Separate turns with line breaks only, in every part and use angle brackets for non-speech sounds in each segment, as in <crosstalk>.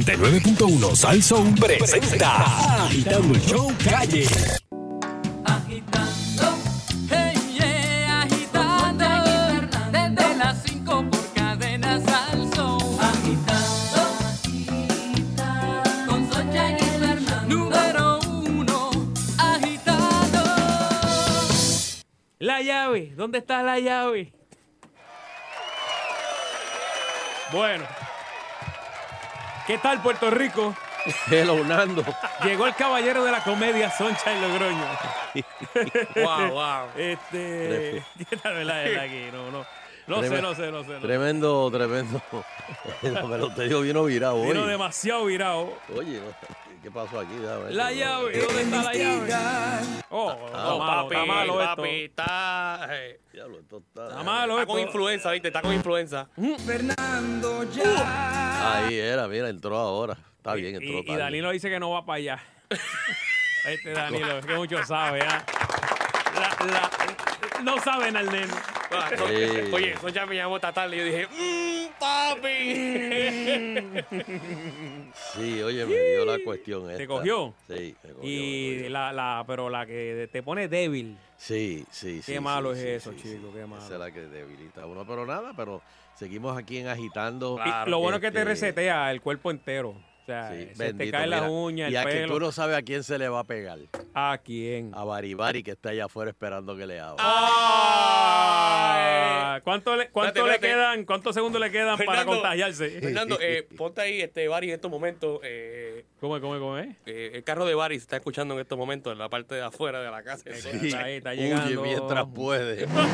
99.1 Sal Soul presenta Agitando el Show Calle.
Agitando, hey, yeah, agitando, desde las 5 por cadena salso. Agitando, con Socha y Fernando, número uno, agitando.
La llave, ¿dónde está la llave? Bueno, ¿qué tal Puerto Rico?
<laughs> Hello, Nando.
Llegó el caballero de la comedia Soncha y Logroño.
<laughs> Wow, wow.
Este, <laughs> ¿qué tal verdad verdad aquí? No, no, no sé, no sé, no sé. No.
Tremendo, tremendo. <laughs> El pelotero vino virado hoy.
Vino demasiado virado.
Oye, no, ¿qué pasó aquí? Déjame ver.
La llave, ¿dónde está la llave? Oh,
Ah,
está
No,
malo,
papi,
está malo esto.
papi, está, eh,
Diablo, esto está-
Está malo
está con
esto. Mm.
influenza, ¿viste? Está con influenza.
Uh,
Ahí era, mira, entró ahora. Está bien, entró.
Y, y
está bien.
Danilo dice que no va para
<laughs>
allá. Este Danilo, que mucho sabe, ¿ah? La- la- no saben al nene.
Ah, no,
Sí.
Oye, eso ya me llamó esta tarde y yo dije,
"Mm,
mmm, papi.
Sí, oye, me dio la cuestión esta.
cogió?
Sí, me cogió. me
Y
cogió.
la, la, pero la que te pone débil.
Sí, sí, sí.
Qué
sí,
malo
sí,
es
sí,
eso,
sí,
chico,
sí.
qué malo.
Esa es la que debilita a uno, pero nada, pero seguimos aquí en agitando.
Y lo bueno es que te
Este,
resetea el cuerpo entero. O sea,
Sí,
se te
bendito,
caen las
mira,
uñas,
Y
el
a que tú
pelo.
no sabes a quién se le va a pegar.
¿A quién?
A Baribari, que está allá afuera esperando que le haga.
Ah, ¿Cuánto le, cuánto
Espérate,
le
espérate.
quedan? ¿Cuántos segundos le quedan para
Fernando.
contagiarse?
<laughs>
Fernando, eh, ponte ahí, este, Bari, en estos momentos. eh,
¿Cómo es, cómo es, cómo es?
<laughs> eh, el carro de Bari se está escuchando en estos momentos en la parte de afuera de la casa. <laughs>
Sí. Está ahí, está
Huye
llegando.
mientras puede.
Bueno.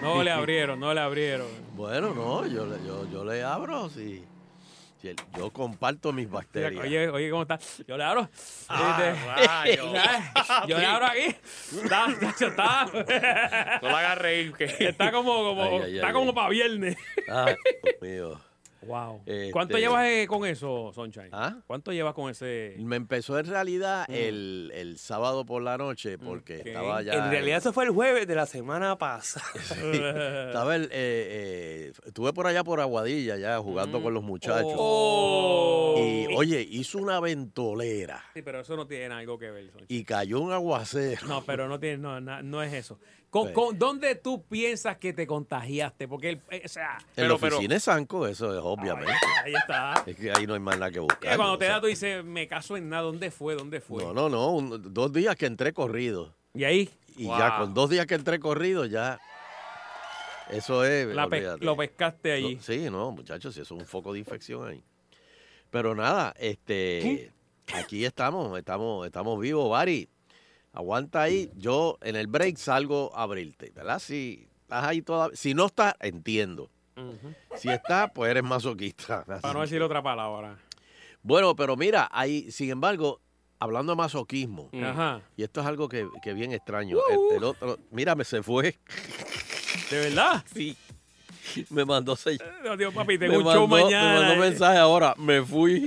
No le abrieron, no le abrieron.
Bueno, no, yo le, yo, yo le abro si, si el- yo comparto mis bacterias.
Oye, oye, ¿cómo está? Yo le abro.
Ah,
Este,
rayos.
<laughs> ¿sabes? Yo le abro aquí. Está, está, está,
No la agarré. <laughs> Que...
está como, como,
Ay, ay,
está
ay, Ah.
como
ay.
para viernes. <laughs>
Ay, Dios mío.
Wow.
Este-
¿Cuánto llevas eh, con eso, Sunshine?
¿Ah?
¿Cuánto llevas con ese?
Me empezó en realidad el, el sábado por la noche porque
Ah. Ok.
estaba ya.
En realidad eso fue el jueves de la semana pasada. <laughs>
<laughs>
Estaba el, eh, eh, estuve por allá por Aguadilla ya jugando con los muchachos.
Mm. Oh.
Y oye, hizo una ventolera
Sí, pero eso no tiene algo que ver, Sunshine.
y cayó un aguacero.
No, pero no tiene, no, na- no es eso. Con-
Sí.
con- ¿Dónde tú piensas que te contagiaste? Porque, el- eh, o sea,
en
pero-
la oficina de Sanco, eso es obviamente.
ahí está.
Es que ahí no hay más nada que
Que
buscar.
cuando te
o sea,
da, tú dices, me caso en nada, ¿dónde fue? ¿Dónde fue?
No, no, no. un- dos días que entré corrido.
Pues Y ahí
Y
Wow.
ya con dos días que entré corrido, ya. Eso es.
la pe-
olvídate.
lo pescaste allí.
Lo- sí, no, muchachos, si eso es un foco de infección ahí. Pero nada, este. Aquí estamos, estamos, estamos vivos, Bari. Aguanta ahí. Yo en el break salgo a abrirte, ¿verdad? Si estás ahí todavía. Si no estás, entiendo. Si estás, pues eres masoquista.
Para no decir otra palabra.
Bueno, pero mira, ahí, sin embargo, hablando de masoquismo.
Mm. Ajá. Uh,
Y esto es algo que, que bien extraño. El, el otro, mírame, se fue.
¿De verdad?
Sí. Me mandó seis.
No, Dios, papi,
Me
tengo un show
mandó- me
mañana.
mandó
eh.
mensaje ahora.
<laughs>
Me fui.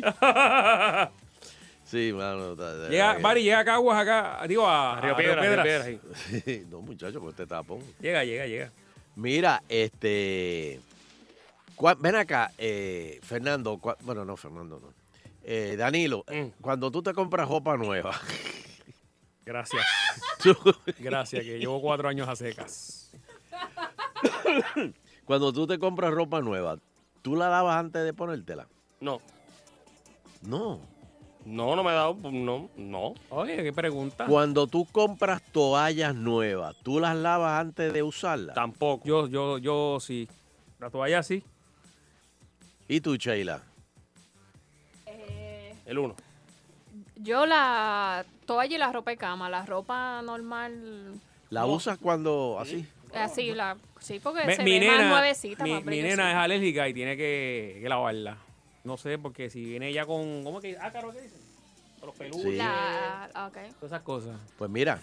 sí, mano. está- de
Llega,
verdad
Bari, llega a Caguas acá. Digo, a, a
Río Piedras, Río
Ah, Piedras.
Piedras, sí.
que- Sí, no, muchacho, con este tapón.
Llega, llega, llega.
Mira, este. cua- Ven acá, eh, Fernando. cua- Bueno, no, Fernando, no. Eh,
<laughs>
Danilo,
Mm.
eh, cuando tú te compras ropa nueva,
<laughs>
Gracias.
tú-
Gracias, que llevo cuatro años a secas.
<laughs> cuando tú te compras ropa nueva, ¿tú la lavas antes de ponértela?
No,
No.
no, no me ha dado. No, no.
Oye, qué pregunta.
Cuando tú compras toallas nuevas, ¿tú las lavas antes de usarlas?
Tampoco.
Yo, yo, yo sí. La toalla sí.
¿Y tú, Sheila?
Eh,
El uno.
yo la toalla y la ropa de cama, la ropa normal,
¿La usas cuando así?
Oh,
así, la, sí, porque
Me-
Pues se ve más nuevecita.
mi,
más
mi
brillosita.
nena es alérgica y tiene que, que lavarla. No sé, porque si viene ella con. ¿Cómo que? Ah, ¿qué dicen? Con los peludos.
Sí.
La- ah, ok.
Todas esas cosas.
Pues mira,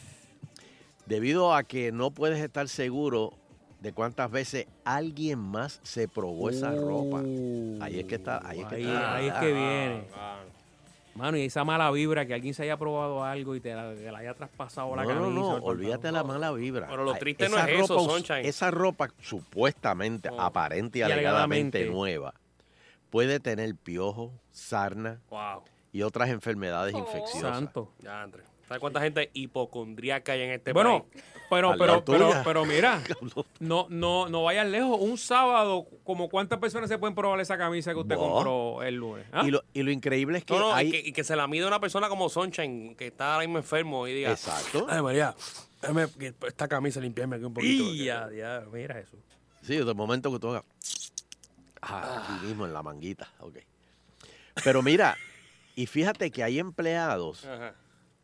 debido a que no puedes estar seguro de cuántas veces alguien más se probó esa ropa. Ahí es que está, ahí es que
Ahí,
está.
Ah,
ahí es que viene. Mano, y esa mala vibra que alguien se haya probado algo y te la, te la haya traspasado la
no,
camisa.
no, no,
el pantalón.
olvídate de la mala vibra.
Pero lo
Ay,
triste no
esa
es eso,
ropa us-
Sunshine.
Esa ropa supuestamente,
Oh.
aparente y
Y alegadamente.
alegadamente nueva, puede tener piojo, sarna
Wow.
y otras enfermedades
Oh.
infecciosas.
Santo.
Ya, André. ¿Sabes cuánta gente hipocondríaca hay en este
Bueno,
país?
pero,
Al
pero,
lado
pero,
tuya.
pero
<laughs>
mira, no, no, no vayas lejos. Un sábado, como cuántas personas se pueden probar esa camisa que usted
Bo.
compró el lunes? ¿Ah?
Y, lo, y lo increíble es que
No, no,
hay...
y, que, y que se la mide una persona como Sunshine, que está ahora mismo enfermo y diga.
Exacto.
Ay, María, déjame que esta camisa limpiarme aquí un poquito.
Y ya, ya, mira eso.
Sí, desde el momento que tú hagas. Ah, aquí mismo en la manguita. Ok. Pero mira, y fíjate que hay empleados
Ajá.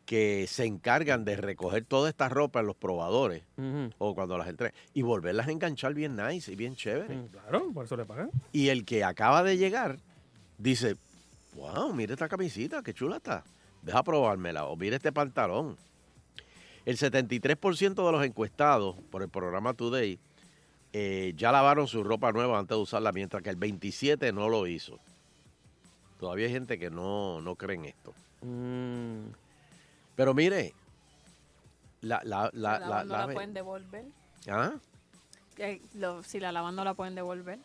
que se encargan de recoger toda esta ropa en los probadores
Ujú.
o cuando las entregan y volverlas a enganchar bien nice y bien chévere.
Claro, por eso le pagan.
Y el que acaba de llegar dice: Wow, mira esta camisita, qué chula está. Deja probármela. O mira este pantalón. El 73% de los encuestados por el programa Today eh, ya lavaron su ropa nueva antes de usarla, mientras que el 27% no lo hizo. Todavía hay gente que no, no cree en esto.
Mm.
Pero mire, la. la,
la,
la, la-
lavan no la
la-
pueden devolver.
¿Ah?
Eh, lo- si la lavan no la pueden devolver.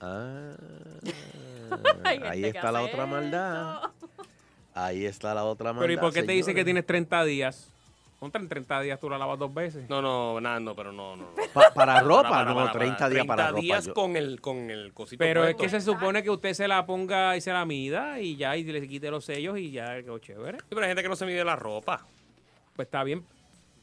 <laughs>
Ah,
Hay gente
ahí
que
está la
hace
otra maldad.
eso.
Ahí está la otra maldad.
Pero ¿y por qué te dice que
señores.
tienes 30 días? Contra en 30 días tú la lavas dos veces.
No, no, Nando, pero no, no. no.
Pa- para ropa,
Para, para,
no,
para,
30 días para
30
ropa.
días
yo-
con el, con el cosito.
Pero es
puesto.
que se supone que usted se la ponga y se la mida y ya, y le quite los sellos y ya, qué chévere.
Sí, pero hay gente que no se mide la ropa.
Pues está bien.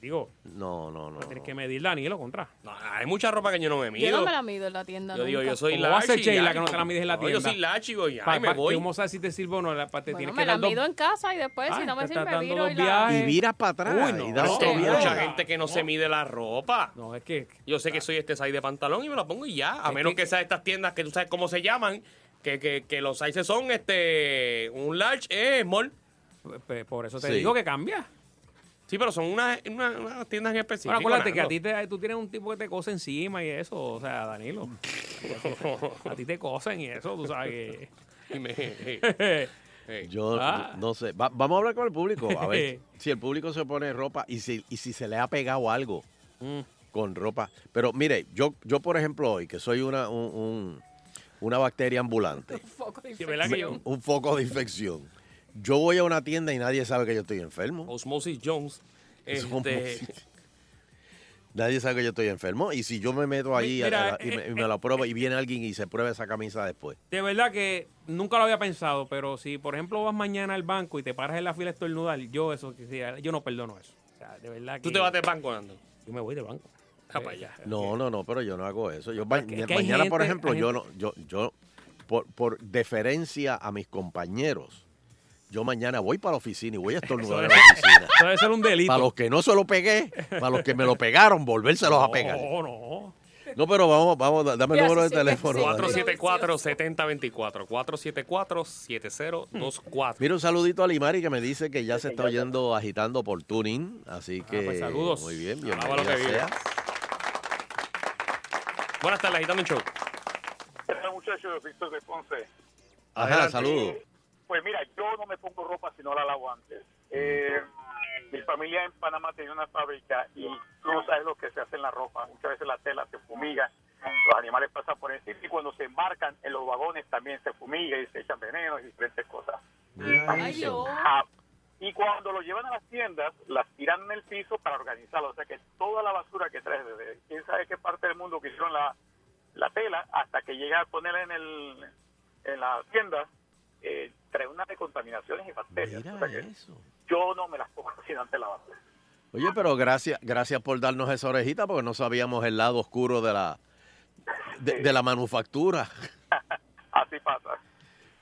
Digo,
No, no, no.
tienes
no.
que medir Danilo contra.
No, hay mucha ropa que yo no me mido.
Yo no me la mido en la tienda.
Yo digo,
nunca.
yo soy
¿Cómo va a
lachi.
ser, Sheila,
ay,
que no te la mides en la
no, Yo
tienda?
soy lachi, voy, ay,
Pa-
me
pa-
voy.
¿Cómo sabes si te sirve o no? La, pa- te
Bueno,
tienes
me
que
la
dar dos-
mido en casa y después,
Ah,
si no
te
me
estás
sirve,
dando
viro
dos
y la...
Y viras para atrás.
Uy, no,
y das
no,
otro
Hay
no,
viaje.
mucha
no.
gente que no, se mide la ropa.
No, es que
Yo sé que soy este size de pantalón y me lo pongo y ya. A menos
que-
que sea estas tiendas que tú sabes cómo se llaman, que, que, que los sizes son este un large, eh, small.
pues, por eso te
Sí.
digo que cambia.
Sí, pero son unas una, unas tiendas en específico.
Ahora acuérdate que a
Nando.
ti te, tú tienes un tipo que te cose encima y eso, o
<laughs>
sea, Danilo. a ti te cosen y eso, tú sabes
Y
<laughs>
me-
que...
Yo
Ah.
no sé. Va- vamos a hablar con el público. A
<laughs>
ver si el público se pone ropa y si, y si se le ha pegado algo
Mm.
con ropa. Pero mire, yo, yo por ejemplo hoy, que soy una, un- un- una bacteria ambulante,
Foco de
Sí, ¿verdad que yo-
infección.
un foco de infección, yo voy a una tienda y nadie sabe que yo estoy enfermo.
Osmosis Jones.
<laughs> Es
este,
<laughs>
como si- Nadie sabe que yo estoy enfermo. Y si yo me meto allí a- a
Mira,
la- y, me,
eh,
y me la pruebo y viene alguien y se prueba esa camisa después.
De verdad que nunca lo había pensado, pero si por ejemplo vas mañana al banco y te paras en la fila a estornudar, yo eso quisiera- yo no perdono eso. Eh, O sea, de verdad Eh, que
Tú te vas de banco, Nando.
yo me voy del banco.
Ah, para allá.
No, no, no, pero yo no hago eso. Yo ma-
es que hay
mañana, por
gente-
ejemplo,
hay
yo no, yo, yo, por, por deferencia a mis compañeros, yo mañana voy para la oficina y voy
<laughs>
a estornudar en la oficina.
Eso debe ser un delito.
Para los que no se lo pegué, para los que me lo pegaron, volvérselos a pegar.
<laughs> No, no.
No, pero vamos, vamos, da- dame el
Ya,
número de
sí, sí,
teléfono.
sí.
Dani.
Cuatro, siete.
474-7024. 474-7024.
Mira, un saludito a Limari que me dice
<laughs>
que ya se está oyendo agitando por tuning. Así que.
pues, saludos.
Muy bien,
Ah, Alaba lo
bienvenida
que vive.
sea.
Buenas tardes, agitando un show.
Hola muchachos, Víctor de Ponce.
Ajá,
Adelante.
saludos.
Pues mira, yo no me pongo ropa si no la lavo antes. Eh, mi familia en Panamá tenía una fábrica y tú no sabes lo que se hace en la ropa. Muchas veces la tela se fumiga, los animales pasan por encima y cuando se embarcan en los vagones también se fumiga y se echan veneno y diferentes cosas.
Ay, yo...
Ah, y cuando lo llevan a las tiendas, las tiran en el piso para organizarlo. O sea que toda la basura que traes desde quién sabe qué parte del mundo que hicieron la, la tela hasta que llega a ponerla en, el, en la tienda, eh, trae unas contaminaciones y bacterias. O sea
Mira
que
eso.
yo no me las pongo <laughs> sin antes lavarlas.
Oye, pero gracias, gracias por darnos esa orejita porque no sabíamos el lado oscuro de la de, de
<laughs>
la manufactura.
Así pasa.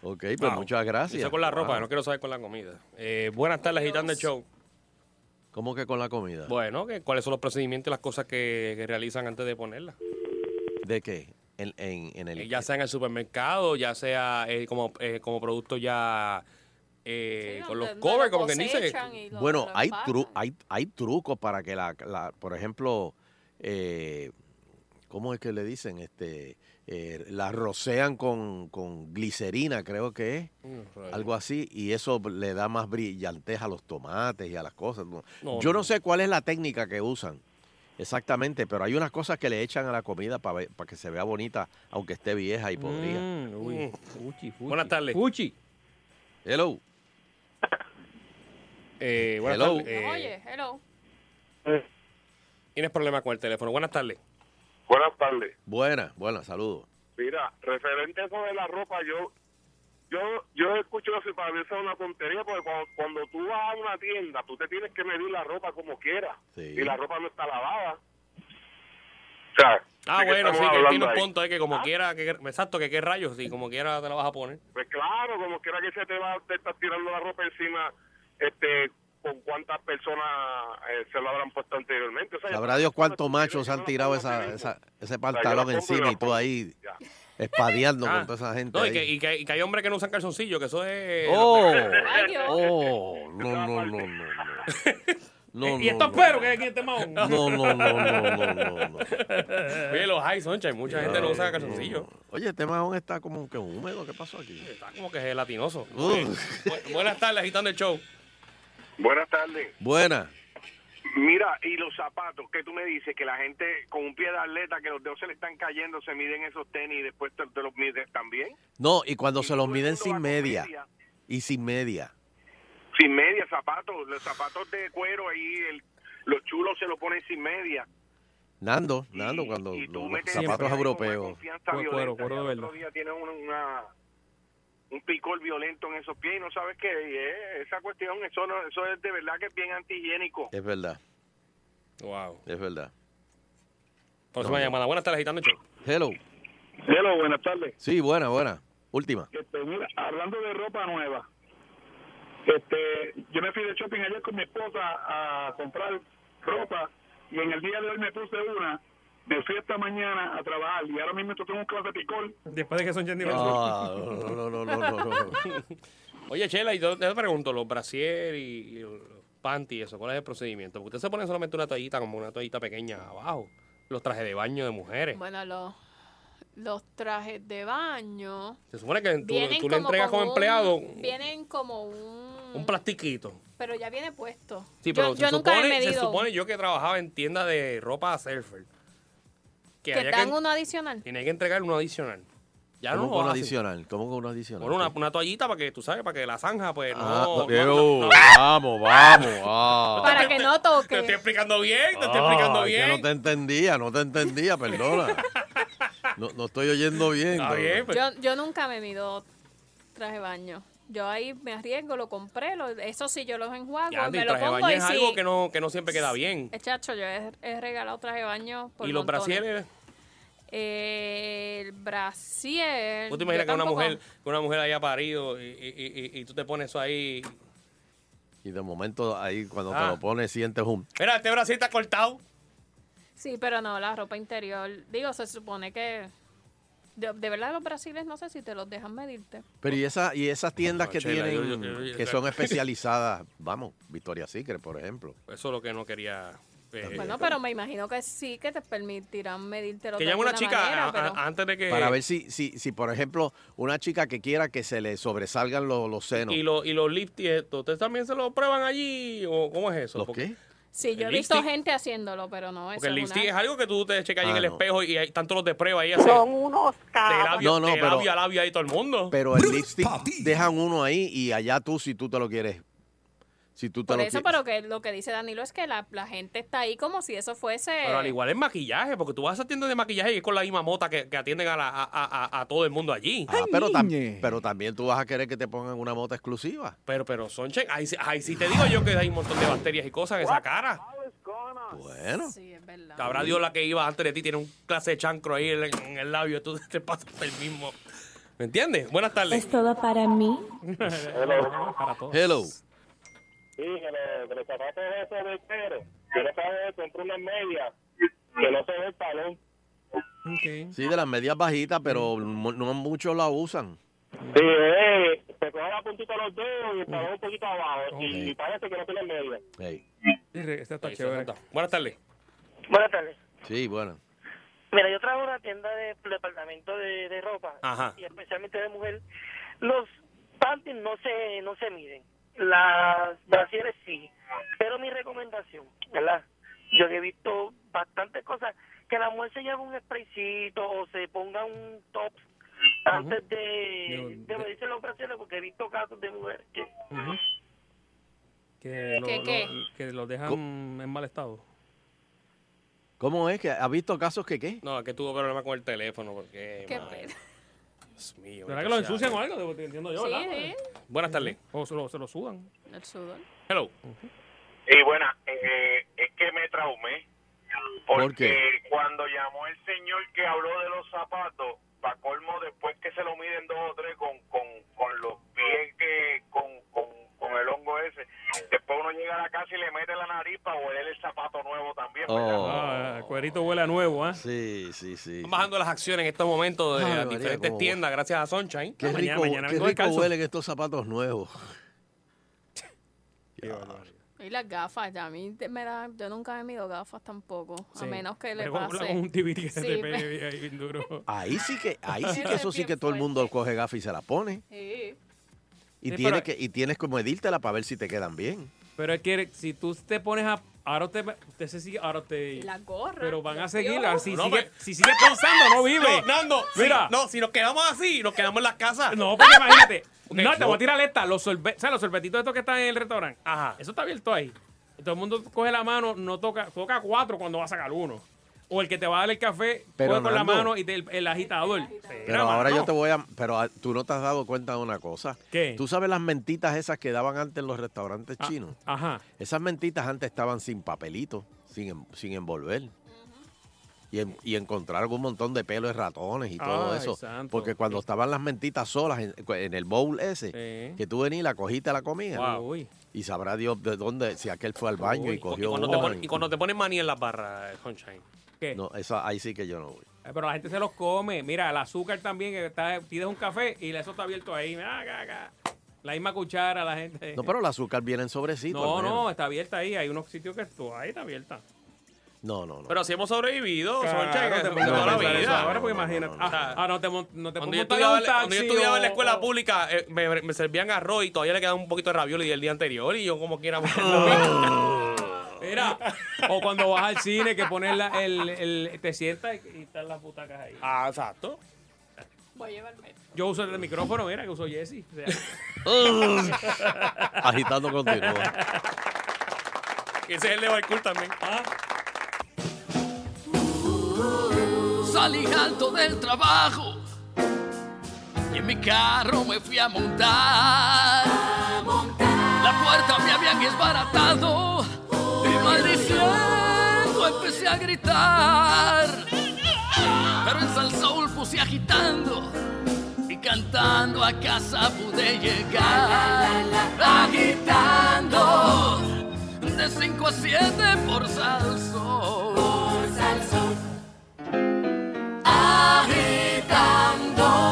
Ok, pues
Wow.
muchas gracias.
Eso con la ropa,
Wow. Pues,
no quiero saber con la comida. Eh, buenas tardes, agitando el show.
¿Cómo que con la comida?
Bueno, ¿qué- ¿cuáles son los procedimientos y las cosas que, que realizan antes de ponerla?
¿De qué? En, en- en el
Eh, ya sea en el supermercado, ya sea eh, como, eh, como producto ya eh,
Sí, donde-
con
donde
los covers,
lo
como quien dice.
cosechan y lo-
Bueno,
lo
hay,
empacan.
tru- hay, hay trucos para que la, la- por ejemplo, eh, ¿cómo es que le dicen? Este, eh, la rocean con, con glicerina, creo que es, algo así, y eso le da más brillantez a los tomates y a las cosas. ¿no?
No,
Yo
no.
no sé cuál es la técnica que usan exactamente, pero hay unas cosas que le echan a la comida para que se vea bonita, aunque esté vieja y podrida.
Mm, uy, fuchi, fuchi.
Buenas tardes.
Fuchi.
Hello.
Eh, buenas
Hello.
tardes. Eh,
Oye, hello.
Tienes problemas con el teléfono. Buenas tardes.
Buenas tardes.
Buena, buena, saludos.
Mira, referente a eso de la ropa, yo yo yo escucho eso y para mí eso es una tontería, porque cuando, cuando tú vas a una tienda, tú te tienes que medir la ropa como quieras.
Sí.
Y la ropa no está lavada. O sea,
Ah,
¿de qué
bueno, sí,
estamos
que él tiene
hablando
un
ahí?
punto ahí que como quiera, que, exacto, que qué rayos, sí, como quiera te la vas a poner.
Pues claro, como quiera que se te va, te estás tirando la ropa encima, este con cuántas personas eh, se lo habrán puesto anteriormente. O sea,
Sabrá Dios cuántos machos han tirado esa, esa- ese pantalón
la compro y
encima
la
y tú
pongo.
ahí
Ya.
espadeando
Ah,
con toda esa gente.
No, y
ahí.
que, y que- y que hay hombres que no usan calzoncillo, que eso es...
¡Oh! <laughs>
Ay, Dios.
¡Oh! No, no, no, no, no.
<laughs>
No,
y
no,
estos
no,
perros
no.
que hay aquí en este mahón.
No, no, no, no, no, no.
Oye, los high sunshine, mucha gente no usa calzoncillo.
Oye, este mahón está como que húmedo. ¿Qué pasó aquí?
Está como que gelatinoso.
Uf.
Bu- buenas tardes, agitando el show.
Buenas tardes.
Buena.
Mira, y los zapatos, que tú me dices? Que la gente con un pie de atleta, que los dedos se le están cayendo, se miden esos tenis y después te, te los mides también.
No, y cuando se
Y
los
todo el
miden
mundo va
sin
con
media. Y sin media.
Sin media, zapatos, los zapatos de cuero ahí, el- los chulos se los ponen sin media.
Nando,
Y-
Nando, cuando
y tú
los
metes
zapatos
ahí con una
europeos.
confianza
Cuero,
violenta,
cuero de
y al
verdad.
otro día tienes una, una- un picor violento en esos pies y no sabes qué. y es- esa cuestión, eso, no, eso es de verdad que es bien antihigiénico.
Es verdad,
Wow.
es verdad.
Próxima llamada. Buenas tardes, agitando el show.
Hello.
Hello, buenas tardes.
Sí, buena, buena. Última.
Este, mira, hablando de ropa nueva, este, yo me fui de shopping ayer con mi esposa a comprar ropa y en el día de hoy me puse una, me fui esta mañana a trabajar y ahora mismo tengo un clase de picor.
Después de que son Jenny
Ah, no, no, no, no, no, no, no.
Oye, Chela, y yo te pregunto, los brasier y, y los panty y eso, ¿cuál es el procedimiento? Porque ustedes se ponen solamente una toallita, como una toallita pequeña abajo. Los trajes de baño de mujeres.
Bueno, los, los trajes de baño
Se supone que tú,
vienen
tú le
como
entregas
con
como
un-
empleado un,
Vienen como un...
un plastiquito.
Pero ya viene puesto.
Sí,
Yo-
pero
yo
se,
nunca
supone,
he medido.
se supone yo que trabajaba en tienda de ropa a surfer.
que
Que, había
dan
que
uno adicional.
tenía que entregar uno adicional. Ya Ah, no
¿Cómo
lo
con una
hacen.
adicional? ¿Cómo con una adicional?
Pon una, una toallita para que tú sabes, para que la zanja, pues
Ah,
no. no-
pero-
no- no-
Vamos,
<laughs>
vamos. ah.
Para que no
Te estoy
toque.
explicando bien, te estoy
Ah,
explicando
es que
bien.
no te entendía, no te entendía, perdona. No, no estoy oyendo bien.
Está
no.
bien, pues. pero-
Yo, yo nunca me mido traje de baño. Yo ahí me arriesgo, lo compré, lo- eso sí, yo los enjuago,
Ya, Andy,
Ah, me
el
lo
traje de
pongo
baño
y
es
sí.
algo que no, que no siempre queda bien.
Eh, Chacho, yo he, he regalado traje de baño por
Y los
montones.
brasieres,
Eh, el brasier.
¿vos te imaginas
Eh, yo
que una
tampoco-
mujer, que una mujer haya parido y, y- y- y tú te pones eso ahí?
Y de momento ahí cuando te
Ah.
lo pones sientes un...
Mira, este brasier está cortado.
Sí, pero no, la ropa interior. Digo, se supone que. De, de verdad, los brasiles no sé si te los dejan medirte.
Pero y, esa, y esas tiendas
No,
que
Chela, yo-
tienen,
yo- yo- yo-
que son especializadas, vamos, Victoria Secret, por ejemplo.
Eso es lo que no quería. eh,
Bueno, pero me imagino que sí que te permitirán medírtelo.
que
de
llame una
alguna
chica
manera,
a- a-
pero-
antes de que.
Para ver si, si, si, por ejemplo, una chica que quiera que se le sobresalgan los, los senos.
Y, lo- y los lifty, esto, ¿ustedes también se lo prueban allí? ¿O cómo es eso?
¿Los
Porque-
qué?
Sí, yo he
el
visto
lipstick-
gente haciéndolo, pero no. Eso
Porque el
es una-
lipstick es algo que tú te checas ahí en
Ah,
el
no.
espejo y hay tantos los de prueba ahí así. Son unos De labio,
No, no,
de
pero-
labio a labio
Eh.
ahí todo el mundo.
Pero el lipstick
pa' ti.
dejan uno ahí y allá tú si tú te lo quieres. Si tú te
Por
lo
eso,
qui-
pero que lo que dice Danilo es que la, la gente está ahí como si eso fuese.
Pero al igual es maquillaje, porque tú vas a tiendas de maquillaje y es con la misma mota que, que atienden a, la- a- a- a- a todo el mundo allí.
Ah, pero, tam- pero también tú vas a querer que te pongan una mota exclusiva.
Pero, pero, Sonchen, ahí, sí- ahí sí te digo yo que hay un montón de bacterias y cosas en esa cara.
Bueno,
Sí, es verdad.
Habrá Dios la que iba antes de ti, tiene un clase de chancro ahí en, en el labio, tú <laughs> te pasas el mismo. ¿Me entiendes? Buenas tardes.
¿Es todo para mí?
hello.
Sí, que los, de los zapatos esos de cuero, que no sabes, compré unas medias, que no se ve el talón.
Sí, de las medias bajitas, pero mu- no muchos la usan.
Sí, eh, te coge la puntita de los dedos y el talón un poquito abajo, y, y parece que no tiene medias.
Ey.
Esta está
Ahí se
chévere.
nota. Buenas tardes.
Buenas tardes.
Sí, bueno.
Mira, yo trabajo en una tienda de de departamento de, de ropa
Ajá.
y especialmente de mujer. Los panties no se no se miden, las brasieres sí. Pero mi recomendación, ¿verdad? Yo he visto bastantes cosas que la mujer se lleve un spraycito o se ponga un top antes de,
De-
de medirse los brasieres porque he visto casos de mujeres que
Que, lo,
¿Qué,
lo-
qué?
que lo dejan en mal estado.
¿Cómo es que has visto casos que qué?
No, es que tuvo problema con el teléfono, porque.
Qué
madre,
pena.
Dios mío.
¿Verdad que
bendito
lo
sea
ensucian
Dios.
o algo? Debo- Entiendo yo,
Sí,
¿verdad?
sí,
Buenas tardes.
O se lo, se lo sudan.
<laughs>
Mm.
el sudor.
Hello.
Y bueno, eh, es que me traumé. Porque
¿Por qué?
cuando llamó el señor que habló de los zapatos, para colmo, después que se lo miden dos o tres con, con, con los pies, que, con, con, con el hongo ese, después uno llega a la casa y le mete la nariz para huele el zapato nuevo también. ¿verdad?
Oh.
Ah, el cuerito huele a nuevo, ¿ah?
Sí, sí, sí.
Están bajando las acciones en estos momentos de
Ay,
las
María,
diferentes
cómo-
tiendas, gracias a Sunshine.
Qué
Mañana-
rico,
mañana
qué
vengo
rico
descalzo.
huelen estos zapatos nuevos.
Y las gafas, ya a mí te- me da, yo nunca me mido gafas tampo, a menos que le
Pero con,
pase.
con un tibiti que se
Sí, pues,
te
pe-
pegue ahí bien duro.
Ahí sí que, ahí sí que
Eso es
eso sí
bien
que todo el mundo
fuerte.
coge gafas y se las pone.
Sí.
Y,
Sí,
tienes
pero-
que, y tienes que medírtela para ver si te quedan bien.
Pero es que si tú te pones a. Ahora te. te sé si- ahora te.
Y las gorras.
Pero van a
Dios
seguir.
mío.
así
No,
sigue-
pero-
si sigues pensando, no vive.
No, Nando,
Mira.
mira. no, si nos quedamos así, nos quedamos en las casas.
No, porque imagínate.
<laughs> Ok,
no, te
no.
voy a tirar esta. Los, sorbe- ¿sabes los sorbetitos estos que están en el restaurante.
Ajá.
Eso está abierto ahí. Todo el mundo coge la mano, no toca, toca cuatro cuando va a sacar uno. O el que te va a dar el café,
Pero,
coge con la
Nando.
mano y te- el, el agitador.
Pero ahora yo te voy a... Pero ah, tú no te has dado cuenta de una cosa.
¿Qué? Ah,
Tú sabes las mentitas esas que daban antes en los restaurantes chinos.
Ajá.
Esas mentitas antes estaban sin papelito, sin, en- sin envolver. Y, en- y encontraron un montón de pelos de ratones y todo
Ay,
eso.
santo.
Porque cuando estaban las mentitas solas en, en el bowl ese,
Sí.
que tú venías y la cogiste a la comida.
Wow.
Uy.
Y sabrá Dios de dónde, si aquel fue al baño
Uy,
y
y
cogió
cuando, te
uno
ponen, y cuando te ponen maní en las barras, eh, Sunshine.
¿Qué?
No, esa, ahí sí que yo no voy.
Eh, Pero la gente se los come. Mira, el azúcar también, que está, pides un café y eso está abierto ahí. Mira, acá, acá. La misma cuchara, la gente.
No, pero el azúcar viene en sobrecito.
no,
al menos.
no, está abierta ahí. Hay unos sitios que tú, ahí está abierta.
No, no, no.
Pero si hemos sobrevivido,
Claro,
Sunshine,
te
eso
pongo a
toda la
pensar eso
vida.
Ahora, porque
No, no,
imagínate.
no, no,
Ah, ah, no te, mon- no te
Cuando yo,
montas en
estudiaba,
un
cuando yo
taxi
estudiaba en la
o-
escuela
o-
pública, eh, me, me servían arroz y todavía le quedaba un poquito de ravioli del día anterior y yo como
<laughs>
quiera...
Mira, o cuando vas al cine que pones la, el, el- te sientas y, y están las butacas ahí.
ah, exacto.
Voy a llevarme.
Yo uso el del micrófono, mira, que uso Jesse. O sea, <laughs>
<laughs>
Agitando continúa.
Ese es el de Barcool también.
Salí alto del trabajo y en mi carro me fui a montar. La puerta me habían esbaratado y maldiciendo empecé a gritar. Pero en Salsoul puse agitando y cantando a casa pude llegar. Agitando de 5 a 7 por Salsoul. Por Salsoul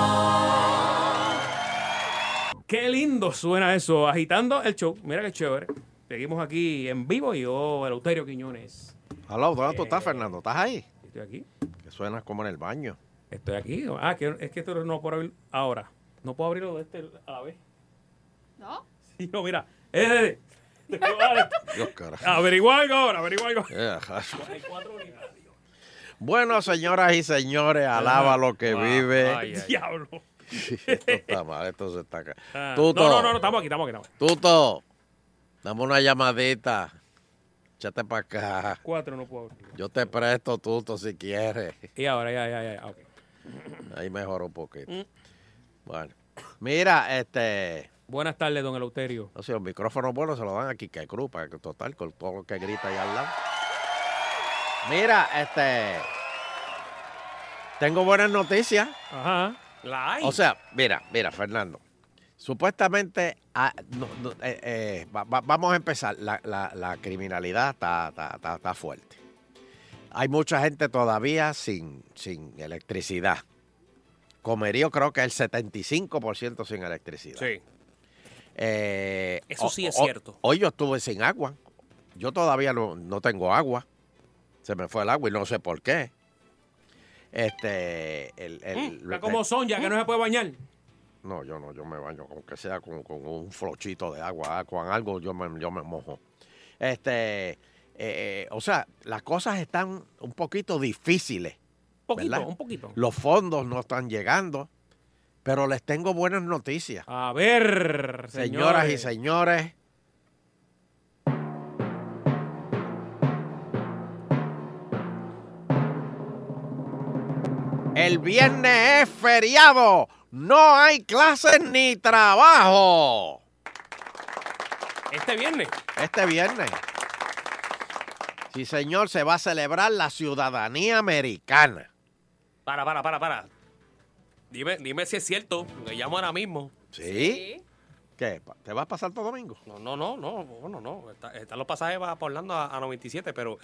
agitando.
Qué lindo suena eso, agitando el show. Mira qué chévere. Seguimos aquí en vivo y yo, Eleuterio Quiñones. Eh,
Hola, ¿dónde tú estás, Fernando? ¿Estás ahí?
Estoy aquí.
Que suenas como en el baño.
Estoy aquí. Ah, que, es que esto no puedo abrir ahora. No puedo abrirlo de este a la vez.
¿No?
<laughs> Sí, no, mira. Eh, eh, eh.
Dios, carajo.
averigua algo ahora, averigua algo.
Eh, ajá. Bueno, señoras y señores, alaba lo
Ah,
que vive.
ay, ay.
Diablo.
<laughs> Esto está mal, esto se está acá.
Ah, no,
Tuto,
no, no, no, estamos aquí, estamos aquí. Estamos. aquí.
Tuto, dame una llamadita. Échate para acá.
Cuatro no puedo abrir.
Yo te presto, Tuto, si quieres.
Y ahora, ya, ya, ya. ok.
Ahí mejoró un poquito. Bueno. Mira, este.
Buenas tardes, don Eleuterio.
No sé, los micrófonos buenos se lo dan a Kike Cruz, para que total, con todo lo que grita ahí al lado. Mira, este. Tengo buenas noticias.
Ajá.
La hay.
O sea, mira, mira, Fernando. Supuestamente, ah, no, no, eh, eh, va- va- vamos a empezar. La, la- la criminalidad está, está- está- está fuerte. Hay mucha gente todavía sin, sin electricidad. Comerío creo que el 75% sin electricidad.
sí.
Eh,
Eso sí es cierto.
Hoy yo estuve sin agua. Yo todavía no, no tengo agua. Se me fue el agua y no sé por qué. Este, el, Mm. el-
Mm, Está como Sonja, que no se puede bañar.
No, yo no, yo me baño, aunque sea con, con un flochito de agua, ah, con algo yo me, yo me mojo. Este, eh, eh, o sea, las cosas están un poquito difíciles.
Poquito,
¿verdad?
un poquito.
Los fondos no están llegando, pero les tengo buenas noticias.
A ver,
Señoras y
señores.
señores, el viernes es feriado, no hay clases ni trabajo.
Este viernes.
Este viernes. Sí, señor, se va a celebrar la ciudadanía americana.
Para, para, para, para. Dime, dime si es cierto. Lo que llamo ahora mismo.
¿Sí? ¿Qué? pa- ¿Te vas a pasar todo domingo?
No, no, no, no, bueno, no. Está- Están los pasajes para para Orlando a, a 97, pero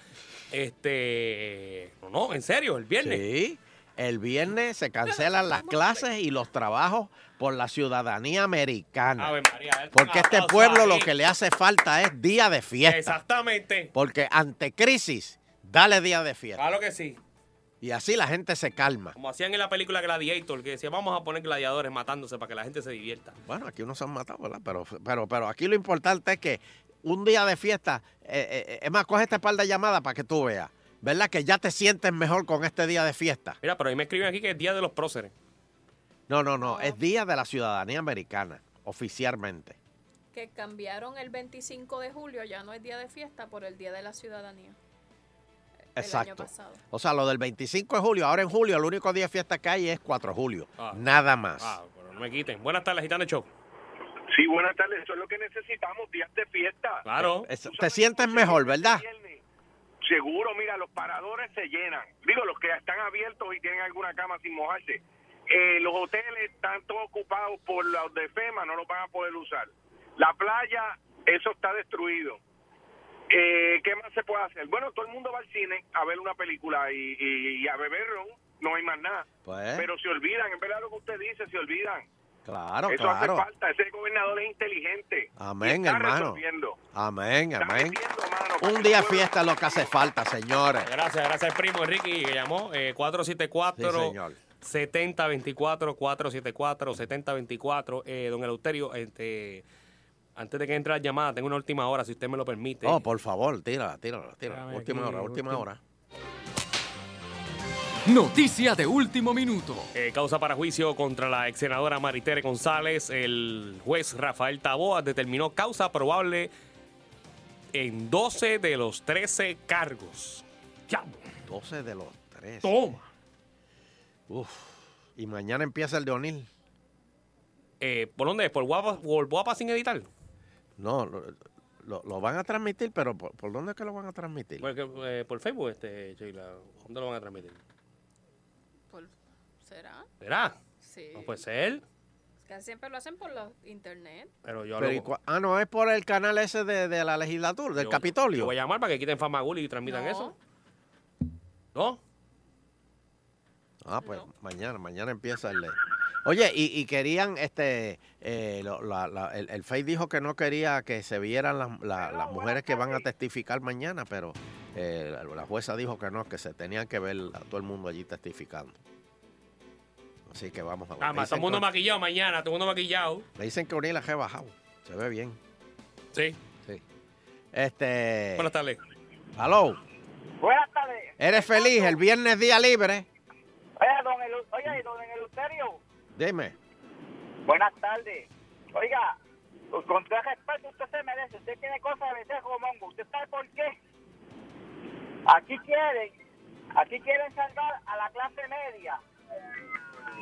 este. No, no, en serio, el viernes.
Sí. El viernes se cancelan las clases y los trabajos por la ciudadanía americana.
Ave María, dale un
Porque este
aplauso
pueblo
ahí.
lo que le hace falta es día de fiesta.
Exactamente.
Porque ante crisis, dale día de fiesta.
Claro que sí.
Y así la gente se calma.
Como hacían en la película Gladiator, que decía, vamos a poner gladiadores matándose para que la gente se divierta.
Bueno, aquí unos se han matado, ¿verdad? Pero, pero, pero aquí lo importante es que un día de fiesta, eh, eh, es más, coge esta par de llamadas para que tú veas, ¿verdad? Que ya te sientes mejor con este día de fiesta.
Mira, pero ahí me escriben aquí que es Día de los Próceres.
No, no, no, es Día de la Ciudadanía Americana, oficialmente.
Que cambiaron el 25 de julio, ya no es día de fiesta, por el día de la ciudadanía. El año
Exacto.
pasado.
O sea, lo del 25 de julio, ahora en julio, el único día de fiesta que hay es 4 de julio.
Ah.
Nada más.
Ah, pero no me quiten. Buenas tardes, Gitano Show.
Sí, buenas tardes. Eso es lo que necesitamos, días de fiesta.
Claro.
Es- te sientes mejor, ¿verdad?
Seguro, mira, los paradores se llenan. Digo, los que están abiertos y tienen alguna cama sin mojarse. Eh, los hoteles están todos ocupados por los de FEMA, no los van a poder usar. La playa, eso está destruido. Eh, ¿Qué más se puede hacer? Bueno, todo el mundo va al cine a ver una película y, y- y a beber ron. No hay más nada.
Pues,
Pero se olvidan, es verdad lo que usted dice, se olvidan.
claro,
eso
claro.
hace falta. Ese gobernador es inteligente.
Amén,
Y está
hermano.
resolviendo.
Amén,
Está
amén.
metiendo mano para
Un
que
día de
el pueblo-
fiesta es lo que hace falta, señores.
Gracias, gracias, primo Enrique, que llamó eh, 474
Sí, señor.
7024 474 7024 eh, don Eleuterio, este, antes de que entre la llamada, tengo una última hora, si usted me lo permite.
Oh, por favor, tírala, tírala, tírala.
Espérame
Última
aquí,
hora, última
última.
hora.
Noticia de último minuto.
Eh, causa para juicio contra la ex senadora Maritere González. El juez Rafael Taboa determinó causa probable en 12 de los 13 cargos. Ya,
12 de los 3.
Toma.
Uf. Y mañana empieza el de O'Neill.
eh, ¿Por dónde es? ¿Por guapa, por guapa sin editar?
No, lo, lo- lo van a transmitir, pero ¿por, por dónde es que lo van a transmitir?
Por, eh, por Facebook, este, Sheila. ¿Dónde lo van a transmitir?
Por- ¿Será?
¿Será?
Sí.
No puede
pues.
ser.
Casi siempre lo hacen por los internet.
Pero yo
Pero, ¿y
hablo-
cua- ah, no, es por el canal ese de, de la legislatura, del
yo- yo
Capitolio.
voy a llamar para que quiten Famaguli y transmitan
No.
eso. ¿No?
Ah, pues mañana, mañana empieza el... de- Oye, y, y querían, este, eh, lo- la- la- el, el FEI dijo que no quería que se vieran las, la- las mujeres que van a testificar mañana, pero eh, la, la jueza dijo que no, que se tenían que ver a todo el mundo allí testificando. Así que vamos a ver.
Ah,
Me
más, todo
dicen
el mundo
que-
maquillado mañana, todo el mundo maquillado.
me dicen que O'Neill ha rebajado. Se ve bien.
Sí.
Sí. Este.
Buenas tardes.
Aló.
Buenas tardes.
¿Eres feliz? El viernes día libre.
Oye, don, Elu- oye, don Eleuterio.
Dime.
Buenas tardes. Oiga, pues, con todo el respeto usted se merece. Usted tiene cosas de vendejo, mongo. ¿Usted sabe por qué? Aquí quieren, aquí quieren salvar a la clase media.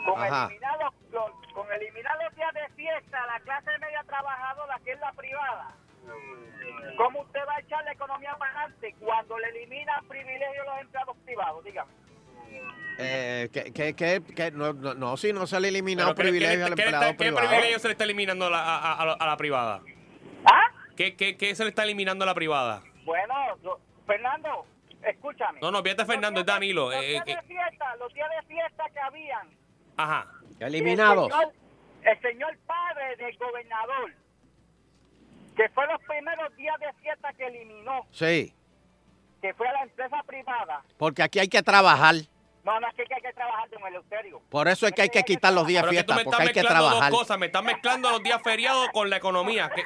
Con
Ajá.
eliminar, los, los- con eliminar los días de fiesta a la clase media trabajadora, que es la privada. ¿Cómo usted va a echar la economía para adelante cuando le elimina privilegios a los empleados privados? Dígame.
Eh, ¿qué, qué, qué, qué? No, no, no, si no se le ha eliminado
Pero, ¿qué-
privilegio
qué-
al
qué-
empleado
qué
privado.
privilegio se le está eliminando a la, a- a- a la- a la privada?
¿Ah?
¿Qué, qué, qué se le está eliminando a la privada?
Bueno, lo- Fernando, escúchame.
No, no, fíjate, Fernando, es Danilo,
Los
eh,
días
eh,
de fiesta, los días de fiesta que habían.
Ajá.
Eliminados.
El señor, el señor padre del gobernador, que fue los primeros días de fiesta que eliminó,
Sí,
que fue a la empresa privada.
porque aquí hay que trabajar.
No, no, es que hay que trabajar, don Eleuterio.
Por eso es que hay que quitar los días
Pero que tú
fiesta,
me estás
porque hay que
mezclando
trabajar.
dos cosas. Me estás mezclando los días feriados con la economía. que-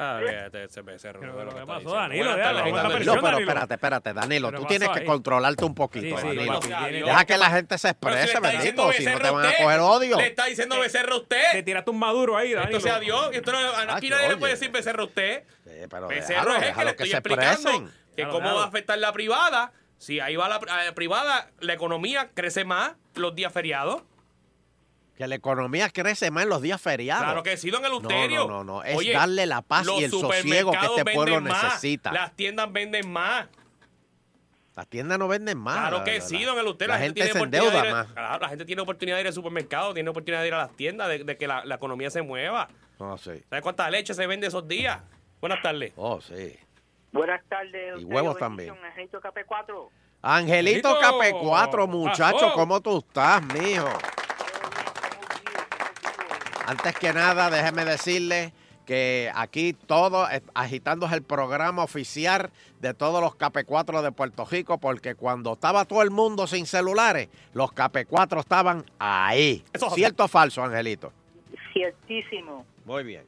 Ah, fíjate, ese becerro. no
Pero,
sé
pero,
lo que
¿qué
está
pasó,
diciendo.
Danilo?
Buenas
Ya,
tardes,
la
Danilo.
buena
Danilo,
presión,
pero
Danilo.
espérate, espérate, Danilo.
Pero
Tú
pasó
tienes que
ahí.
controlarte un poquito,
Sí, sí,
Danilo.
papi, tiene-
Deja que la gente se
Pero si le
exprese,
está diciendo
bendito. Si no
becerro
te
a
van a
usted,
coger odio.
Le está diciendo becerro a
Le
usted.
Eh, tiraste un maduro ahí, Danilo.
Entonces, adiós. Esto no- Aquí
Chacho,
nadie le
oye.
puede decir becerro a usted.
Sí, pero
Becerro es el
déjalo,
que le
déjalo que
estoy
se
explicando
expresen.
que
Claro,
cómo
claro.
va a afectar la privada. Si ahí va la, pri- la privada, la economía crece más los días feriados.
Que la economía crece más en los días feriados.
Claro que sí, don Eleuterio.
Ah, No, no, no, no. Es darle la paz y el
los
sosiego que
supermercados
este pueblo
venden más,
necesita.
Las tiendas venden más.
Las tiendas no venden más.
claro
Ah, la-
que
la-
sí,
la-
don Eleuterio.
La, gente, se
oportunidad de
endeuda
ir a-
más.
Claro, la gente tiene oportunidad de ir al supermercado, tiene oportunidad de ir a las tiendas, de, de que la, la economía se mueva.
Oh, sí.
¿Sabes cuánta leche se vende esos días? Buenas tardes.
Oh, sí.
Buenas tardes.
Y huevos también.
Angelito KP4.
Angelito
Angelito,
KP4, muchacho,
pasó.
¿cómo tú estás, mijo? Antes que nada, déjeme decirle que aquí todo eh, agitando es el programa oficial de todos los KP4 de Puerto Rico, porque cuando estaba todo el mundo sin celulares, los KP4 estaban ahí.
Eso es
¿Cierto o falso, Angelito?
Ciertísimo.
Muy bien.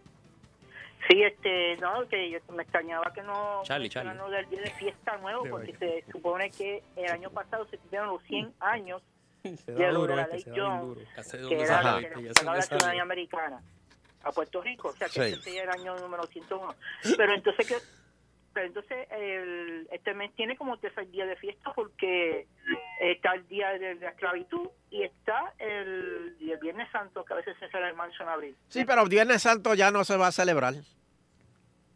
Sí, este, no, que yo me extrañaba que no
Charlie,
mencionaron lo del día de fiesta nuevo, porque se supone que el año pasado se cumplieron los 100 años
Se
de
da
lo
duro
de la
este,
ley
se da bien
Jones,
duro.
Ya sé de
que
dónde
era
Ajá.
la
sale, ya
que
sé
le
de
pagaba
dónde
la
sale.
ciudadanía americana a Puerto Rico, o sea que
Sí.
este era el año número 101. Pero entonces, que, pero entonces el, este mes tiene como tres días de fiesta porque está el día de la esclavitud y está el, y el Viernes Santo, que a veces se celebra el marzo en abril.
Sí, pero Viernes Santo ya no se va a celebrar.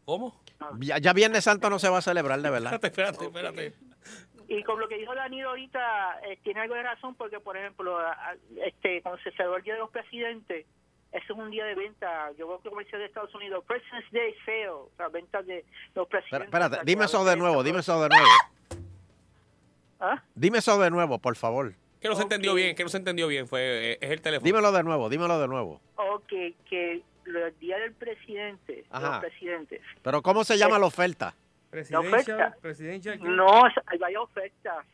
¿Cómo?
Ya, ya Viernes Santo no se va a celebrar, de verdad.
Espérate, espérate, espérate.
Y con lo que dijo Danilo ahorita, eh, tiene algo de razón, porque, por ejemplo, a- a- este cuando se celebró el Día de los Presidentes, eso es un día de venta. Yo veo que comercial de Estados Unidos, President's Day Sale, o sea, ventas de los
Espera-
presidentes.
Espérate,
o sea,
dime
que a
eso de
veces-
nuevo, dime eso de nuevo.
¿Ah?
Dime eso de nuevo, por favor.
Que no se entendió
Ok.
bien, que no se entendió bien. Fue, eh, es el teléfono.
Dímelo de nuevo, dímelo de nuevo.
O que, que el Día del Presidente,
Ajá.
los presidentes.
Pero ¿cómo se llama la oferta?
oferta.
presidencia.
No, es- hay varias ofertas.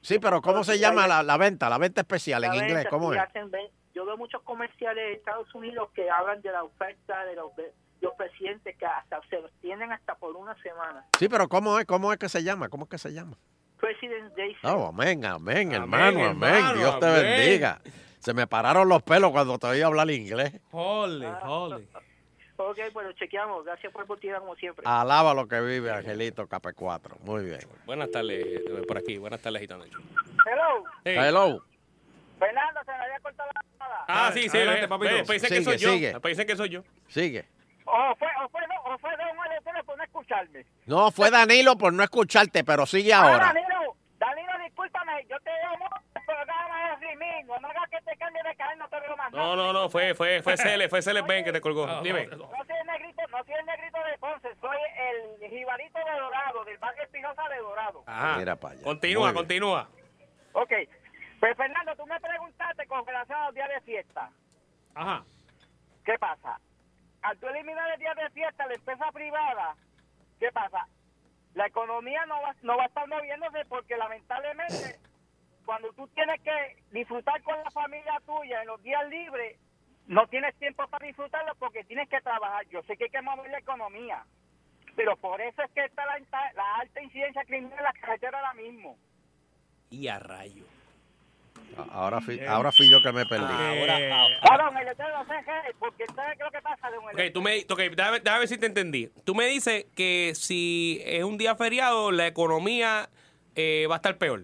Sí, pero ¿cómo se llama la, la venta? La venta especial en
La
inglés,
venta,
¿cómo
sí,
es?
hacen ven- yo veo muchos comerciales de Estados Unidos que hablan de la oferta de los, de los presidentes que hasta se los tienen hasta por una semana.
Sí, pero ¿cómo es? ¿Cómo es que se llama? ¿Cómo es que se llama?
President Day.
Oh, amén,
Amén,
amén, hermano, amén.
hermano,
Dios te
amén.
bendiga. Se me pararon los pelos cuando te oí hablar inglés.
Holy, holy.
Ok, bueno, chequeamos. Gracias por la oportunidad, como siempre.
Alaba lo que vive Angelito KP4. Muy bien.
Buenas tardes, eh, por aquí. Buenas tardes, Gitano.
Hello,
Hey.
Hello.
Fernando, se me había cortado la llamada.
Ah, sí, sí.
Adelante,
ve,
papito.
ve, después dicen que
Sigue,
soy yo.
sigue.
Después dicen que soy yo.
Sigue.
O fue, o fue, o fue Don Alejandro por no escucharme.
No, fue Danilo por no escucharte, pero sigue
Ah,
ahora.
Danilo, Danilo, discúlpame, yo te llamo el programa es Rimingo. No hagas que te cambie de cadena, te lo mando.
No, no, no, fue, fue, fue Cele, fue Cele Ben que te colgó.
Ah,
Dime.
No soy el negrito, no soy el negrito de Ponce, soy el jibarito de Dorado, del barrio Espinosa de Dorado.
Ajá.
Mira pa' allá. Muy
Continúa,
bien.
continúa.
Ok, pues Fernando, tú me preguntaste con relación a los días de fiesta.
Ajá.
¿Qué pasa? Al tú eliminar el día de fiesta a la empresa privada, ¿qué pasa? La economía no va, no va a estar moviéndose porque lamentablemente cuando tú tienes que disfrutar con la familia tuya en los días libres, no tienes tiempo para disfrutarlo porque tienes que trabajar. Yo sé que hay que mover la economía, pero por eso es que está la, alta- la alta incidencia criminal en las carreteras ahora mismo.
Y a rayo.
Ahora fui, ahora fui yo que me perdí.
Ah,
Eh,
Ahora, Ah, don Eleuterio, no sé qué, porque ¿sabes qué es lo que pasa, don
Ok,
Eleuterio?
tú me, ok, déjame, déjame ver si te entendí. Tú me dices que si es un día feriado, la economía eh, va a estar peor.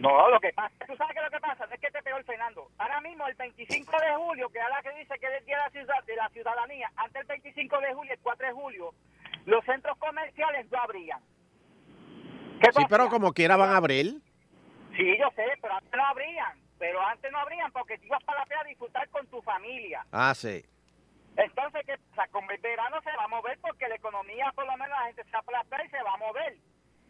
No, lo que pasa, tú sabes que lo que pasa, no es que te pegó el Fernando. Ahora mismo, el 25 de julio, que ahora que dice que es el día de la, ciudad, de la ciudadanía, antes del 25 de julio, el 4 de julio, los centros comerciales no abrían. ¿Qué
Sí,
tú
pero
hacías?
como quiera van a abrir.
Sí, yo sé, pero antes no abrían. Pero antes no abrían porque tú ibas para la playa a disfrutar con tu familia.
Ah, sí.
Entonces, ¿qué pasa? Con el verano se va a mover porque la economía, por lo menos la gente se va a aplastar y se va a mover.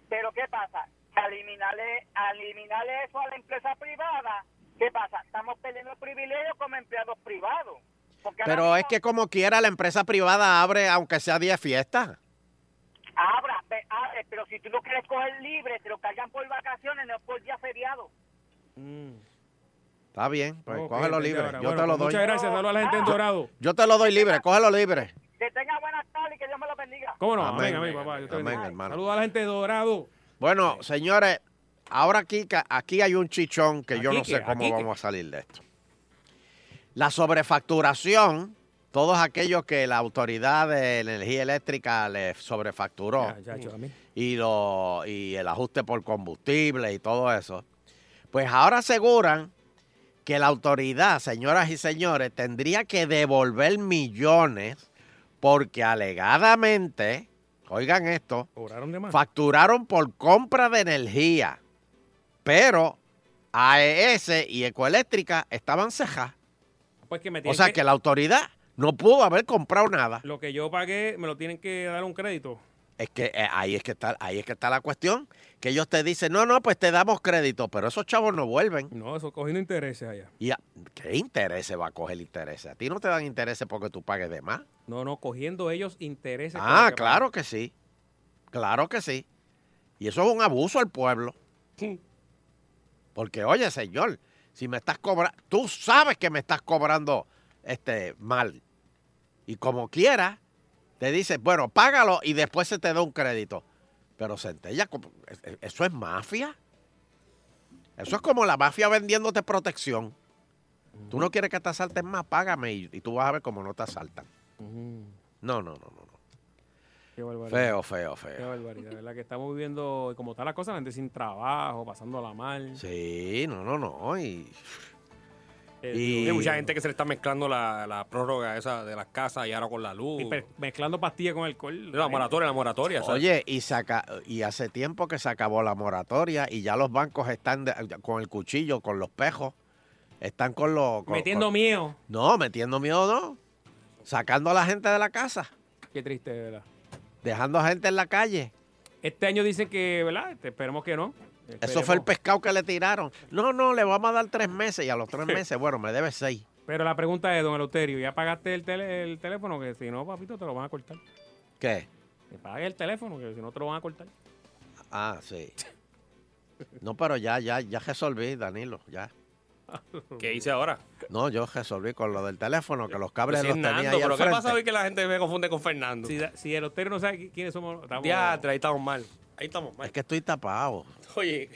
Pero ¿qué pasa? Al eliminarle, al eliminarle eso a la empresa privada, ¿qué pasa? Estamos perdiendo privilegios como empleados privados. Porque ahora
Pero es
mismo
que como quiera la empresa privada abre aunque sea día de fiesta.
Abra, pe- abres, pero si tú lo quieres coger libre, te lo cargan por vacaciones, no por día feriado.
Está bien, pues
Mm. Ok,
cógelo
entendí
libre.
ahora.
Yo
Bueno,
te lo
pues
doy.
Muchas gracias, saludos a la gente en Dorado.
Yo te lo doy libre, cógelo libre.
Que tenga buenas tardes y que Dios me lo bendiga.
¿Cómo no?
Amén.
Amén, amén, papá. Yo te
Amén,
bendigo.
hermano.
Saludos a la gente de Dorado.
Bueno, señores, ahora aquí, ca- aquí hay un chichón que yo
Aquí
no sé
que-
cómo
aquí que-
vamos a salir de esto. La sobrefacturación, todos aquellos que la autoridad de energía eléctrica les sobrefacturó.
Ya, ya, yo también.
y, lo, y el ajuste por combustible y todo eso, pues ahora aseguran que la autoridad, señoras y señores, tendría que devolver millones porque alegadamente, oigan esto,
Cobraron de más.
facturaron por compra de energía, pero AES y Ecoeléctrica estaban cejas.
Pues que me
O
tienen
sea que la autoridad no pudo haber comprado nada.
Lo que yo pagué, me lo tienen que dar un crédito.
Es que eh, ahí es que está, ahí es que está la cuestión, que ellos te dicen, no, no, pues te damos crédito, pero esos chavos no vuelven.
No, eso cogiendo intereses allá.
¿Y a- qué intereses va a coger intereses? A ti no te dan intereses porque tú pagues de más.
No, no, cogiendo ellos <laughs> intereses. por lo
ah,
que
claro que sí. Claro que sí. Y eso es un abuso al pueblo. Porque, oye, señor, si me estás cobrando, tú sabes que me estás cobrando este mal. Y como quiera, te dices, bueno, págalo y después se te da un crédito. Pero Centella, ¿cómo- e- e- eso es mafia. Eso es como la mafia vendiéndote protección. Tú no quieres que te asalten más, págame y, y tú vas a ver cómo no te asaltan. No, no, no, no. no.
pagan. Qué barbaridad.
Feo, feo,
Qué
feo.
barbaridad, ¿verdad? Que estamos viviendo, como está la cosa, la gente sin trabajo, pasándola mal.
Sí, no, no, no. Y
Eh,
Y-
Hay mucha gente que se le está mezclando la, la prórroga esa de las casas y ahora con la luz.
y pe- mezclando pastillas con alcohol.
la moratoria, la moratoria. o sea, <laughs>
Oye, y, se aca- y hace tiempo que se acabó la moratoria y ya los bancos están de- con el cuchillo, con los pejos, están con los... con-
Metiendo
con-
miedo.
No, metiendo miedo no. Sacando a la gente de la casa,
Qué triste, ¿verdad?
dejando a gente en la calle.
Este año dicen que, ¿verdad? Este, Esperemos que no.
Eso fue el
Esperemos.
pescado que le tiraron. No, no, le vamos a dar tres meses y a
<laughs>
los tres meses, bueno, me debe seis.
Pero la pregunta es, don Eleuterio, ¿ya pagaste el, tele- el teléfono? Que si no, papito, te lo van a cortar.
¿Qué?
Que pague el teléfono, que si no, te lo van a cortar.
Ah,
<laughs>
sí. No, pero ya, ya, ya resolví, Danilo, ya.
¿Qué hice ahora?
No, yo resolví con lo del teléfono, que los cables
Pues
los
es
tenía
Nando,
ahí al
pero ¿qué pasa
frente.
hoy que la gente me confunde con Fernando?
Si, da- si Eleuterio no sabe qui- quiénes somos, estamos...
Diatra, ahí estamos mal. Ahí estamos mal.
Es que estoy tapado.
<laughs> Oye,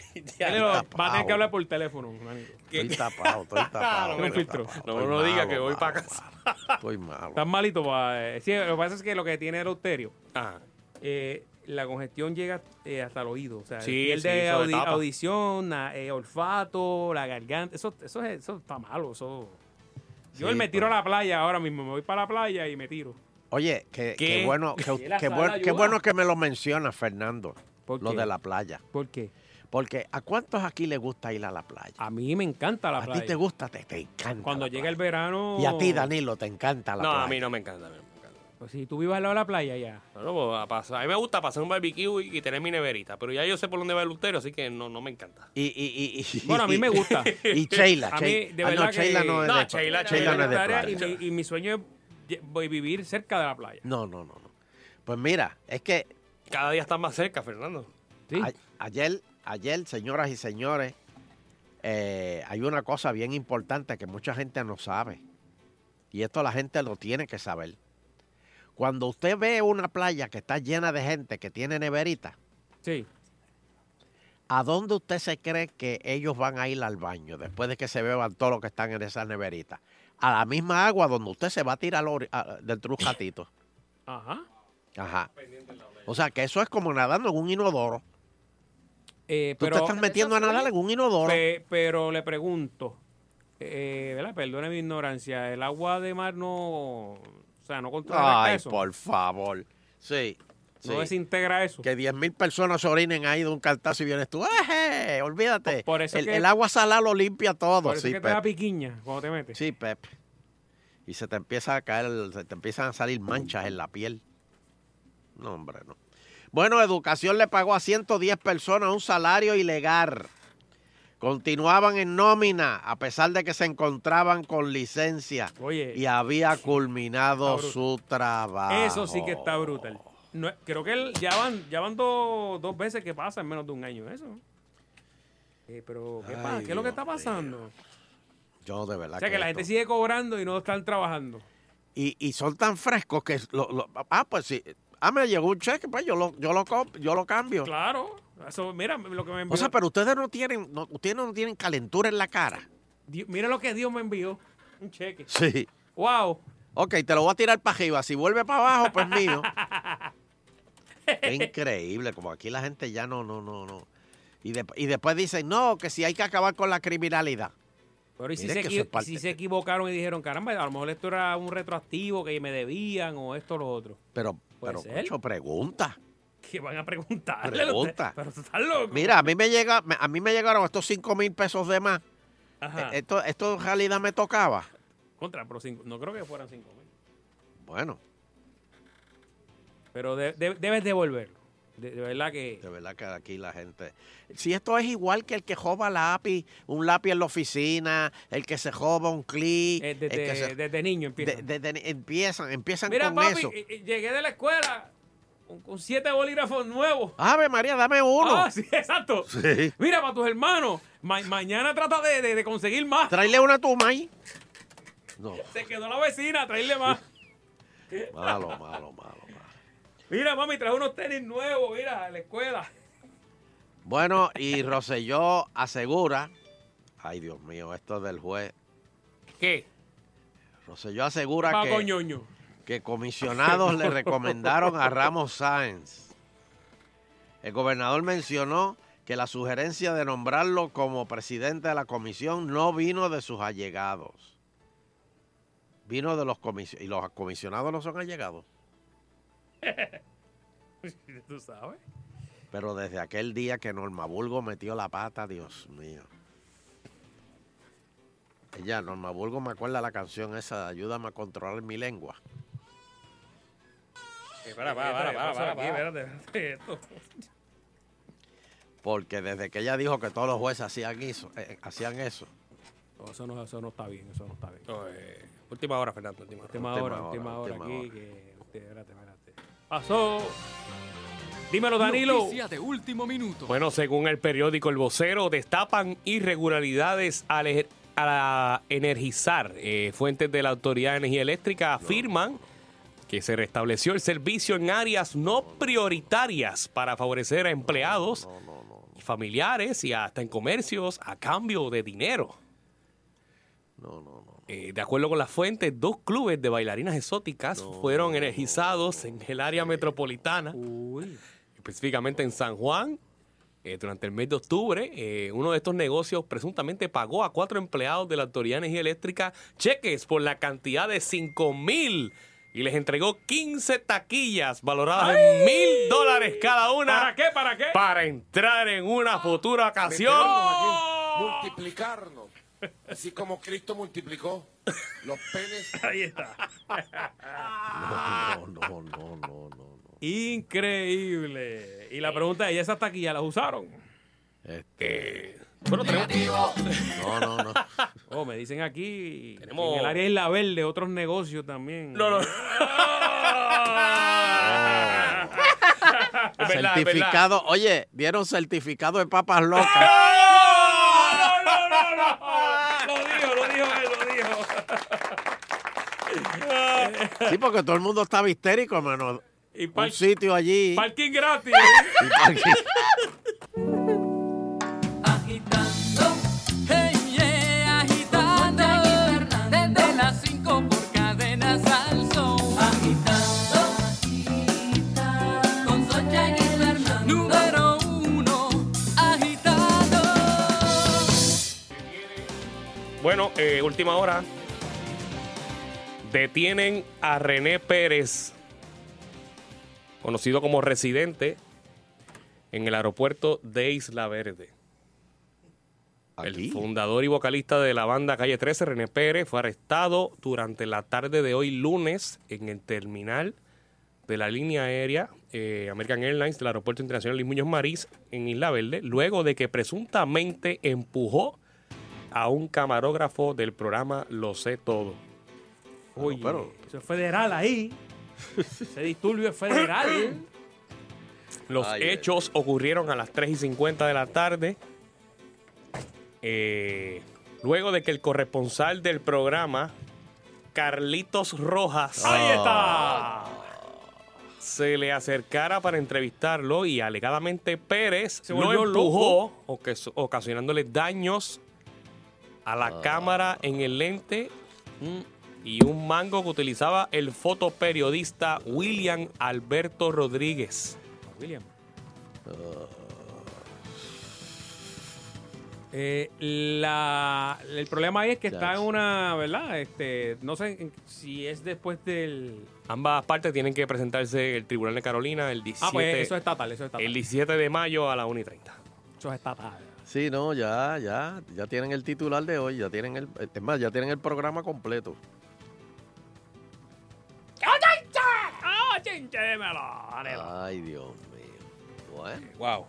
diatra.
Danilo, va a tener
tapado.
que hablar por teléfono, Danilo.
Estoy
<laughs>
tapado, estoy tapado.
No,
estoy
filtro.
tapado.
No,
Estoy
no diga que voy pa'
malo,
casa.
malo. Estoy malo.
Estás malito. pa- eh, Sí, lo que pasa es que lo que tiene Eleuterio
Ajá.
eh, la congestión llega eh, hasta el oído. O sea,
Sí,
pierde
sí, eso
audi-
tapa.
audición, na- eh, olfato, la garganta. Eso, eso, es- eso está malo. Eso. Yo
Sí,
me tiro
pero-
a la playa ahora mismo. Me voy para la playa y me tiro.
Oye, que- qué,
¿Qué?
bueno, que,
Sí, la
qué
sal
bueno,
ayuda.
qué bueno que me lo menciona Fernando,
¿Por
lo
qué?
de la playa.
¿Por qué?
Porque ¿a cuántos aquí le gusta ir a la playa?
A mí me encanta la
a
playa.
ti te gusta, te, te encanta.
Cuando
la
llega el
playa.
verano.
Y a ti, Danilo, te encanta la
No,
playa.
a mí no me encanta. a mí no me encanta.
Pues si tú vives al lado de la playa ya.
No, no, pues, a, pasar- a mí me gusta pasar un barbecue y, y tener mi neverita, pero ya yo sé por dónde va el Lutero, así que no, no me encanta.
Y, y, y, y-
<laughs> Bueno, a mí me gusta.
<laughs> Y Sheila.
A
Shei-
mí, de
ah,
verdad
no,
que-
Sheila no es
No,
de
Sheila-
playa.
Sheila
no es de
Tarea,
playa.
y, mi, y mi sueño es lle- voy a vivir cerca de la playa.
No, no, no, no. Pues mira, es que
Cada día está más cerca, Fernando.
¿sí?
A- ayer, ayer, señoras y señores, eh, hay una cosa bien importante que mucha gente no sabe. Y esto la gente lo tiene que saber. Cuando usted ve una playa que está llena de gente que tiene neverita,
sí.
¿a dónde usted se cree que ellos van a ir al baño después de que se beban todos los que están en esas neveritas? A la misma agua donde usted se va a tirar al ori- a- dentro de un ratito.
Ajá.
Ajá. O sea que eso es como nadando en un inodoro.
Eh,
Tú
pero,
te estás metiendo a nadar en un inodoro.
Pe- pero le pregunto, eh, ¿verdad? Perdone mi ignorancia, el agua de mar no, o sea, no controla
Ay,
eso,
por favor. Sí.
no
sí.
desintegra eso.
Que 10.000 personas se orinen ahí de un cantazo y vienes tú. ¡Eje! Olvídate.
Por- por eso
el,
que-
el agua salada lo limpia todo.
Por eso
sí,
es que te da
Pep.
piquiña cuando te metes.
Sí, Pep. Y se te empieza a caer, el- se te empiezan a salir manchas en la piel. No, hombre, no. Bueno, Educación le pagó a 110 personas un salario ilegal. Continuaban en nómina a pesar de que se encontraban con licencia
Oye,
y había culminado
Está bruto.
su trabajo.
eso sí que está brutal. no es- creo que él- ya van, ya van dos- dos veces que pasa en menos de un año eso. Eh, pero, ¿qué,
Ay,
pasa? ¿qué es lo que
Dios
está pasando?
Yo de verdad
O sea, que la
esto-
gente sigue cobrando y no están trabajando.
y, y son tan frescos que lo- lo- ah pues sí ah me llegó un cheque pues yo lo yo lo comp- yo lo cambio
Claro. Eso, mira lo que me envió.
o sea pero ustedes no tienen no, ustedes no tienen calentura en la cara
Dios- mira lo que Dios me envió. Un cheque.
sí
Wow.
ok te lo voy a tirar para arriba si vuelve para abajo
<laughs>
pues mío es increíble como aquí la gente ya no no no no y, de- y después dicen no que si hay que acabar con la criminalidad
Pero y si,
Mire
se,
que
equi-
eso es parte-
si se equivocaron y dijeron, caramba, a lo mejor esto era un retroactivo que me debían o esto o lo otro.
pero
Puede
pero
ser.
mucho pregunta
Que van a preguntarle.
Pregunta.
Pero tú estás loco.
mira a mí me llega me- a mí me llegaron estos cinco mil pesos de más
Ajá.
Eh, esto esto en realidad me tocaba
Contra, pero cinco- no creo que fueran cinco mil.
bueno
Pero de- de- debes devolverlo. De, de verdad que.
De verdad que aquí la gente. Si esto es igual que el que joba lápiz, un lápiz en la oficina, el que se joba un clic.
eh,
el que
desde,
se-
desde niño
de-
empieza.
de- de- empiezan, empiezan
Mira,
con
papi,
eso.
eh, eh, llegué de la escuela con, con siete bolígrafos nuevos.
Ave María, dame Ah, uno.
Ah, sí, <laughs> exacto.
Sí.
Mira, para tus hermanos, ma- mañana trata de, de- de conseguir más.
Tráele una tú, May. No,
<laughs> Se quedó la vecina, traerle más.
<laughs> malo, malo, malo, malo.
Mira, mami, trae unos tenis nuevos, mira, a la escuela.
Bueno, y Roselló asegura. Ay, Dios mío, esto del juez.
¿Qué?
Roselló asegura
Pa'
que.
coñoño.
que comisionados le recomendaron a Ramos Sáenz. El gobernador mencionó que la sugerencia de nombrarlo como presidente de la comisión no vino de sus allegados. Vino de los comisionados. ¿Y los comisionados no son allegados?
<laughs> Tú sabes.
Pero desde aquel día que Norma Burgo metió la pata, Dios mío. Ella, Norma Burgo, me acuerda la canción esa, ayúdame a controlar mi lengua.
Espera,
Porque desde que ella dijo que todos los jueces hacían eso, eh, hacían eso
No, eso, no, eso no está bien, eso no está bien.
eh, última hora, Fernando. Última hora.
Última hora, última
Última hora,
hora
última
aquí.
hora.
Que, usted, Este, espérate, espérate. Pasó. Dímelo, Danilo.
Noticia de último minuto. <laughs>
Bueno, según el periódico El Vocero, destapan irregularidades al ejer- a energizar. Eh, fuentes de la Autoridad de Energía Eléctrica afirman que se restableció el servicio en áreas no prioritarias para favorecer a empleados y familiares y hasta en comercios a cambio de dinero.
No, no, no.
Eh, de acuerdo con las fuentes, dos clubes de bailarinas exóticas fueron energizados en el área metropolitana
Uy.
específicamente en San Juan. eh, durante el mes de octubre, eh, uno de estos negocios presuntamente pagó a cuatro empleados de la Autoridad de Energía Eléctrica cheques por la cantidad de 5 mil y les entregó 15 taquillas valoradas en mil dólares cada una.
¿Para qué? ¿Para qué? Ah.
Para entrar en una futura ocasión.
multiplicarnos. Así como Cristo multiplicó los
<laughs>
penes
Ahí está.
No, no, no, no, no, no.
Increíble. Y la pregunta es, ¿y esas taquillas las usaron?
Eh, bueno, tenemos-
No, no, no.
Oh, me dicen aquí
Tenemos-
<laughs> en el área de Isla Verde, otros negocios también.
No, no. Es Ah,
<laughs>
verdad, es verdad.
certificado, oye, dieron certificado de
<laughs>
papas locas.
no, no, no. Lo dijo, lo dijo él, lo
<laughs>
dijo. <laughs>
Sí, porque todo el mundo estaba histérico, hermano.
Y
Un
par-
sitio allí.
parking
<laughs>
gratis.
y parking.
<laughs>
Agitando, hey, yeah, agitando. Desde las 5 por cadena salso. Agitando, con Socha y Fernando. Número uno, agitando.
Bueno, eh, última hora. Detienen a René Pérez, conocido como residente, en el aeropuerto de Isla Verde. El
Aquí.
fundador y vocalista de la banda Calle 13, René Pérez, fue arrestado durante la tarde de hoy lunes en el terminal de la línea aérea eh, American Airlines del Aeropuerto Internacional Luis Muñoz Marís en Isla Verde, luego de que presuntamente empujó a un camarógrafo del programa Lo Sé Todo.
Bueno, pero-
eso es federal ahí. Ese disturbio es federal.
<coughs>
Los
Ay,
hechos ocurrieron a las 3 y 50 de la tarde. Eh, luego de que el corresponsal del programa, Carlitos Rojas.
¡Ahí está!
Se le acercara para entrevistarlo y alegadamente Pérez
Se
lo
volvió
empujó, ocaso- ocasionándole daños a
Ah.
la cámara en el lente mm, y un mango que utilizaba el fotoperiodista William Alberto Rodríguez.
William.
Uh,
Eh, la- el problema ahí es que está en una, ¿verdad? Este, no sé en- si es después del...
Ambas partes tienen que presentarse el Tribunal de Carolina el 17,
Ah, pues eso es estatal, eso es estatal.
el 17 de mayo a la 1 y 30.
Eso es estatal.
Sí, no, ya, ya, ya tienen el titular de hoy, ya tienen el, es más, ya tienen el programa completo.
¡Ah, chinche, dímelo!
Ay, Dios mío. Bueno.
Wow.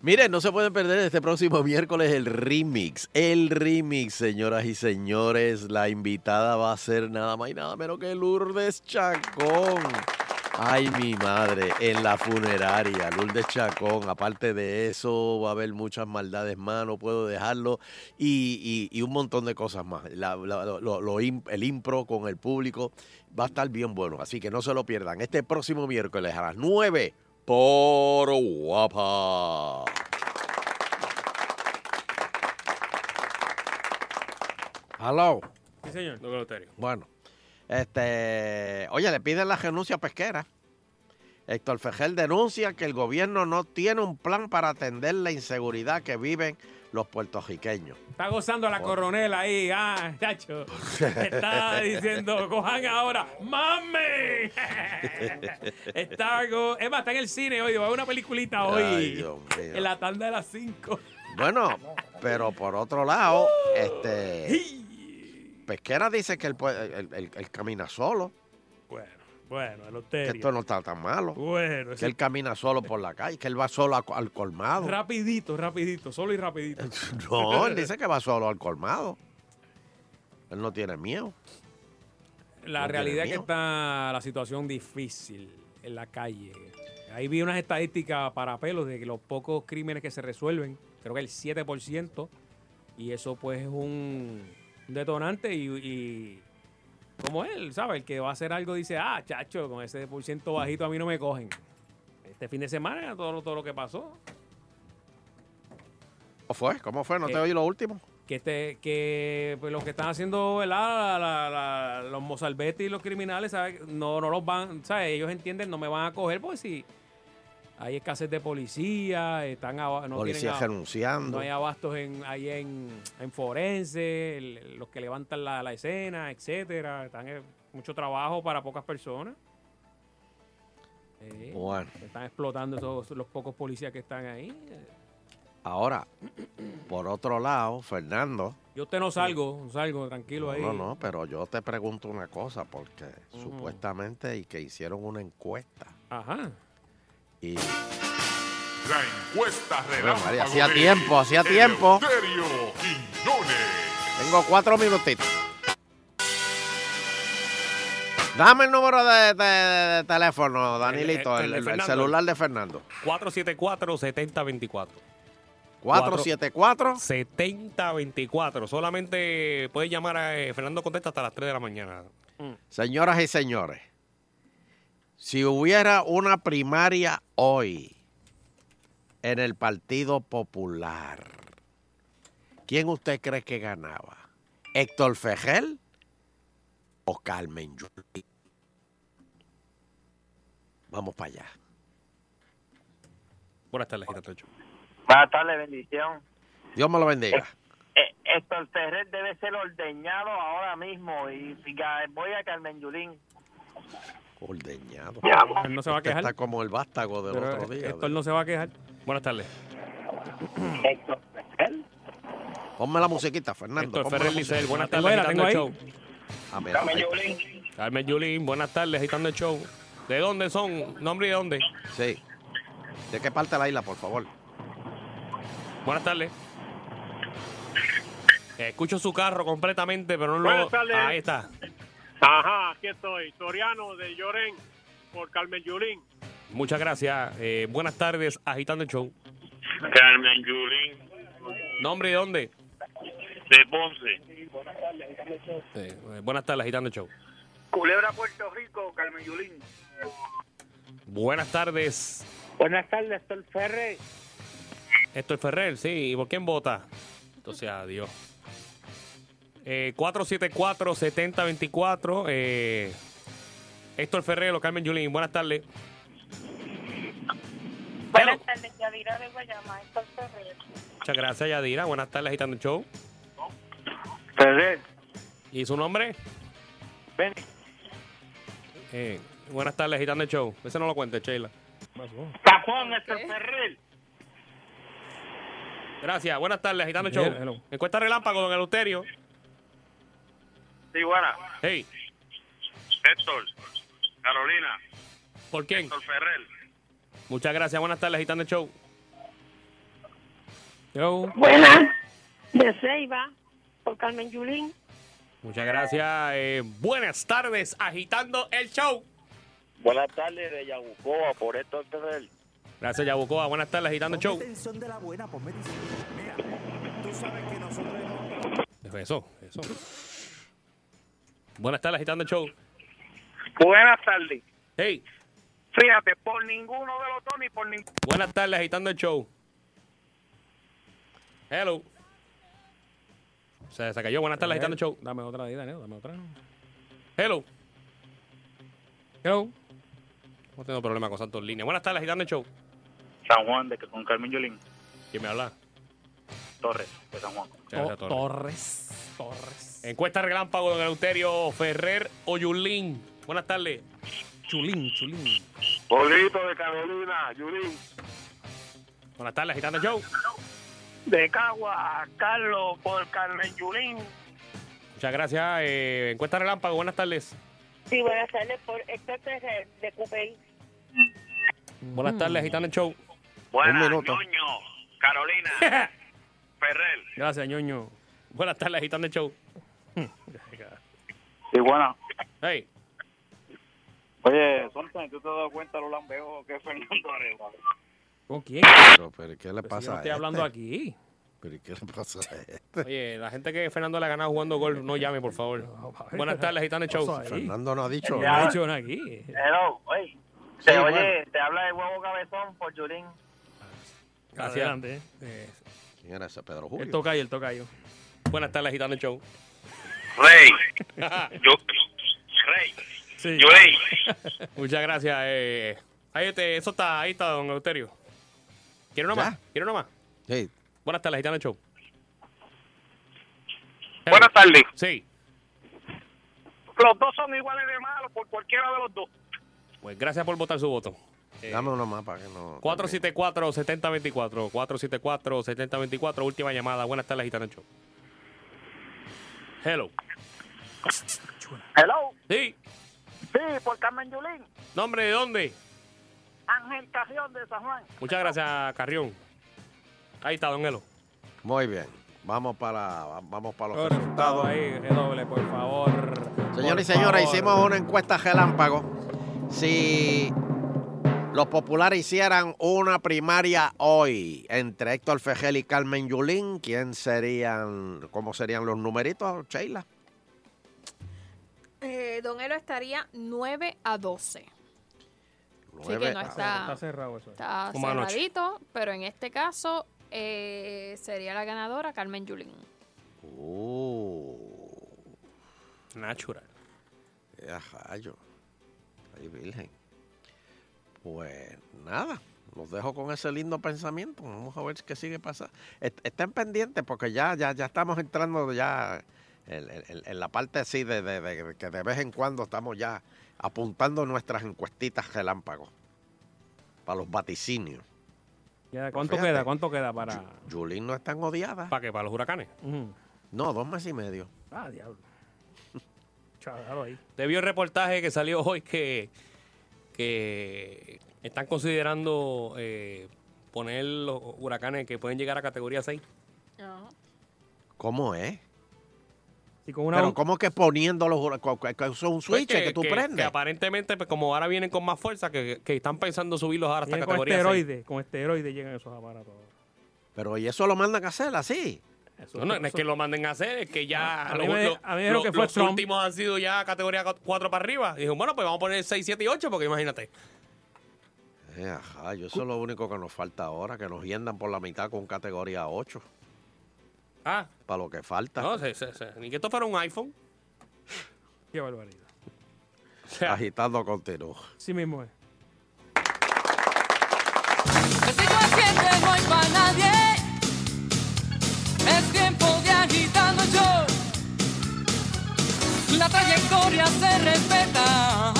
Miren, no se pueden perder este próximo miércoles el remix. El remix, señoras y señores. La invitada va a ser nada más y nada menos que Lourdes Chacón. Ay, mi madre, en la funeraria, Lourdes Chacón. Aparte de eso, va a haber muchas maldades más, no puedo dejarlo. Y, y- y un montón de cosas más. La- la- lo- lo- lo im- el impro con el público va a estar bien bueno. Así que no se lo pierdan. Este próximo miércoles a las 9 por guapa. Hello.
Sí, señor.
Bueno, este, oye, le piden la renuncia pesquera. Héctor Fejel denuncia que el gobierno no tiene un plan para atender la inseguridad que viven los puertorriqueños.
Está gozando la coronela ahí, ah, chacho. Está
<laughs>
diciendo, cojan ahora, ¡mami! <laughs> <laughs> Está go- Es más, está en el cine hoy, va a haber una peliculita hoy.
Ay, Dios mío.
En la tanda de las 5.
Bueno, pero por otro lado, este, Pesquera dice que él, puede- él- él- él camina solo,
Bueno, bueno, el
que
hotel.
esto no está tan malo,
Bueno,
que él camina solo por la calle, que él va solo a- al colmado.
Rapidito, rapidito, solo y rapidito.
<laughs>
<laughs>
No, él dice que va solo al colmado. Él no tiene miedo.
La
No tiene
realidad es que
miedo.
está la situación difícil en la calle. Ahí vi unas estadísticas para pelos de que los pocos crímenes que se resuelven, creo que el 7%, y eso pues es un un detonante y, y como él, ¿sabes? El que va a hacer algo dice, ah, chacho, con ese por ciento bajito a mí no me cogen. Este fin de semana, todo, lo- todo lo que pasó,
¿Cómo fue? ¿Cómo fue? No te
Eh,
oí lo último.
que este que pues, los que están haciendo ¿verdad? La- la- la- los mozalbetes y los criminales ¿sabes? no no los van ¿sabes? ellos entienden no me van a coger porque si hay escasez de policía están aba- no
Policías
tienen ab-
renunciando.
no hay abastos en ahí en, en forense el- los que levantan la, la escena etcétera están eh, mucho trabajo para pocas personas Eh,
Bueno.
están explotando esos los pocos policías que están ahí eh.
Ahora, por otro lado, Fernando.
yo usted no salgo no salgo tranquilo
No,
ahí
no, no, pero yo te pregunto una cosa, porque supuestamente y que hicieron una encuesta.
Ajá.
Y
La encuesta
Ave María,
relámpago
hacía
de
tiempo, hacía tiempo.
Eleuterio Quiñones.
tengo cuatro minutitos. Dame el número de, de- de teléfono, Danilito,
el
el,
de
el- el
Fernando.
celular de Fernando.
474-7024.
474
7024. Solamente puedes llamar a eh, Fernando Contesta hasta las 3 de la mañana.
Mm. Señoras y señores, si hubiera una primaria hoy en el Partido Popular, ¿quién usted cree que ganaba? ¿Héctor Fejel o Carmen Yulín? Vamos para allá.
Buenas tardes, Gita Tocho.
Buenas tardes, bendición.
Dios me lo bendiga.
Eh, Héctor Ferrer debe ser ordeñado ahora mismo y ga- voy a Carmen Yulín.
Ordeñado.
Él no se va a
Usted
quejar.
Está como el vástago del
Pero eh,
otro día.
Héctor no se va a quejar.
Buenas tardes.
Ponme la musiquita, Fernando.
Héctor
ponme la
Ferrer Licel,
musiquita.
buenas tardes, agitando el show.
Ah, mira, ahí está.
Carmen Yulín, buenas tardes, agitando el show. ¿De dónde son? ¿Nombre y de dónde?
Sí. ¿De qué parte de la isla, por favor?
Buenas tardes. Escucho su carro completamente, pero no lo...
Buenas tardes.
Ahí está.
Ajá, aquí estoy. Soriano de Llorén por Carmen Yulín.
Muchas gracias. Eh, buenas tardes, agitando el show.
Carmen Yulín
¿Nombre y dónde?
de Ponce.
Eh, buenas tardes, agitando el show.
Culebra, Puerto Rico, Carmen Yulín.
Buenas tardes,
Buenas tardes, soy Ferre.
Héctor Ferrer, sí. ¿Y por quién vota? Entonces, adiós. Eh, 474-7024. Eh, Héctor Ferrer o Carmen Yulín, buenas tardes.
Buenas tardes, Yadira de Guayama, Héctor Ferrer.
Muchas gracias, Yadira. Buenas tardes, agitando el show.
Ferrer.
¿Y su nombre?
Benny.
Eh, buenas tardes, agitando el show. Ese no lo cuente, Sheila.
Tapón, Héctor Ferrer.
Gracias, buenas tardes, agitando el show.
Bien,
Encuesta relámpago, don Eleuterio.
Sí, buena.
Hey,
Héctor, Carolina,
¿por quién?
Héctor Ferrer.
Muchas gracias, buenas tardes, agitando el show.
Buenas. De Ceiba, por Carmen Yulín.
Muchas gracias. eh, buenas tardes, agitando el show.
Buenas tardes de Yabucoa por Héctor Ferrer.
Gracias, Yabucoa. Buenas tardes, agitando el show.
Atención de la buena, ponme atención. Mira, tú sabes que nosotros hemos-
Eso, eso. Buenas tardes, agitando el show.
Buenas tardes.
Hey,
Fíjate, por ninguno de los dos ni por ninguno.
buenas tardes, agitando el show. Hello. Se, se cayó. Buenas tardes, agitando el show.
Dame otra, ahí, Daniel, dame otra.
Hello.
Hello.
No tengo problema con Santos Línea. Buenas tardes, agitando el show.
San Juan de con Carmen Yulín.
¿Quién me habla?
Torres de San Juan.
Gracias, Torres.
Torres. Torres.
Encuesta relámpago, don Eleuterio Ferrer o Yulín. Buenas tardes.
Chulín, chulín.
Polito de Carolina, Yulín.
Buenas tardes, agitando el show.
De Cagua, Carlos por Carmen Yulín.
Muchas gracias. eh, encuesta relámpago, buenas tardes.
Sí, buenas tardes, por
este
Héctor Ferrer, de Cupey.
Buenas tardes, agitando el show.
Buenas,
Un minuto.
Ñoño, Carolina, Ferrer.
Gracias, ñoño. Buenas tardes, agitando el show.
Sí, buena.
Hey,
Oye, Soltan, ¿tú te has dado cuenta los lambeos que Fernando Arevalo?
¿Con quién?
Pero, pero, ¿qué
Pero
le
si
pasa
yo no estoy
a
hablando
este?
aquí.
¿Pero qué le pasa a
<laughs>
este?
oye, la gente que Fernando le ha ganado jugando gol, no llame, por <laughs> favor. Buenas tardes, agitando el show.
Fernando no ha dicho
Ya.
nada.
Ha dicho nada aquí.
Hello, oye,
Sí,
te,
bueno.
oye, te habla de huevo cabezón por Yulín.
Gracias.
Adelante. eh.
¿Quién era ese Pedro
El
Julio?
tocayo, el tocayo.
Buenas tardes, agitando el show. <laughs>
Rey. Yo, Rey.
Sí.
Yulín.
<laughs> Muchas gracias. eh. Ahí este, eso está, ahí está, don Euterio. ¿Quiere una más? ¿Quiere una más?
Sí.
Buenas tardes, Gitano Show.
Buenas tardes.
Sí.
Los dos son iguales de malos por cualquiera de los dos.
Pues gracias por votar su voto.
Eh, Dame una más para que no.
474-7024. 474-7024. Última llamada. Buenas tardes, Gitano Show. Hello.
Hello,
Sí.
sí, por Carmen Yulín.
¿Nombre de dónde?
Ángel Carrión de San Juan.
Muchas gracias, Carrión. Ahí está, don Elo.
Muy bien. Vamos para, vamos para los
Correcto.
resultados.
Ahí, redoble, por favor. Por
Señores y señoras,
favor.
hicimos una encuesta relámpago. Si los populares hicieran una primaria hoy entre Héctor Fejel y Carmen Yulín, ¿quién serían, cómo serían los numeritos, Sheila?
Eh, don Elo estaría 9 a 12.
Nueve
no
a-
está-
Está cerrado eso.
Está
Como anoche.
cerradito, pero en este caso eh, sería la ganadora Carmen Yulín.
Oh,
Natural.
ya Eh, rayo. Ay, virgen. Pues nada, los dejo con ese lindo pensamiento. Vamos a ver qué sigue pasando. Est- Estén pendientes porque ya, ya, ya estamos entrando ya en, en- en la parte así de, de- de- de que de vez en cuando estamos ya apuntando nuestras encuestitas relámpagos para los vaticinios.
Ya, ¿Cuánto
Fíjate.
queda? ¿Cuánto queda para.?
Julín no es tan odiada.
¿Para qué? ¿Para los huracanes?
No, dos meses y medio.
Ah, diablo. Chavalo ahí.
Te vio el reportaje que salió hoy que, que están considerando eh, poner los huracanes que pueden llegar a categoría 6.
¿Cómo es?
Y con una
Pero ¿cómo que poniendo los hura- cu- cu- cu- Eso es un
Pues
switch que, tú
Que
prendes.
aparentemente, pues como ahora vienen con más fuerza, que, que están pensando subirlos ahora hasta
Viene con
categoría seis.
esteroides, con esteroides llegan esos aparatos.
Pero y eso lo mandan a hacer así.
No, no, no es que lo manden a hacer, es que ya
A mí
lo-
me-
lo-
a mí me dijeron
lo-
que fue
los
Trump.
últimos han sido ya categoría 4 para arriba. Y dijo, bueno, pues vamos a poner 6, 7 y 8, porque imagínate.
Eh, ajá, yo eso es lo único que nos falta ahora, que nos hiendan por la mitad con categoría 8.
Ah.
Para lo que falta.
No, se- se- se- ni que esto fuera un iPhone.
Qué barbaridad.
Agitando continuo.
Sí mismo es.
Siente no hay para nadie. Es tiempo de agitando yo. La trayectoria se respeta.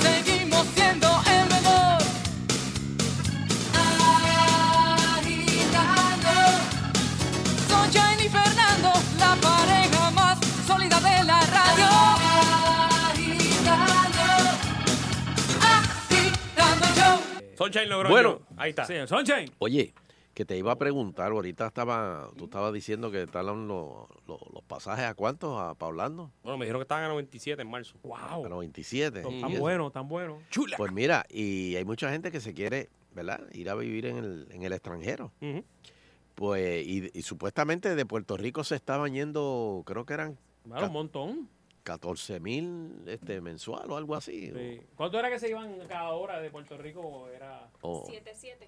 Seguimos siendo el mejor. Agitando. Son Jenny y Fernando, la pareja más sólida de la radio. Agitando. Agitando yo.
Sunshine logró.
Bueno.
ahí está.
Sí, Sunshine.
Oye, que te iba a preguntar, ahorita estaba, tú estabas diciendo que estaban los, los, los pasajes a cuántos, a, para Orlando.
Bueno, me dijeron que estaban a 97 en marzo.
A los 27.
Tan
y
tan
eso.
bueno, tan bueno.
Pues mira, y hay mucha gente que se quiere, ¿verdad? Ir a vivir en el, en el extranjero.
Ujú.
Pues, y, y supuestamente de Puerto Rico se estaban yendo, creo que eran
Claro, un montón.
14 mil este, mensual o algo así. o-
Sí. ¿Cuánto era que se iban cada hora de Puerto Rico? Era
o-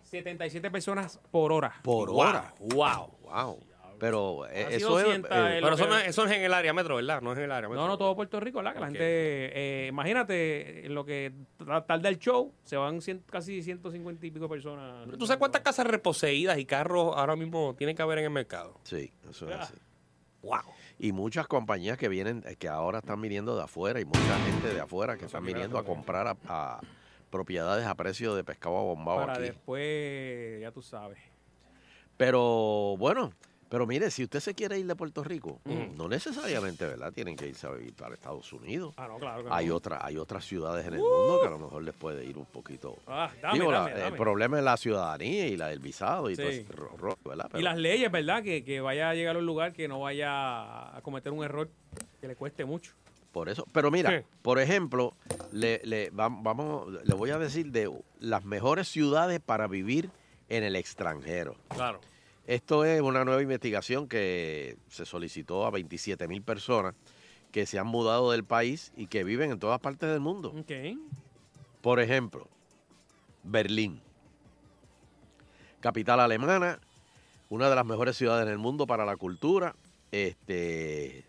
77 personas por hora.
por
Wow.
hora.
Wow.
Wow. Pero eh,
Casi
eso es...
200
eh,
el-
Pero eso no, es- eso no es en el área metro, ¿verdad? No es en el área metro.
No, no, todo Puerto Rico, ¿verdad? Que la
Ok.
gente, eh, imagínate, en lo que tra- tarda el show, se van cien- casi 150 y pico personas.
¿Tú sabes cuántas casas reposeídas y carros ahora mismo tienen que haber en el mercado?
Sí, eso
Ah,
es así.
Wow.
Y muchas compañías que vienen, eh, que ahora están viniendo de afuera y mucha gente de afuera que están viniendo a comprar a, a propiedades a precio de pescado abombado
Para
aquí.
después, ya tú sabes.
Pero bueno, pero mire, si usted se quiere ir de Puerto Rico,
Mm.
no necesariamente, ¿verdad? Tienen que irse a vivir para Estados Unidos.
Ah, no, claro que
Hay,
no.
otra, hay otras ciudades en el mundo que a lo mejor les puede ir un poquito.
Uh. Ah, dame,
Digo, la-
dame, dame.
El problema es la ciudadanía y la del visado y todo
Sí.
ese ro- ro- ¿verdad?
y
Pero-
las leyes, ¿verdad? Que, que vaya a llegar a un lugar que no vaya a cometer un error que le cueste mucho.
Por eso. Pero mira,
Sí.
por ejemplo, le, le, vam- vamos, le voy a decir de las mejores ciudades para vivir en el extranjero.
Claro.
Esto es una nueva investigación que se solicitó a 27 mil personas que se han mudado del país y que viven en todas partes del mundo.
Ok.
Por ejemplo, Berlín, capital alemana, una de las mejores ciudades en el mundo para la cultura. Este,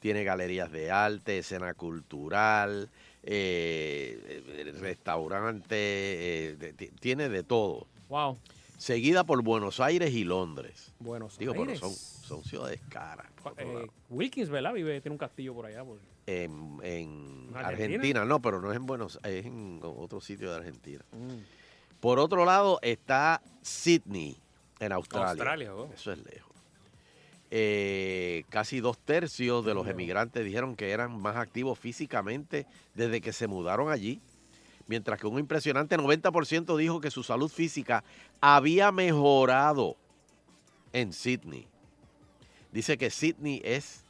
tiene galerías de arte, escena cultural, eh, restaurantes, eh, de- ti- tiene de todo.
Wow.
Seguida por Buenos Aires y Londres.
Buenos
Digo, pero
Aires.
son, son ciudades caras. por otro
Eh,
lado.
Wilkins, ¿verdad? Vive, tiene un castillo por allá. por-
En, en
¿Argentina?
Argentina? no, pero no es en Buenos Aires, es en otro sitio de Argentina. Por otro lado está Sydney, en Australia.
Australia, oh.
Eso es lejos. Eh, casi dos tercios de los emigrantes dijeron que eran más activos físicamente desde que se mudaron allí, mientras que un impresionante 90% dijo que su salud física había mejorado en Sydney. Dice que Sydney es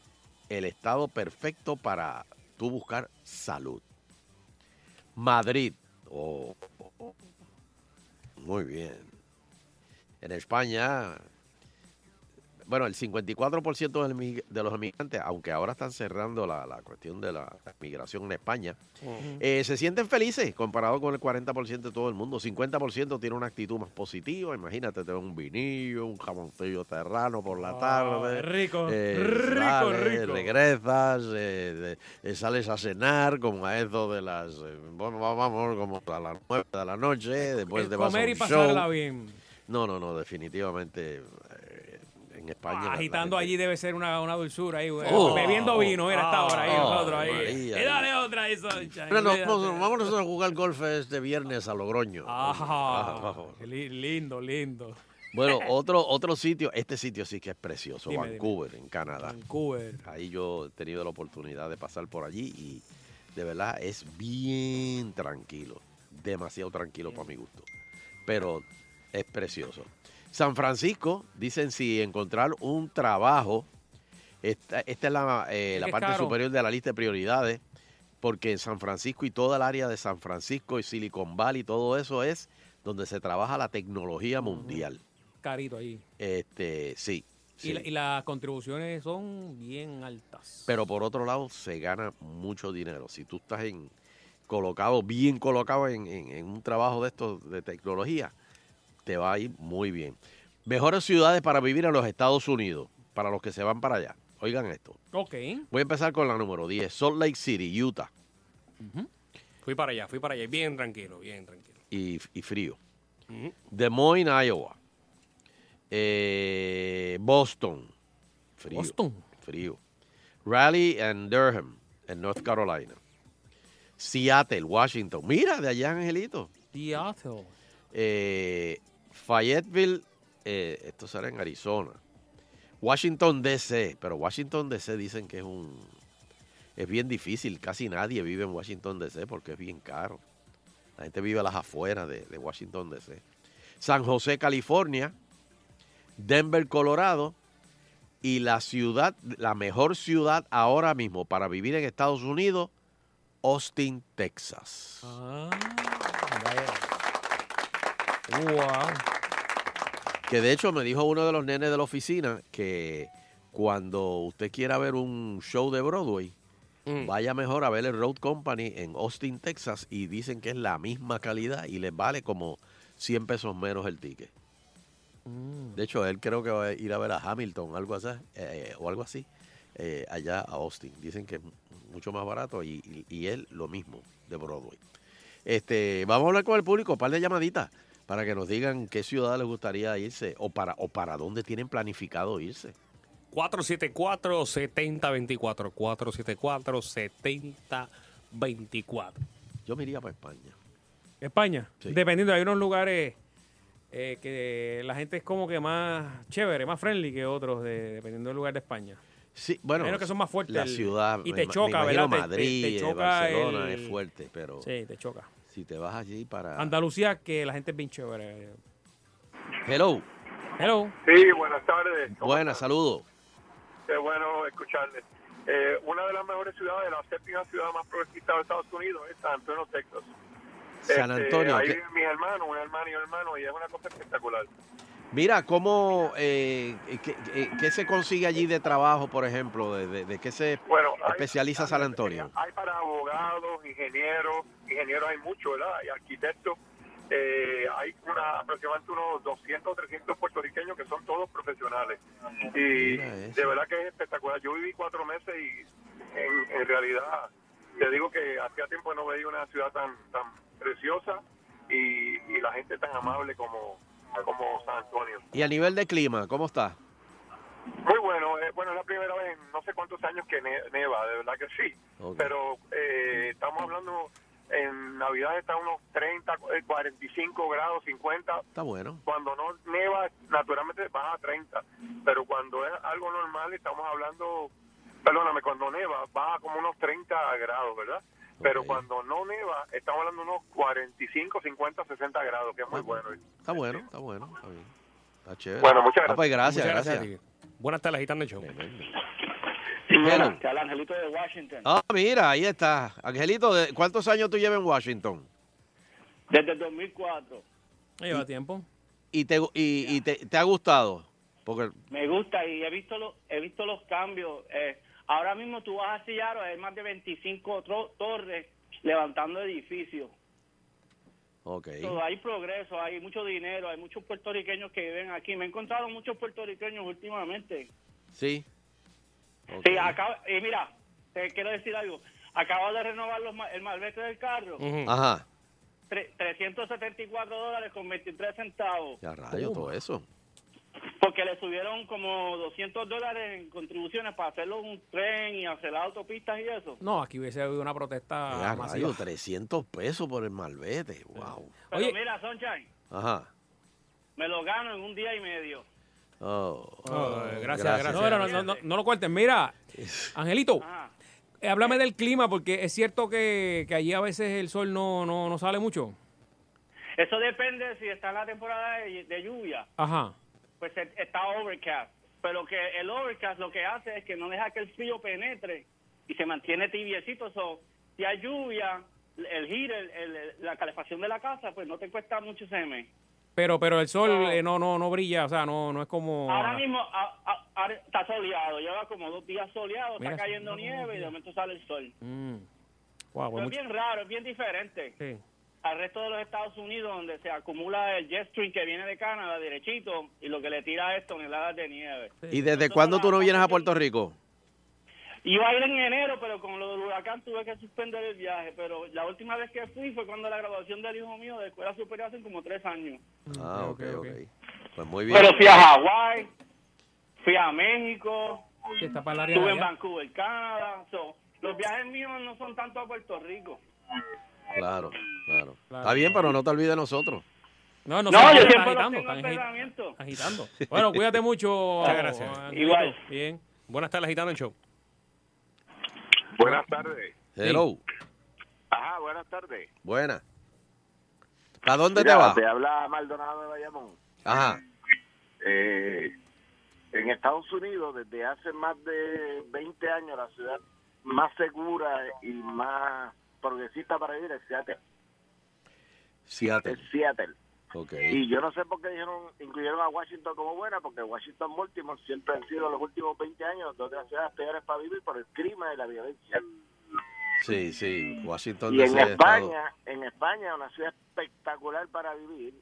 el estado perfecto para tú buscar salud. Madrid. Oh, oh, oh. Muy bien. En España, bueno, el 54% del mi- de los emigrantes, aunque ahora están cerrando la, la cuestión de la migración en España, eh, se sienten felices comparado con el 40% de todo el mundo. 50% tiene una actitud más positiva. Imagínate, te ven un vinillo, un jamoncillo terrano por la
Ah,
tarde.
rico,
Eh,
rico,
sales,
rico.
Regresas, eh, de- eh, sales a cenar como a eso de las... eh, bueno, vamos como a las 9 de la noche, después te vas a
Eh, Comer y
un show.
pasarla bien.
No, no, no, definitivamente eh, en España... la- la
Ah, Agitando allí debe ser una, una dulzura ahí, güey.
Oh.
Bebiendo vino, mira, hasta
Oh.
ahora ahí
Oh,
nosotros ahí.
María.
Y dale otra ahí, Sunshine.
Mira, nos
Mira,
vamos, vámonos a jugar golf este viernes a Logroño.
Ajá.
Ajá, vamos.
Li- Lindo, lindo. <laughs>
Bueno, otro, otro sitio, este sitio sí que es precioso,
Dime, dime.
Vancouver, en Canadá.
Vancouver.
Ahí yo he tenido la oportunidad de pasar por allí y de verdad es bien tranquilo, demasiado tranquilo para mi gusto, pero es precioso. San Francisco, dicen si encontrar un trabajo Esta, esta es la, eh,
Es
la
que es
parte
caro.
superior de la lista de prioridades, porque en San Francisco y toda el área de San Francisco y Silicon Valley, todo eso es donde se trabaja la tecnología mundial.
Carito ahí.
Este, sí.
Y,
sí.
la- y las contribuciones son bien altas.
Pero por otro lado, se gana mucho dinero. Si tú estás en colocado, bien colocado en, en- en un trabajo de estos de tecnología, te va a ir muy bien. Mejores ciudades para vivir en los Estados Unidos, para los que se van para allá. Oigan esto.
Ok.
Voy a empezar con la número 10, Salt Lake City, Utah,
Fui para allá, fui para allá. Bien tranquilo, bien tranquilo.
y, y frío.
Ujú.
Des Moines, Iowa. Eh, Boston, frío.
Boston.
Frío. Raleigh and Durham, en North Carolina. Seattle, Washington. Mira, de allá, Angelito.
Seattle.
Eh, Fayetteville, eh, esto será en Arizona. Washington DC, pero Washington DC dicen que es un. Es bien difícil, casi nadie vive en Washington DC porque es bien caro. La gente vive a las afueras de, de Washington DC. San José, California. Denver, Colorado. Y la ciudad, la mejor ciudad ahora mismo para vivir en Estados Unidos, Austin, Texas.
Ah, eh. vaya. Wow.
Que de hecho me dijo uno de los nenes de la oficina que cuando usted quiera ver un show de Broadway, vaya mejor a ver el Road Company en Austin, Texas, y dicen que es la misma calidad y les vale como 100 pesos menos el ticket. Mm, De hecho, él creo que va a ir a ver a Hamilton algo así, eh, o algo así eh, allá a Austin. Dicen que es mu- mucho más barato y, y- y él lo mismo de Broadway. Este, vamos a hablar con el público, un par de llamaditas para que nos digan qué ciudad les gustaría irse o para o para dónde tienen planificado irse.
474-7024. 474-7024.
Yo me iría para España.
España. Dependiendo, hay unos lugares eh, que la gente es como que más chévere, más friendly que otros, de- dependiendo del lugar de España.
Sí, bueno,
Imagino que son más fuertes
La
el-
ciudad,
y
me
te
ima-
choca,
me
¿verdad?
imagino
Te- te-
Madrid,
te
eh,
choca
Barcelona
el-
es fuerte, pero Ah.
Sí, te choca.
si te vas allí para
Andalucía, que la gente es bien chévere.
Hello,
Hello.
Sí, buenas tardes.
buenas, saludos.
Qué bueno escucharles. Eh, una de las mejores ciudades, la séptima ciudad más progresista de Estados Unidos es San Antonio, Texas.
San
Este,
Antonio.
ahí
¿qué-
viven mis hermanos, una hermana y un hermano, y es una cosa espectacular.
Mira, ¿cómo, eh, qué, qué- qué se consigue allí de trabajo, por ejemplo? ¿De, de- de qué se especializa San Antonio?
Hay para abogados, ingenieros, ingenieros hay mucho, ¿verdad? Hay arquitectos. Eh, hay una, aproximadamente unos 200 o 300 puertorriqueños que son todos profesionales.
Mm,
Y
Mira eso.
de verdad que es espectacular. Yo viví cuatro meses y en, en realidad te digo que hacía tiempo que no veía una ciudad tan tan preciosa y, y la gente tan amable como, como San Antonio.
Y a nivel de clima, ¿cómo está?
Muy bueno, eh, bueno, es la primera vez en no sé cuántos años que ne- neva, de verdad que sí.
Ok.
Pero eh, estamos hablando, en Navidad está a unos 30, eh, 45 grados, 50.
Está bueno.
Cuando no neva, naturalmente baja a 30. Pero cuando es algo normal, estamos hablando, perdóname, cuando neva, baja como unos 30 grados, ¿verdad? Pero cuando no neva, estamos hablando unos 45, 50, 60 grados, que es muy bueno.
Está bueno, está bueno, está bien. Está chévere.
Bueno, muchas
Ah, pues gracias,
Muchas
gracias.
a ti. Buenas tardes, Gitano Show.
Hello.
Te habla Angelito de Washington.
Ah, mira, ahí está. Angelito, ¿de- ¿cuántos años tú llevas en Washington?
Desde el 2004.
Lleva tiempo.
¿Y te, y, y te, te ha gustado? Porque
Me gusta y he visto, lo- he visto los cambios. Eh, ahora mismo tú vas a Seattle, hay más de 25 tro- torres levantando edificios.
Ok.
So, hay progreso, hay mucho dinero, hay muchos puertorriqueños que viven aquí. Me he encontrado muchos puertorriqueños últimamente.
Sí. Ok.
Sí, acaba- y mira, te quiero decir algo. Acabo de renovar los ma- el malvete del carro.
Ajá.
Tre- 374 dólares con 23 centavos.
Ya
Uh.
rayo, todo eso.
Porque le subieron como 200 dólares en contribuciones para hacerlo un tren y hacer las autopistas y eso.
No, aquí hubiese habido una protesta
Ya rayo,
masiva.
300 pesos por el malvete. Wow.
Pero mira, Sunshine,
Ajá.
me lo gano en un día y medio.
Oh.
eh, gracias, gracias. No, no, no, no, no, no lo cortes.
<laughs>
Mira, Angelito,
Ah.
eh, háblame del clima, porque es cierto que, que allí a veces el sol no, no, no sale mucho.
Eso depende si está en la temporada de, de lluvia,
Ajá.
pues e- está overcast. pero que el overcast lo que hace es que no deja que el frío penetre y se mantiene tibiecito. So, si hay lluvia, el giro, la calefacción de la casa, pues no te cuesta mucho CM.
Pero, pero el sol eh, no, no, no brilla, o sea, no, no es como.
Ahora mismo a- a- ahora está soleado, lleva como dos días soleado,
Mira,
está cayendo nieve y de momento sale el sol.
Mm. Guau, pues
Pero es
mucho-
bien raro, es bien diferente
sí.
al resto de los Estados Unidos, donde se acumula el jet stream que viene de Canadá derechito y lo que le tira es toneladas de nieve.
¿Y desde cuándo tú no vienes a Puerto Rico?
Iba a ir en enero, pero con lo del huracán tuve que suspender el viaje. Pero la última vez que fui fue cuando la graduación del hijo mío de escuela superior hace como tres años.
Ah, ok, ok. Pues muy bien.
Pero fui a Hawái, fui a México,
Está para el área de
estuve en
allá.
Vancouver, Canadá. So, los viajes míos no son tanto a Puerto Rico.
Claro, claro. Está bien, pero no te olvides de nosotros.
No, no,
No,
sé,
yo
están
siempre
agitando, están agi- agitando. Bueno, cuídate mucho.
Muchas gracias.
Angelito.
Igual.
Bien.
Buenas tardes, Gitano en Show.
Buenas tardes.
Hello,
Ajá, buenas tardes.
buena. ¿Para dónde
Mira,
te vas?
Te habla Maldonado de Bayamón.
Ajá.
Eh, en Estados Unidos, desde hace más de 20 años, la ciudad más segura y más progresista para vivir es Seattle.
Seattle.
Es Seattle.
Ok.
Y yo no sé por qué dijeron, incluyeron a Washington como buena, porque Washington Baltimore siempre han sido los últimos 20 años dos de las ciudades peores para vivir por el clima y la violencia.
Sí, sí, Washington
Y en
DC, estado-
España, en España, una ciudad espectacular para vivir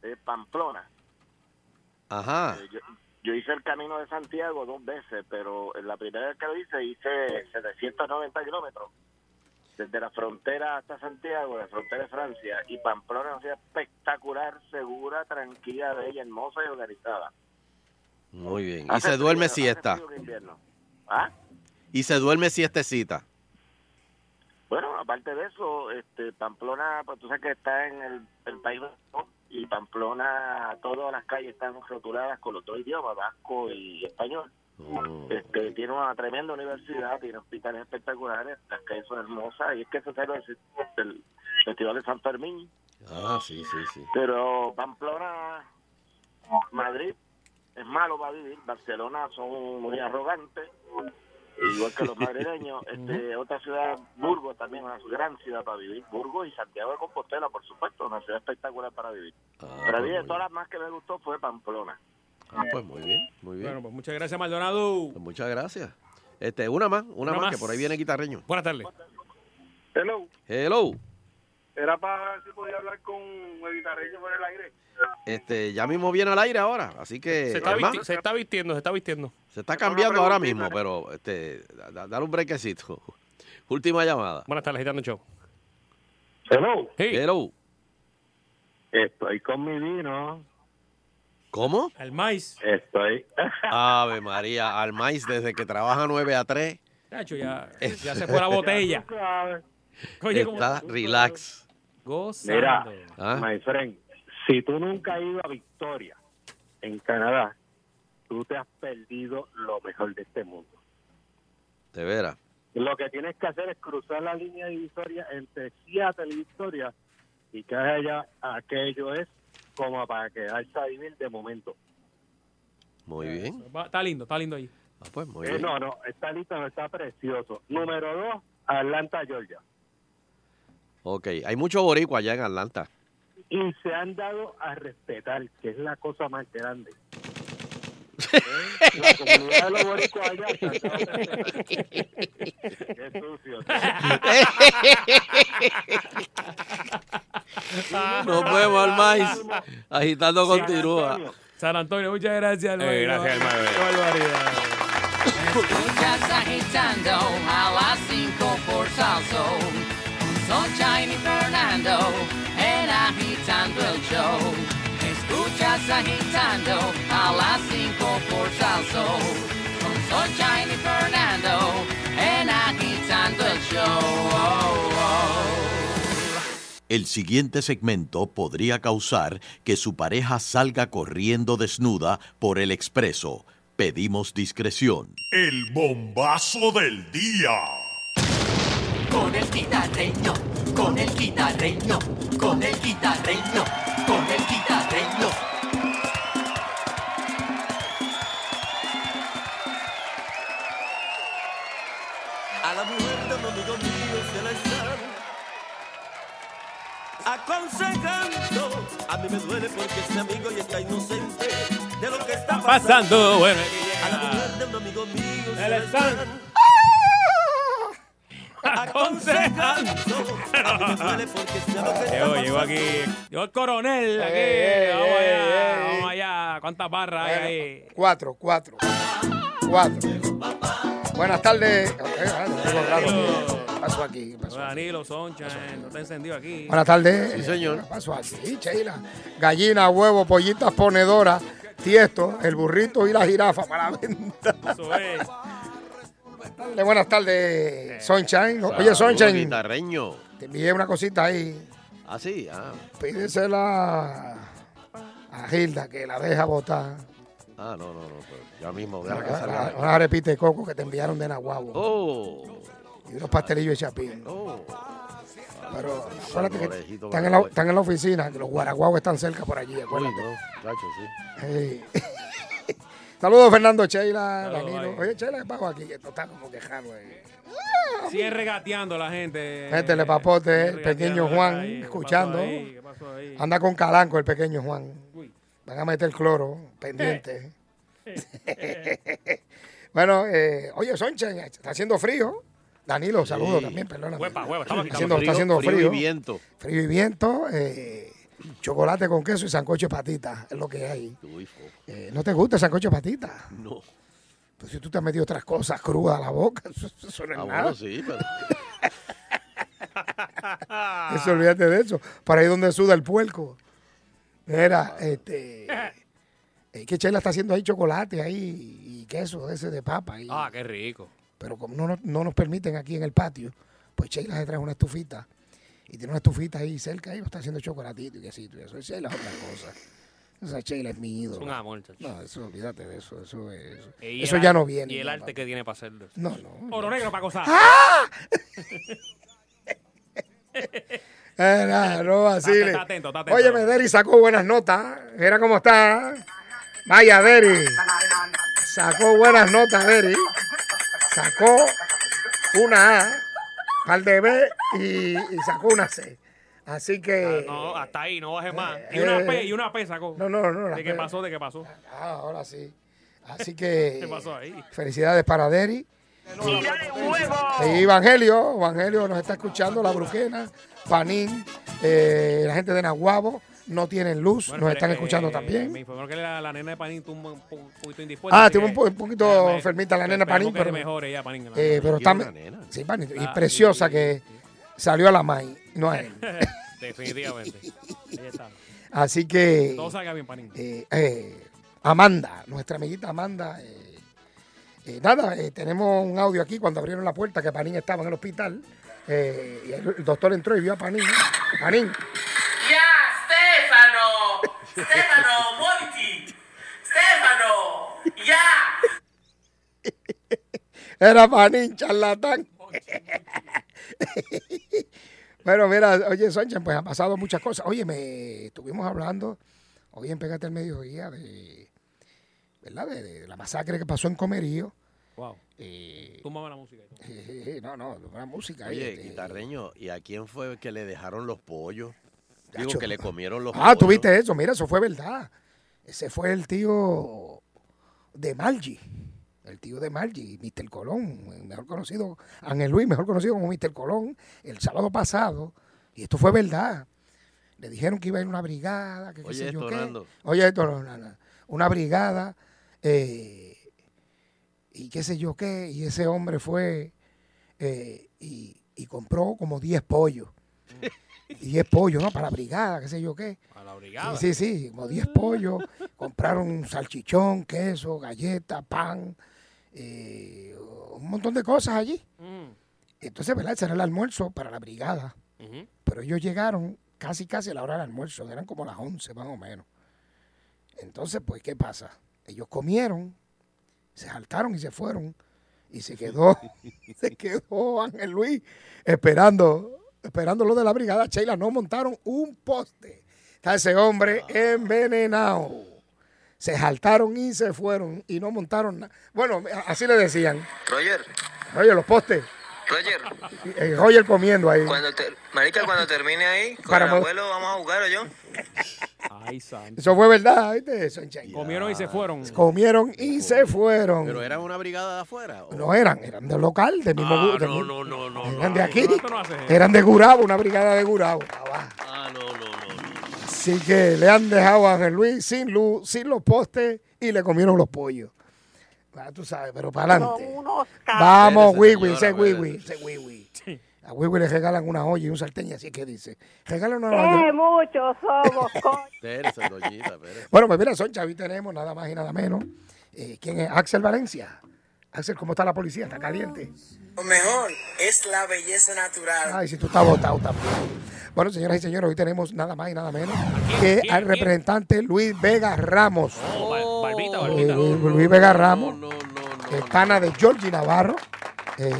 es Pamplona.
Ah, Ajá.
Eh, Yo, yo hice el camino de Santiago dos veces, pero en la primera vez que lo hice hice 790 kilómetros. Desde la frontera hasta Santiago, la frontera de Francia. Y Pamplona es una ciudad espectacular, segura, tranquila, bella, hermosa y organizada.
Muy bien. Y
Hace
se duerme
frío, hace
siesta.
frío en invierno. ¿Ah?
Y se duerme siestecita.
Bueno, aparte de eso, este, Pamplona, pues tú sabes que está en el, el País Vasco y Pamplona, todas las calles están rotuladas con los dos idiomas, vasco y español. Este, tiene una tremenda universidad, tiene hospitales espectaculares, las calles son hermosas y es que se sale el, el Festival de San Fermín.
Ah, sí, sí, sí.
Pero Pamplona, Madrid, es malo para vivir, Barcelona son muy arrogantes,
<laughs>
igual
<laughs>
que los madrileños. Este, otra ciudad, Burgos también es una gran ciudad para vivir. Burgos y Santiago de Compostela, por supuesto, una ciudad espectacular para vivir. Pero a mí
pues
de
muy
todas las más que me gustó fue Pamplona.
Ah, pues muy bien, muy bien.
Bueno, pues muchas gracias, Maldonado.
Pues muchas gracias. Este, una más,
Una
una, más,
más.
que por ahí viene guitarreño.
Buenas tardes.
Hello,
Hello.
era para ver si podía hablar con el guitarreño por el aire.
Este, ya mismo viene al aire ahora, así que
Se está,
es más,
visti- se está vistiendo, se está vistiendo.
se está cambiando ahora mismo, pero este, da- da- dale un brequecito. <laughs> Última llamada.
Buenas tardes, Gitano en Show.
Hello. Hello.
Estoy con mi vino.
¿Cómo?
Al maíz.
Estoy. <laughs>
Ave María, al maíz desde que trabaja 9 a 3.
Chacho, ya,
Este.
ya se fue la
<laughs>
botella. Oye, como-
Está relax.
Gozando.
Mira,
Ah.
my friend, si tú nunca has ido a Victoria, en Canadá, tú te has perdido lo mejor de este mundo.
De veras.
Lo que tienes que hacer es cruzar la línea divisoria entre Seattle y Victoria y que haya, aquello es como para quedarse a vivir de momento.
Muy bien.
Va- Está lindo, está lindo ahí.
Ah, pues muy
Eh,
bien.
no, no, está listo, no está precioso. Número dos, Atlanta, Georgia.
Ok, hay mucho boricua allá en Atlanta.
y se han dado a respetar, que es la cosa más grande. La comunidad de los boricuas allá se
<laughs>
han dado a respetar. Qué sucio.
Nos vemos al
<laughs>
maíz. Agitando continúa.
San Antonio, muchas gracias, hermano.
Eh, gracias, hermano.
Qué barbaridad.
Estás agitando a las 5 por Salso. Con Sunshine y Fernando en agitando el show. Escuchas agitando a las 5 por Salso. Con Sunshine y Fernando en agitando el show.
El siguiente segmento podría causar que su pareja salga corriendo desnuda por el expreso. Pedimos discreción.
El bombazo del día.
Con el guitarreño, con el guitarreño, con el guitarreño, con el guitarreño. a la mujer de un amigo mío se la están aconsejando. A mí me duele porque este amigo ya está inocente de lo que está pasando.
Pasando, bueno.
A la mujer de un amigo mío
Se la están
aconsejando. A mí me duele porque este amigo ya está
Llegó, llegó aquí. Llegó el
Eh,
coronel. Aquí. vamos allá, vamos allá. ¿Cuántas barras hay
eh,
ahí?
Cuatro, cuatro. Cuatro. Buenas tardes. Eh, ah, no, tengo raro. ¿Qué pasó aquí? ¿Qué pasó?
Danilo, Soncha, eh, no está encendido aquí.
Buenas tardes.
Sí,
señor. Paso aquí, Sheila. Gallina, huevo, pollitas ponedoras, tiesto, el burrito y la jirafa para la venta.
Eso es.
Dale, buenas tardes, Sunshine. Oye,
Saludos,
Sunshine,
guitarreño.
te envié una cosita ahí.
Ah, sí, ah.
Pídesela a Gilda, que la deja botar.
Ah, no, no, no. pues, ya mismo, deja que
Una
salga.
Ah, una arepita de coco que te enviaron de Nahuabo.
Oh.
Y unos pastelillos de chapín. Pero acuérdate que
Saborejito
están en, la, están en la oficina, que los guaraguagos están cerca por allí, acuérdate.
Uy, no, chacho, sí.
Sí. <laughs> Saludos, Fernando Sheila, Danilo. Oye, Sheila, ¿qué pago aquí? Esto está como quejado. eh. Este
Sigue regateando la gente.
Métele papote, el pequeño Juan,
Ahí, ¿qué pasó
escuchando.
ahí? ¿Qué pasó ahí?
Anda con calanco el pequeño Juan. Van a meter cloro,
<laughs>
pendiente. <laughs> bueno, eh, oye, Sonchen, está haciendo frío. Danilo, saludos también, perdóname.
Huepa, huepa, estamos aquí.
Haciendo- está haciendo frío.
y viento.
Frío y viento, eh, chocolate con queso y sancocho de patita, es lo que hay.
Uy, fo-
Eh, ¿No te gusta el sancocho de patita?
no.
Pues si tú te has metido otras cosas crudas a la boca, <laughs> eso, eso no es
Ah,
nada.
bueno, sí,
<laughs>
pero.
Eso, olvídate de eso. Para ahí donde suda el puerco. Mira, este. Es que Chela está haciendo ahí chocolate ahí y queso de ese de papa. y-
Ah, qué rico.
pero como no, nos- no nos permiten aquí en el patio, pues Sheila se trae una estufita. Y tiene una estufita ahí cerca y lo está haciendo chocolatito y quesito. Y eso Sheila es otra cosa. Esa Sheila es mi
Es
ídolo.
un amor, chacho.
No, eso, olvídate de eso. Eso, es- eso-
Y
eso
el
ya
ar-
no viene.
Y el
ya,
arte que tiene para hacerlo.
No, no. ¿Ah?
Oro negro para gozar.
Eh, nada, no vaciles.
Está- está atento, está atento.
Óyeme, Deri sacó buenas notas. Mira cómo está. Vaya, Deri. Sacó buenas notas, Deri. Sacó una A, par de B y, y sacó una C. Así que.
No, hasta ahí, no baje
Eh,
más.
Ah, Y una P, y una P sacó.
No, no, no, la
¿De qué
P.
pasó? ¿De qué pasó?
Ah, ahora sí. eh, Así
<laughs>
que.
¿Qué pasó ahí?
Felicidades para Deri.
huevo!
Sí, Evangelio, Evangelio nos está escuchando, La Bruquena, Panín, eh, la gente de Nahuabo, no tienen luz,
Bueno,
nos
pero
están
es que,
escuchando
eh,
también.
Me informaron que la, la nena de Panín tuvo un, buen- un poquito indispuesta.
Ah,
así
tiene un,
que
po- un poquito enfermita la nena Panín,
esperemos que
pero,
se mejore ya, Panín, la
eh,
nena.
pero está
Tiene una
nena.
sí, Panín, y
Ah,
preciosa que salió a la MAI, no
<laughs>
a él.
Definitivamente.
Ahí está.
Así que
Todo salga bien, Panín.
eh, eh, Amanda, nuestra amiguita Amanda, eh, eh, nada, eh, tenemos un audio aquí cuando abrieron la puerta que Panín estaba en el hospital. eh, y el, el doctor entró y vio a Panín. Panín,
¡Ya, Stefano! ¡Stefano, Monti! ¡Stefano! ¡Ya!
Era panín, charlatán. <laughs> bueno, mira, oye, Sánchez, pues han pasado muchas cosas. Oye, me estuvimos hablando hoy en Pégate al Mediodía de, ¿verdad? De, de la masacre que pasó en Comerío.
Wow. Túmbame la música.
Eh, No, no, la música. ahí,
Oye,
este.
guitarreño, ¿y a quién fue que le dejaron los pollos? Digo,
Chacho.
que le comieron los
Ah,
pollos.
tuviste eso, mira, eso fue verdad. Ese fue el tío de Margie, el tío de Margie, Mr. Colón, eh, mejor conocido, Ángel Luis, mejor conocido como Mr. Colón, el sábado pasado, y esto fue verdad. Le dijeron que iba a ir una brigada, que qué
Oye,
sé yo
esto,
qué.
Nando.
Oye, esto, no, no, no. una brigada, eh, y qué sé yo qué, y ese hombre fue eh, y, y compró como 10 pollos. 10 pollos, ¿no? Para la brigada, qué sé yo qué.
A la brigada.
Sí, sí, sí, como 10 pollos. Compraron un salchichón, queso, galleta, pan, eh, un montón de cosas allí. Mm. Entonces, ¿verdad? Ese era el almuerzo para la brigada.
Ujú.
Pero ellos llegaron casi, casi a la hora del almuerzo. Eran como las 11 más o menos. Entonces, pues, ¿qué pasa? Ellos comieron, se saltaron y se fueron. Y se quedó, <laughs> se quedó Ángel Luis esperando, esperando lo de la brigada. Sheila, no montaron un poste. Está ese hombre envenenado. Se saltaron y se fueron y no montaron nada. Bueno, así le decían.
Roger,
Oye, los postes.
Roger.
Eh, Roger comiendo ahí.
Cuando te- marica, cuando termine ahí, con
Para
el
mo-
abuelo vamos a jugar, yo.
Ay, santo.
Eso fue verdad, ¿viste? Sunshine?
Comieron y se fueron.
Comieron y se fueron.
Pero eran una brigada de afuera. ¿o?
No eran, eran del local, del mismo.
Ah,
gru- del
no,
mismo-
no, no, no.
eran
no,
de aquí.
no, esto no hace eso.
eran de Gurabo, una brigada de Gurabo.
Ah, no, no, no.
Así que le han dejado a Ángel Luis sin luz, sin los postes y le comieron los pollos. Ah, tú sabes, pero para adelante. Vamos, Espérese, Wiwi, señora, ese Wiwi, espérese. ese Wiwi. A Wiwi le regalan una olla y un sartén y así que dice. Regala una
Qué
¡Oh!
olla.
muchos
<laughs>
Eh, somos, coño.
Espérese, doñita, espérese.
Bueno, pues mira, son chavis tenemos nada más y nada menos. Eh, ¿Quién es? Axel Valencia. Axel, ¿cómo está la policía? ¿Está caliente?
Lo mejor es la belleza natural.
Ay, si tú estás votado también. Bueno, señoras y señores, hoy tenemos nada más y nada menos que al representante Luis Vega Ramos.
Barbita,
Eh,
barbita.
Luis, Vega Ramos, eh, pana de Georgie Navarro. eh,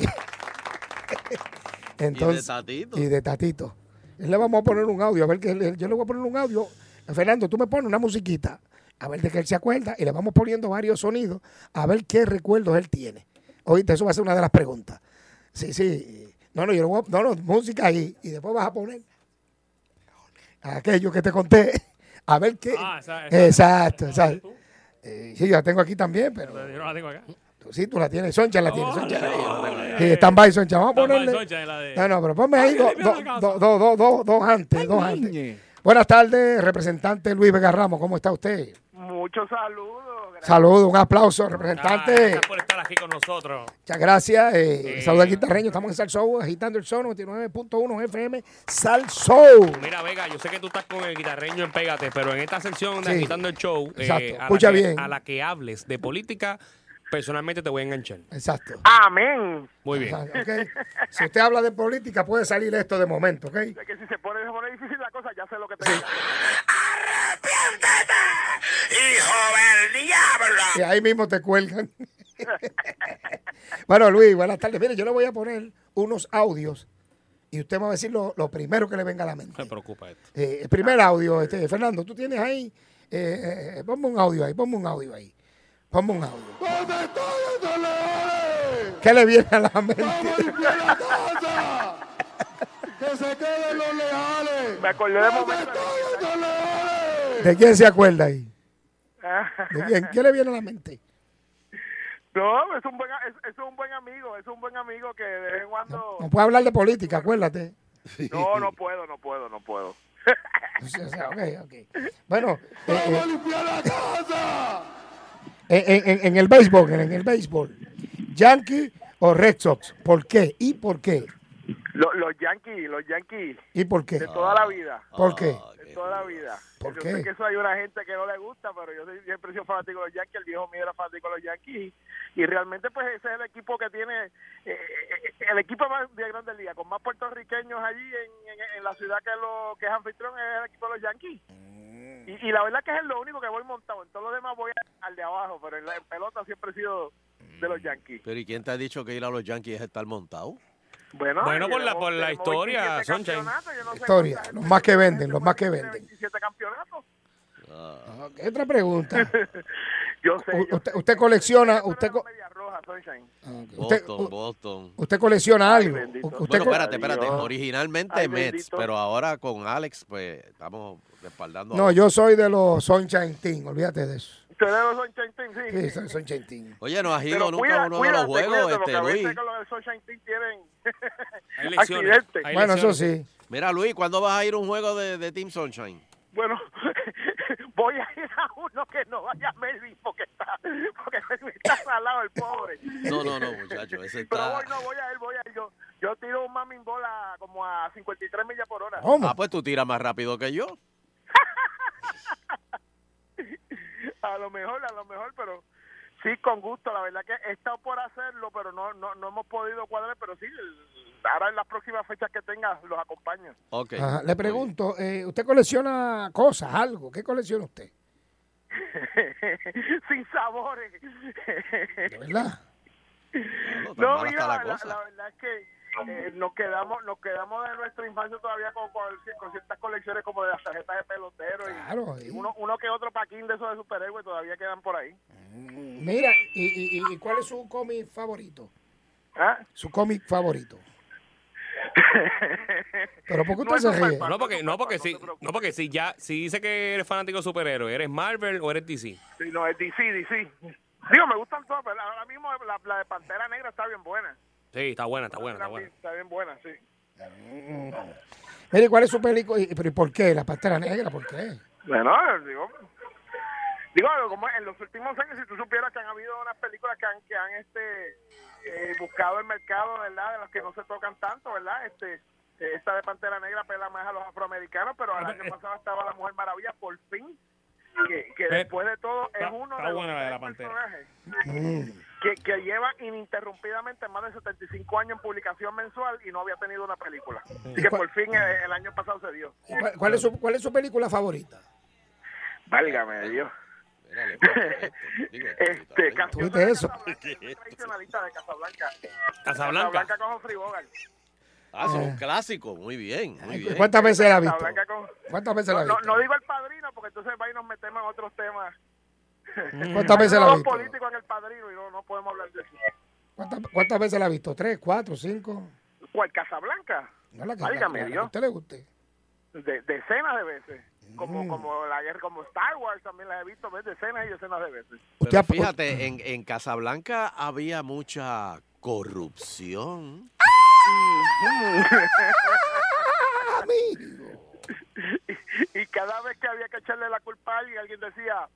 entonces,
Tatito.
y de Tatito. Le vamos a poner un audio, a ver que le- yo le voy a poner un audio. Fernando, tú me pones una musiquita, a ver de qué él se acuerda, y le vamos poniendo varios sonidos, a ver qué recuerdos él tiene. Oíste, eso va a ser una de las preguntas. Sí, sí. No, no, yo le voy a- no, no, música ahí, y después vas a poner aquello que te conté. <laughs> A ver qué.
Ah, esa- esa-
exacto, exacto. Eh, sí, yo la tengo aquí también, pero.
Yo no la tengo acá.
Tú Sí, tú la tienes, Soncha la tiene, Soncha.
no,
Sí,
no.
stand-by, Soncha. Vamos a
Oh, Stand by,
ponerle.
Soncha, es la de-
No, no, pero ponme ahí dos, dos, dos, dos, dos, dos, dos antes, dos antes. Buenas tardes, representante Luis Vega Ramos, ¿cómo está usted?
Muchos saludos.
Saludos, un aplauso, representante.
Ah, por estar aquí con nosotros.
Muchas gracias. Eh,
Eh.
Saludos al guitarreño, estamos en Salsou, agitando el son 99.1 FM, Salsou.
Mira, Vega, yo sé que tú estás con el guitarreño en Pégate, pero en esta sección de
Sí.
Agitando el Show, eh,
Exacto.
a, la
Escucha
que,
bien.
a la que hables de política, personalmente te voy a enganchar.
Exacto.
Amén.
Muy bien.
Ajá, ok. Si usted habla de política, puede salir esto de momento, ¿ok?
que si se pone, se pone difícil la cosa, ya sé lo que te ¡Hijo del diablo!
Y ahí mismo te cuelgan. bueno, Luis, buenas tardes. Mire, yo le voy a poner unos audios y usted me va a decir lo, lo primero que le venga a la mente.
No me preocupa esto.
Eh, el primer audio, este, Fernando, tú tienes ahí. Eh, eh, ponme un audio ahí, ponme un audio ahí. Ponme un audio. ¿Qué le viene a la mente?
¡Que se queden los leales! Me acordé de momento. <laughs>
¿De quién se acuerda ahí? ¿De quién? ¿Qué le viene a la mente?
No, es un buen, es, es un buen amigo, es un buen amigo que de vez en cuando...
No puede hablar de política, acuérdate.
No, no puedo, no puedo, no puedo.
Bueno, eh, eh, en, en- en el béisbol, en el béisbol, Yankee o Red Sox, ¿por qué? ¿Y por qué?
Los, los Yankees, los Yankees.
¿Y por qué?
De toda la vida.
¿Por qué?
De toda la vida.
¿Por
yo
qué?
sé que eso hay una gente que no le gusta, pero yo soy- siempre he sido fanático de los Yankees, el viejo mío era fanático de los Yankees. Y realmente, pues ese es el equipo que tiene, eh, eh, el equipo más de Grandes Ligas, con más puertorriqueños allí en, en- en la ciudad que, lo, que es anfitrión, es el equipo de los Yankees.
Mm.
Y, y la verdad que es lo único que voy montado. En todos los demás voy al de abajo, pero en, la, en pelota siempre he sido de
Mm.
los Yankees.
Pero ¿y quién te ha dicho que ir a los Yankees es estar montado?
Bueno,
Bueno, por la, por la historia, Sunshine.
Historia, los más que venden, los más que venden. Ok, otra pregunta. U- usted, usted colecciona, usted, co- Usted-
Boston, Boston.
usted colecciona algo. U- usted
Bueno,
co-
espérate, espérate. Originalmente
Ay,
Mets,
bendito.
pero ahora con Alex, pues estamos respaldando.
No,
a-
yo soy de los Sunshine Team, olvídate de eso.
Ustedes no son Chantín, sí.
Sí, soy Sunshine Team.
Oye, no has ido
Pero
nunca
cuida-
a uno
cuídate,
de los juegos,
cuídate, porque a
este,
veces
Luis.
con los del Sunshine Team tienen <laughs>
lesiones,
accidentes.
hay
Bueno, eso
lesiones.
sí.
Mira, Luis, ¿cuándo vas a ir a un juego de, de Team Sunshine?
Bueno, voy a ir a uno que no vaya a Melvin porque está, porque Melvin <laughs> está al lado el pobre.
No, no, no, muchacho. Ese
Pero
está.
voy, no, voy a ir, voy a ir. Yo, yo tiro un mamin bola como a 53 millas por hora.
Ah, pues tú tiras más rápido que yo.
A lo mejor, a lo mejor, pero sí, con gusto. La verdad que he estado por hacerlo, pero no, no, no hemos podido cuadrar. Pero sí, el- ahora en las próximas fechas que tengas los acompaño.
Ok.
Ajá, Le pregunto, eh, ¿usted colecciona cosas, algo? ¿Qué colecciona usted?
<laughs> Sin sabores.
¿Verdad?
No,
mala
mira,
está
la,
la
la-
cosa.
la verdad es que eh, nos quedamos nos quedamos de nuestra infancia todavía con, con, con ciertas colecciones como de las tarjetas de pelotero y-
Claro,
y,
sí.
uno, uno que otro paquín de esos de superhéroes todavía quedan por ahí.
Mira, ¿y, y, y- y cuál es su cómic favorito?
¿Ah?
Su cómic favorito. <laughs> Pero ¿por qué usted se ríe?
No, porque, no, porque si, no, porque si ya, si dice que eres fanático de superhéroe, ¿eres Marvel o eres DC?
Sí, no, es DC, DC. Digo, me gustan todas, pero ahora mismo la, la de Pantera Negra está bien buena.
Sí, está buena, está buena,
Está
está
bien,
buena.
está bien buena,
Mm.
sí.
Mire, ¿cuál es su película? ¿Y pero ¿y por qué? ¿La Pantera Negra? ¿Por qué?
Bueno, digo, digo como en los últimos años, si tú supieras que han habido unas películas que han, que han este, eh, buscado el mercado, ¿verdad? De las que no se tocan tanto, ¿verdad? Este, eh, esta de Pantera Negra pela más a los afroamericanos, pero el año pasado estaba La Mujer Maravilla, por fin, que, que
Eh,
después de todo es
está-
uno
está
de los
buena la de
tres
la Pantera.
personajes
Mm.
que, que lleva ininterrumpidamente más de 75 años en publicación mensual y no había tenido una película. Así que
cuál-
por fin el, el año pasado se dio.
¿Cuál- ¿Cuál es su, cuál es su película favorita?
Válgame Dios. este, Castillo
¿Tuviste
de
eso?
Casablanca, soy tradicionalista de Casablanca.
Casablanca.
Casablanca con Humphrey Bogart.
Ah, son
Eh.
clásicos. Muy bien, muy bien.
¿Cuántas veces la ha visto?
Casablanca con-
¿Cuántas veces la ha
No,
visto?
no digo el padrino porque entonces va y nos metemos en otros temas.
Mm. ¿Cuántas veces la ha
Hay
visto?
dos políticos en el padrino y no, no podemos hablar de eso.
¿Cuántas, cuántas veces la ha visto? ¿Tres, cuatro, cinco?
¿Cuál? ¿Casablanca?
No la que, la-
Válgame
la- la que a
Dios.
usted le guste.
de, decenas de veces. Como,
Mm.
como la guerra, como Star Wars también la he visto ¿ves? decenas y decenas de veces.
Pero fíjate, en, en Casablanca había mucha corrupción.
y cada vez que había que echarle la culpa a alguien, alguien decía,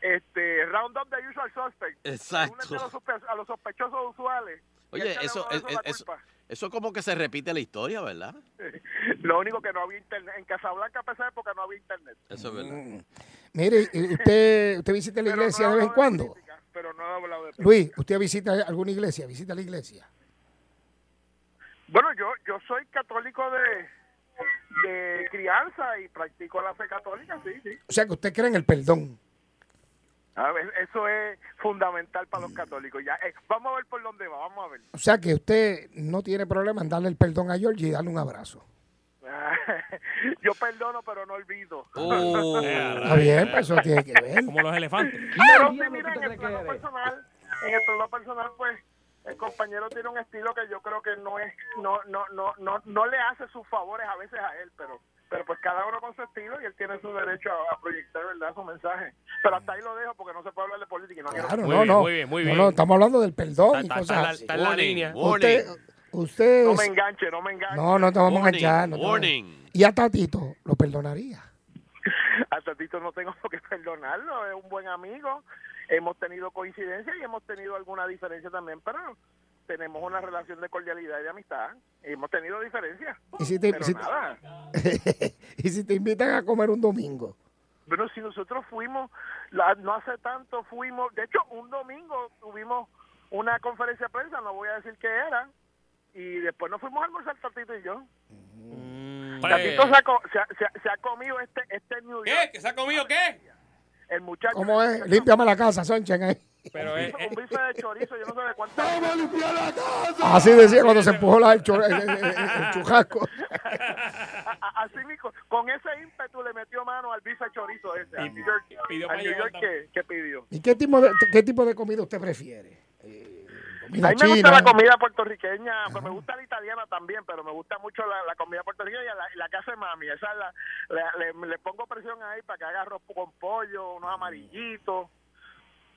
este, round up the usual suspect.
Exacto.
Únete A los, suspe- a los sospechosos usuales. y
Oye,
échale
eso,
uno de esos
es-
la
es- eso,
culpa. <laughs>
eso como que se repite la historia, ¿verdad?
Lo único que no había internet, en Casablanca para esa época no había internet.
Eso es verdad.
Mm. Mire, y- y ¿usted, usted visita la iglesia de vez en cuando?
Pero no he hablado de
Luis, ¿usted visita alguna iglesia? ¿Visita la iglesia?
Bueno, yo yo soy católico de, de crianza y practico la fe católica, sí, sí.
O sea, que usted cree en el perdón.
A ver, eso es fundamental para los católicos. Ya, eh, vamos a ver por dónde va, vamos a ver.
O sea, que usted no tiene problema en darle el perdón a Georgie y darle un abrazo.
<laughs> Yo perdono, pero no olvido. Uh. <laughs>
Está bien, pues eso tiene que ver.
Como los elefantes.
Pero sí, mira, en el plano personal, en el plano personal, pues, el compañero tiene un estilo que yo creo que no es, no, no, no, no, no le hace sus favores a veces a él, pero, pero pues cada uno con su estilo y él tiene su derecho a, a proyectar, ¿verdad?, su mensaje. Pero hasta ahí lo dejo porque no se puede hablar de política y no quiero-
Claro, no, no. No, no, estamos hablando del perdón y
Está- está-
cosas
está la-
así.
está en la Warning, línea.
Usted,
warning.
usted...
No me enganche, no me enganche.
No, no te vamos a
Warning,
enganchar. no te vamos a-
warning.
Y a Tatito lo perdonaría. <laughs>
<laughs> A Tatito no tengo por qué perdonarlo, es un buen amigo. Hemos tenido coincidencias y hemos tenido alguna diferencia también, pero tenemos una relación de cordialidad y de amistad. Hemos tenido diferencias.
Y si te,
pero
si te-
nada.
y si te invitan a comer un domingo.
Bueno, si nosotros fuimos, la- no hace tanto fuimos, de hecho, un domingo tuvimos una conferencia de prensa, no voy a decir qué era, y después nos fuimos a almorzar Tatito y yo. Pues, Tatito se ha, co- se ha- se ha- se ha comido este, este New York. ¿Qué?
se ha comido qué?
El muchacho.
¿Cómo es? Límpiame la casa, Sonchen. ahí.
Pero es,
Un bife de chorizo, yo no sé de cuánto. ¡Vamos a limpiar la casa!
Así decía cuando se empujó la, el, chu- el- el- el
<laughs>
chujasco.
Así mismo, con ese ímpetu le metió mano al bife de chorizo ese. al New York,
pidió
al
pa'
New
llevar
York que, que pidió.
<laughs> ¿Y qué tipo de, qué tipo de comida usted prefiere? Eh,
A mí me gusta la comida puertorriqueña, pues me gusta la italiana también, pero me gusta mucho la, la comida puertorriqueña, la, la que hace mami. Esa es la, la- le, le pongo presión ahí para que haga arroz con pollo, unos amarillitos,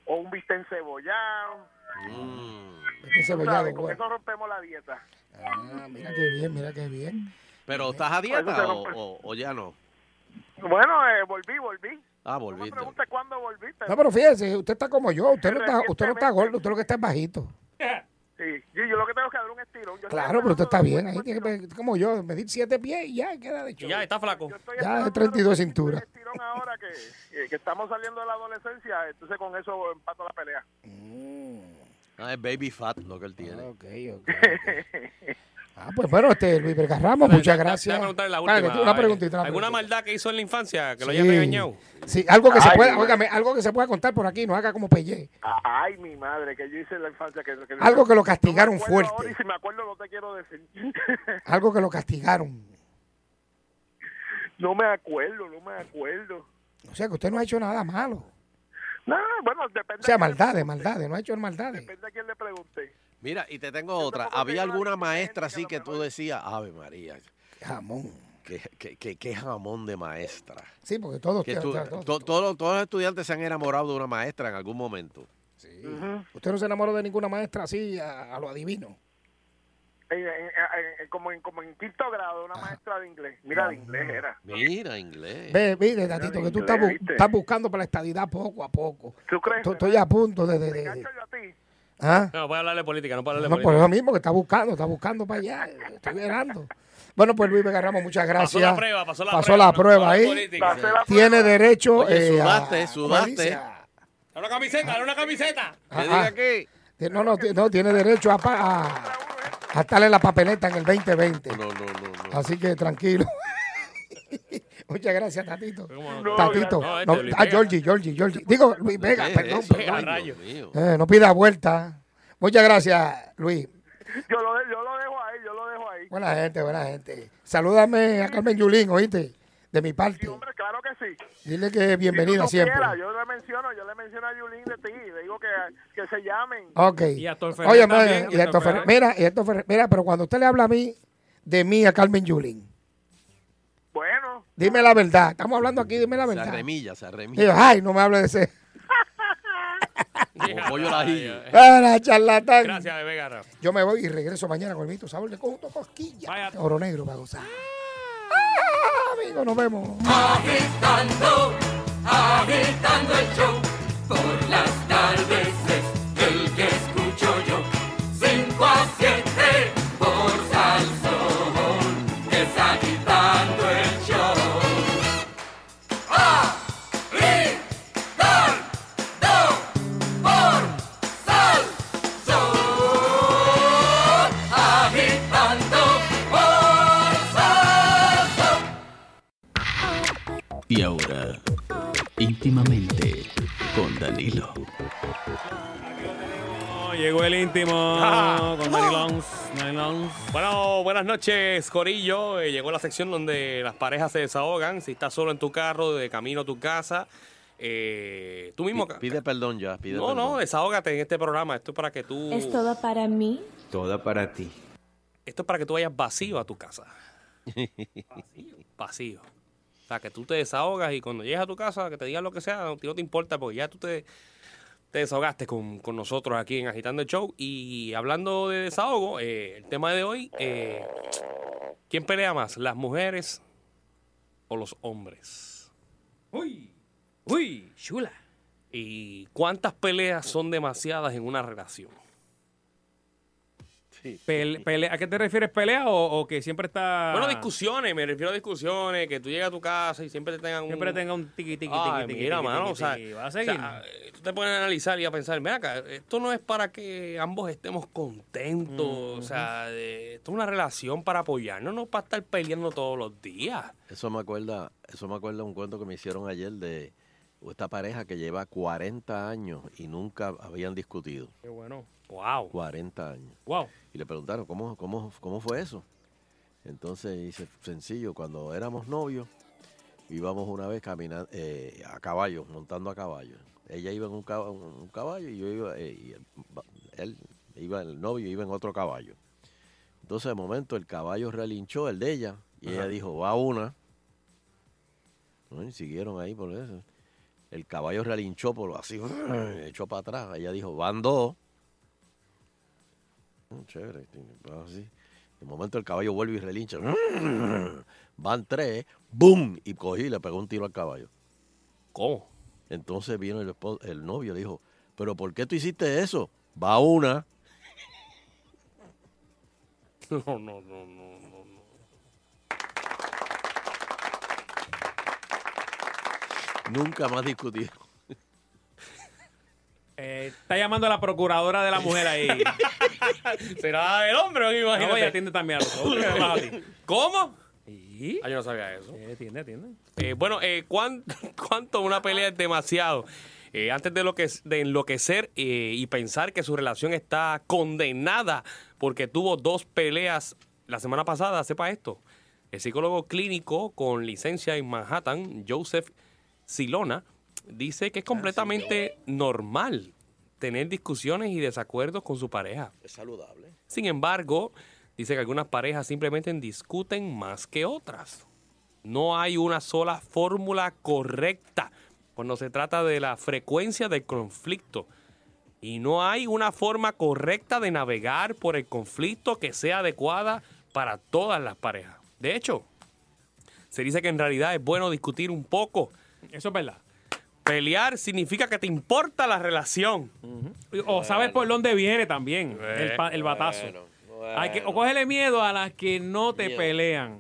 o un bistec encebollado.
Mm.
Este
Tú
cebollado,
sabes, Con
bueno.
eso rompemos la dieta.
Ah, mira qué bien, mira qué bien.
Pero ¿estás a
Por eso se
dieta o,
rompe.
o- o ya no?
Bueno, eh, volví,
<laughs>
volví.
Ah, volviste.
No sé cuándo volviste.
No, pero fíjese, usted está como yo, usted no está, usted no está gordo, usted lo que está es bajito.
Sí, yo, yo lo que tengo es que dar un estirón. Yo
Claro, pero usted está bien, ahí tiene que pe- como yo, medir siete pies y ya queda de
ya está flaco.
Ya es 32 cintura.
estirón ahora que, eh, que estamos saliendo de la adolescencia, entonces con eso empato la
<laughs>
pelea.
Ah, es baby fat lo que él tiene.
Ah, pues bueno, este Luis Vergas Ramos, muchas gracias.
Déjame preguntarle la
Ah,
última.
que tiene
a
una
ver.
preguntita. una
¿Alguna
preguntita.
maldad que hizo en la infancia que lo
Sí.
haya regañado?
Sí, algo que se
Ay,
pueda,
Dios.
óigame, algo que se pueda contar por aquí, no haga como Pelle.
Ay, mi madre, que yo hice en la infancia. Que, que-
Algo que lo castigaron
No me acuerdo
fuerte.
ahora y si me acuerdo, no te quiero decir. <laughs>
Algo que lo castigaron.
no me acuerdo, no me acuerdo.
O sea, que usted no ha hecho nada malo.
No, bueno, depende.
O sea, maldades, maldades, no ha hecho maldades.
Depende a quién le pregunte.
Mira, y te tengo otra. ¿Había alguna maestra así que tú decías, Ave María?
Jamón.
¿Qué, qué- qué- qué jamón de maestra?
Sí, porque todos.
Que
te-
tú-
todos-
to- todos- todos los estudiantes se han enamorado de una maestra en algún momento.
Ujú. Usted no se enamoró de ninguna maestra así a, a lo adivino.
Eh, eh, eh, eh, como, en, como en quinto grado,
Ah.
una maestra de inglés. Mira, de inglés era.
Mira, inglés.
Ve, ve, Tatito, que tú estás, bu-
¿viste?
estás buscando para la estadidad poco a poco.
¿Tú crees?
Estoy- Estoy a punto de... de- de- ¿Ah?
No, puede hablar de política, no puede hablar de
No, por
política.
eso mismo que está buscando, está buscando para allá. Estoy verando. Bueno, pues Luis Vega Ramos, muchas gracias.
Pasó la prueba, pasó la
Pasó
prueba,
la
no,
prueba
pasó la
ahí.
política. Pasó la
Tiene derecho
Oye,
eh, a-
sudaste,
¿cómo dice?
sudaste.
Dale una camiseta, dale una camiseta.
Ah, ah. Ti- No, no, ti- no, tiene derecho a, pa- a, a estar en la papeleta en el 2020.
No, no, no.
Así que
<laughs>
tranquilo. Muchas gracias, Tatito.
no?
Tatito.
No, este
No,
Luis
ah,
Vega.
Georgie, Georgie, Georgie. Digo, Luis Vega,
eh,
¿Qué es
perdón.
eso?
perdón.
Ay, rayo.
Eh, no pida vuelta. Muchas gracias, Luis.
Yo lo, de- yo lo dejo ahí, yo lo dejo ahí.
Buena gente, buena gente. Salúdame a Carmen Yulín, oíste, de mi parte.
Hombre, claro que sí.
Dile que es bienvenida
Si tú
siempre.
supieras, yo le menciono, yo le menciono a Yulín de ti, le digo que, que se llamen.
Ok. Oye, madre, y a Héctor Ferrer. Mira, y a Héctor Ferrer. mira, pero cuando usted le habla a mí, de mí a Carmen Yulín. Bueno. Dime la verdad. Estamos hablando aquí, dime la
Se
verdad.
arremilla, se
Digo,
arremilla.
ay, no me hable de ese.
Como pollo al ajillo.
Para, charlatán.
Gracias, bebé Garra.
Yo me voy y regreso mañana con el mito sabor de conjunto cosquilla. Oro negro para gozar. Ah, amigo, nos vemos.
Agitando, agitando el show. Por las tardes es el que escucho yo. 5 a 7 por Salsón. Es agitando el show. Agitando por Salsón. Agitando por Salsón.
Y ahora, íntimamente con Danilo.
Llegó el íntimo
Ah.
con Dani Lons. Dani Lons.
Bueno, buenas noches, Corillo. Eh, llegó la sección donde las parejas se desahogan. Si estás solo en tu carro, de camino a tu casa, eh, tú mismo.
Pi- Pide perdón ya, pide
no,
perdón.
no, desahógate en este programa. Esto es para que tú.
¿Es todo para mí?
Toda para ti.
Esto es para que tú vayas vacío a tu casa. vacío. Vacío. O sea, que tú te desahogas y cuando llegues a tu casa, que te digan lo que sea, no, no te importa porque ya tú te, te desahogaste con, con nosotros aquí en Agitando el Show. Y hablando de desahogo, eh, el tema de hoy, eh, ¿quién pelea más, las mujeres o los hombres? Uy, uy, chula. ¿Y cuántas peleas son demasiadas en una relación?
Pele- pele- ¿A qué te refieres, pelea o, o que siempre está.
Bueno, discusiones, me refiero a discusiones, que tú llegas a tu casa y siempre te tengan un...
Siempre tenga un tiqui, tiqui,
Ay,
tiqui, tiqui,
mira,
tiqui,
mano,
tiqui,
o sea,
tiqui. ¿Va a
o sea, ah,
seguir?
tú te pones a analizar y a pensar, mira acá, esto no es para que ambos estemos contentos, o sea, de- esto es una relación para apoyarnos, no para estar peleando todos los días.
Eso me acuerda, eso me acuerda un cuento que me hicieron ayer de esta pareja que lleva 40 años y nunca habían discutido.
Qué bueno.
Wow.
40 años.
Wow.
Y le preguntaron, ¿cómo, cómo, cómo fue eso? Entonces dice, sencillo, cuando éramos novios, íbamos una vez caminando a caballo, montando a caballo. Ella iba en un cab- un caballo, y yo iba, eh, y él, él iba, el novio iba en otro caballo. Entonces de momento el caballo relinchó el de ella y ella
Ajá.
dijo, va una. ¿No? Y siguieron ahí por eso. El caballo relinchó por así, <clears throat> echó para atrás. Ella dijo, van dos. Mm, Chévere, tiene- va así. De momento el caballo vuelve y relincha. <clears throat> Van tres, ¡boom! Y cogí y le pegó un tiro al caballo.
¿Cómo?
Entonces vino el, esposo- el novio y le dijo, ¿pero por qué tú hiciste eso? Va una.
<laughs> No, no, no, no, no. no.
Nunca más discutieron.
Eh, está llamando a la procuradora de la mujer ahí.
<laughs> Será del hombre, ¿no? imagínate.
No, ella atiende también a los
<laughs>
hombres. no más a ti.
¿Cómo? Ah, yo no sabía eso.
Atiende, atiende.
Eh, bueno, eh, ¿cuán- <laughs> ¿cuánto una pelea es demasiado? Eh, antes de, lo que, de enloquecer eh, y pensar que su relación está condenada porque tuvo dos peleas la semana pasada, sepa esto. El psicólogo clínico con licencia en Manhattan, Joseph Silona, dice que es completamente normal tener discusiones y desacuerdos con su pareja.
Es saludable.
Sin embargo, dice que algunas parejas simplemente discuten más que otras. No hay una sola fórmula correcta cuando se trata de la frecuencia del conflicto. Y no hay una forma correcta de navegar por el conflicto que sea adecuada para todas las parejas. De hecho, se dice que en realidad es bueno discutir un poco.
Eso es verdad.
Pelear significa que te importa la relación.
O sabes por dónde viene también el, pa- el batazo.
Bueno,
Hay que, o cógele miedo a las que no te
Miedo.
pelean.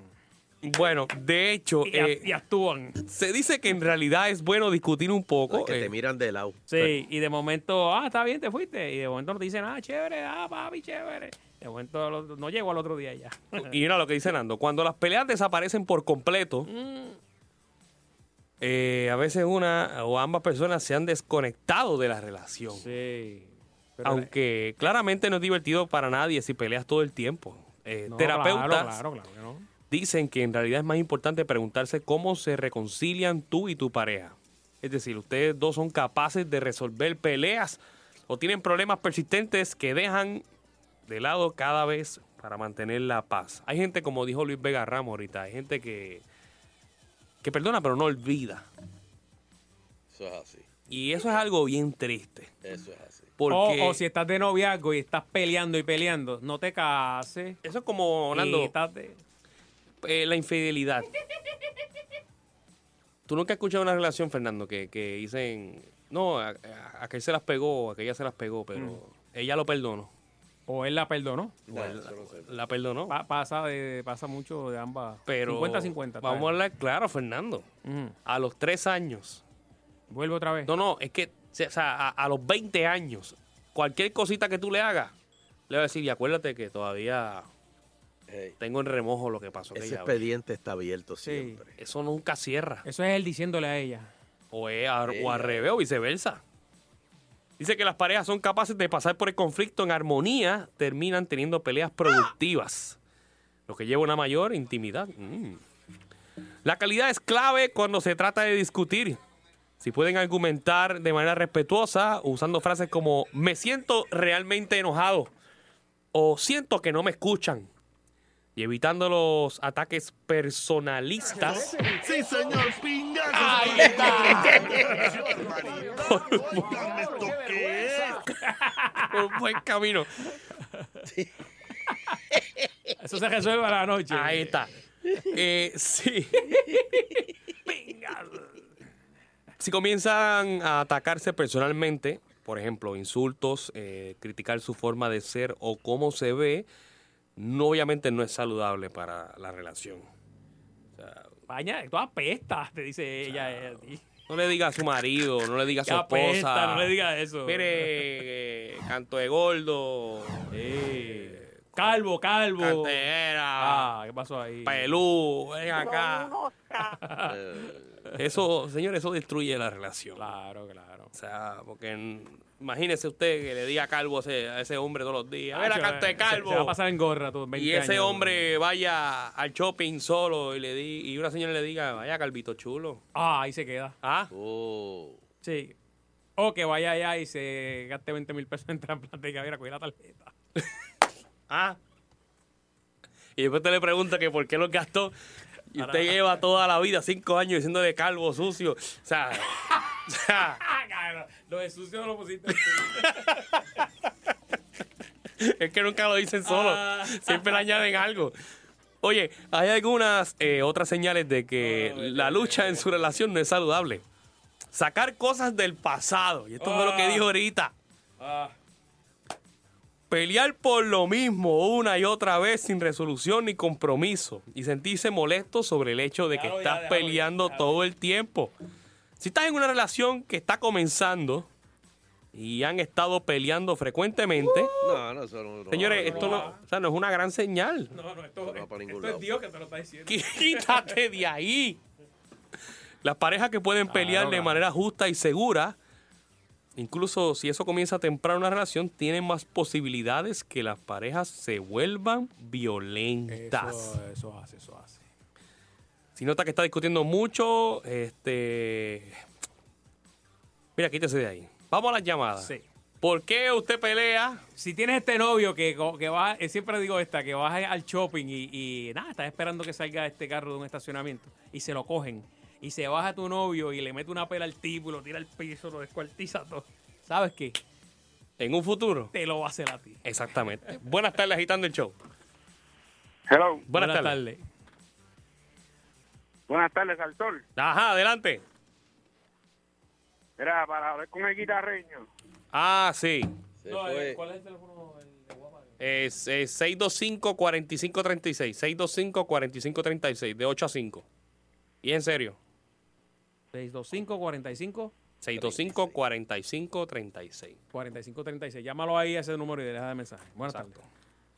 Bueno, de hecho,
Y a-
eh,
y actúan.
se dice que en realidad es bueno discutir un poco.
que te
eh,
miran de lado.
Sí, y de momento, ah, está bien, te fuiste. Y de momento no te dicen, ah, chévere, ah, papi, chévere. De momento al otro- no llego al otro día ya.
Y mira lo que dice Nando. Cuando las peleas desaparecen por completo,
Mm.
eh, a veces una o ambas personas se han desconectado de la relación.
<laughs> Sí. Pero-
Aunque claramente no es divertido para nadie si peleas todo el tiempo. Eh,
No,
terapeutas
Claro, claro, claro que no.
dicen que en realidad es más importante preguntarse cómo se reconcilian tú y tu pareja. Es decir, ustedes dos son capaces de resolver peleas o tienen problemas persistentes que dejan de lado cada vez para mantener la paz. Hay gente, como dijo Luis Vega Ramos ahorita, hay gente que, que perdona pero no olvida.
Eso es así.
Y eso es algo bien triste.
Eso es así.
Porque
O, o si estás de noviazgo y estás peleando y peleando, no te cases.
Eso es como, Orlando,
Quítate.
eh, la infidelidad. ¿Tú nunca has escuchado una relación, Fernando, que, que dicen, no, a- a- aquel se las pegó, aquella se las pegó, pero ella lo perdonó?
Mm. O él la perdonó.
O él la, la perdonó.
Pa- pasa, de, pasa mucho de ambas.
Pero
50-50.
Vamos a hablar claro, Fernando. A los tres años.
Vuelve otra vez.
No, no, es que o sea, a, a los 20 años, cualquier cosita que tú le hagas, le va a decir, y acuérdate que todavía tengo en remojo lo que pasó.
Ese
aquella vez".
expediente está abierto siempre.
Eso nunca cierra.
Eso es él diciéndole a ella.
O, es a- o
Ella.
al revés o viceversa. Dice que las parejas son capaces de pasar por el conflicto en armonía, terminan teniendo peleas productivas, lo que lleva a una mayor intimidad. Mm. La calidad es clave cuando se trata de discutir. Si pueden argumentar de manera respetuosa, usando frases como me siento realmente enojado o siento que no me escuchan, y evitando los ataques personalistas. <laughs>
Sí, señor, pinga.
Ahí está.
¿Esto qué es?
por un buen camino.
Eso se resuelve a la noche.
Ahí está. Eh, <laughs> sí. Si comienzan a atacarse personalmente, por ejemplo, insultos, eh, criticar su forma de ser o cómo se ve, no, obviamente no es saludable para la relación.
Vaya, tú apestas, te dice ella. eh, a ti.
No le diga a su marido, no le diga a su
Que apesta,
esposa.
no le diga eso.
Mire, eh, canto de gordo.
<laughs> Calvo, calvo.
Cantera.
Ah, ¿qué pasó ahí?
Pelú, ven acá. Eso, señor, eso destruye la relación.
Claro, claro.
O sea, porque n- imagínese usted que le diga calvo a ese, a ese hombre todos los días. A ver, acá está el calvo.
eh, Se, se va a pasar en gorra tú, 20
y ese
años.
hombre vaya al shopping solo y le di, y una señora le diga, vaya calvito chulo.
Ah, ahí se queda.
Ah.
Sí. O que vaya allá y se gaste 20 mil pesos en trasplante de cadera, coge la tarjeta.
ah. Y después usted le pregunta que por qué lo gastó. Y usted
Ahora-
lleva toda la vida, cinco años, diciéndole calvo, sucio. O sea, <laughs> o sea,
<laughs> Ah, cabrón. Lo de sucio no
<laughs>
lo pusiste.
es que nunca lo dicen solo.
Ah.
Siempre le añaden algo. Oye, hay algunas eh, otras señales de
Ah,
que la lucha en su relación no es saludable. Sacar cosas del pasado. Y esto fue lo que
Ah.
dijo ahorita.
Ah,
Pelear por lo mismo una y otra vez sin resolución ni compromiso. Y sentirse molesto sobre el hecho de que
Déjalo ya,
estás
déjalo ya,
peleando todo el tiempo. Si estás en una relación que está comenzando y han estado peleando frecuentemente,
Uh.
No, no, eso no. no
señores,
va-
esto no,
va-
o sea, no es una gran señal.
no, no, esto,
no va para ningún
esto es
lado.
Dios que te lo está diciendo. <laughs>
Quítate de ahí. Las parejas que pueden pelear
Claro,
de
claro.
manera justa y segura, incluso si eso comienza temprano en una relación, tienen más posibilidades que las parejas se vuelvan violentas.
Eso, eso hace, eso hace.
Si nota que está discutiendo mucho, este Mira, quítese de ahí. Vamos a las llamadas. ¿Por qué usted pelea?
Si tienes este novio que, co- que va, eh, siempre digo esta, que vas al shopping y, y nada, estás esperando que salga este carro de un estacionamiento y se lo cogen y se baja tu novio y le mete una pela al tipo, y lo tira al piso, lo descuartiza todo. ¿Sabes qué?
En un futuro.
Te lo va a hacer a ti.
Exactamente. Buenas tardes, agitando el show.
Hello.
Buenas, tardes.
Buenas tardes, al sol.
Ajá, adelante.
Era para hablar con el guitarreño.
Ah, sí.
No, eh, ¿cuál
es el teléfono?
Es, es 625-4536. 625-4536, de 8 a 5. Y en serio,
625 45
625-4536.
4536. Llámalo ahí a ese número y deja de mensaje. Buenas tardes.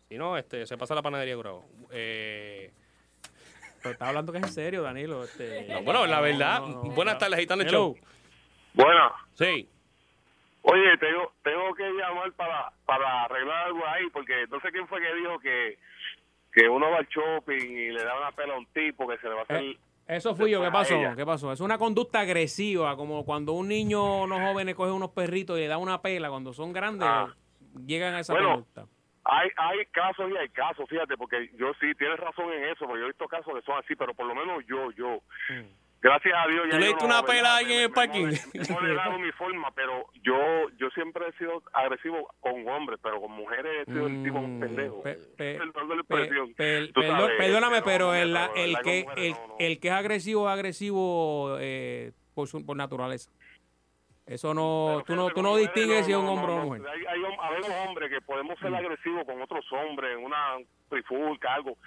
Si no, este, se pasa a la panadería Gurabo. Eh,
Pero está hablando que es en serio, Danilo. este-
no, bueno, la
No,
verdad.
no, no, no.
buenas tardes, Agitando el
Hello.
show.
Buenas.
Sí.
Oye, tengo, tengo que llamar para, para arreglar algo ahí, porque no sé quién fue que dijo que, que uno va al shopping y le da una pela a un tipo que se le va a hacer...
Eh, Eso fui yo, ¿qué
a
pasó?
ella.
¿Qué pasó? Es una conducta agresiva, como cuando un niño, unos jóvenes cogen unos perritos y le da una pela, cuando son grandes,
Ah.
llegan a esa
Bueno,
conducta.
Hay, hay casos y hay casos, fíjate, porque yo sí, tienes razón en eso, porque yo he visto casos que son así, pero por lo menos yo, yo, gracias a Dios... ya
¿Tú le
yo
diste
no-
una
me-
pela a
me-
alguien en el parking?
no le he dado mi forma, pero yo yo siempre he sido agresivo con hombres, pero con mujeres he sido el tipo
Mm,
un pendejo. Perdón la expresión.
Pel-
Tú
perdón-
sabes,
perdóname,
no,
pero el,
no,
el
la
que,
con mujeres
el, el que es agresivo es agresivo eh, por, su- por naturaleza. Eso no, tú no, tú no distingues si es un hombre o una mujer.
Hay, hay hom- habemos hombres que podemos ser agresivos con otros hombres, en una trifulca, algo,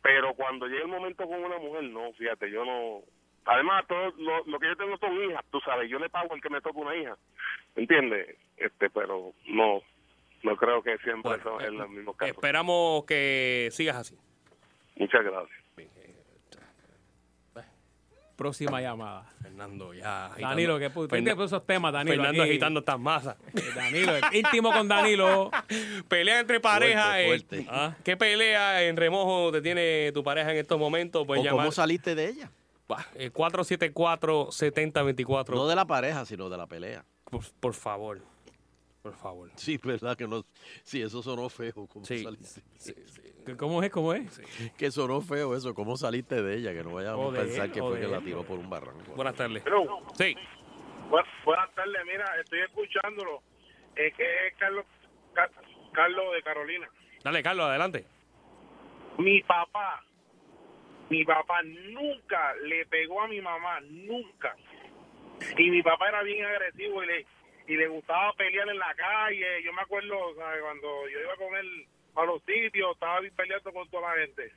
pero cuando llega el momento con una mujer, no, fíjate, yo no... Además, todo lo, lo que yo tengo son hijas, tú sabes, yo le pago al que me toca una hija, ¿entiendes? Este, pero no, no creo que siempre son
eh,
en los mismos
<laughs>
casos.
Esperamos que sigas así.
Muchas gracias.
Próxima llamada.
Fernando, ya. agitando.
Danilo, que puto.
Fernan-
Usted puso esos temas, Danilo.
Fernando
aquí.
agitando estas masas.
Danilo, el íntimo con Danilo.
Pelea entre parejas.
Fuerte,
eh, ¿ah? ¿Qué pelea en remojo te tiene tu pareja en estos momentos? Puedes
¿O cómo
llamar
saliste de ella?
eh, 474-7024.
No de la pareja, sino de la pelea.
Por, por favor. Por favor.
Sí, verdad que no. Sí, eso sonó feo. ¿Cómo saliste?
¿Cómo es? ¿Cómo es?
Que sonó feo eso. ¿Cómo saliste de ella? Que no
O
vayamos a
de
pensar
él,
que
o
fue
de
que la
él.
tiró por un barranco.
Buenas tardes.
Hello.
Sí.
Bu- buenas tardes, mira, estoy escuchándolo. Es que es Carlos, Ca- Carlos de Carolina.
Dale, Carlos, adelante.
Mi papá, mi papá nunca le pegó a mi mamá, nunca. Y mi papá era bien agresivo y le, y le gustaba pelear en la calle. Yo me acuerdo ¿sabe? cuando yo iba con él a los sitios, estaba bien peleando con toda la gente.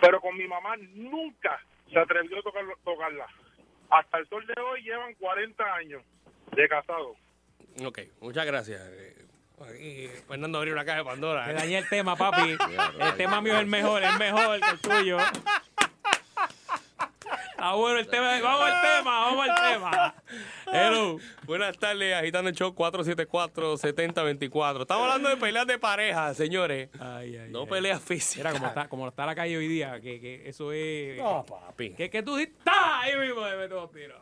Pero con mi mamá nunca se atrevió a tocarlo- tocarla. Hasta el sol de hoy llevan 40 años de casado.
Ok, muchas gracias. Eh, aquí Fernando abrió una caja de Pandora. eh.
Te dañé el tema,
<laughs>
Ah,
<laughs>
papi. el tema mío es el mejor, es mejor que el tuyo. Está Ah, bueno el tema. Vamos al tema, vamos al tema.
Hello. Buenas tardes, agitando el show 474-7024. Estamos hablando de peleas de pareja, señores. no peleas físicas.
Mira, como está, como está la calle hoy día, que, que eso es.
<laughs> No, papi.
Que, que tú dices, ¡tá! Ahí mismo me meto los tiros.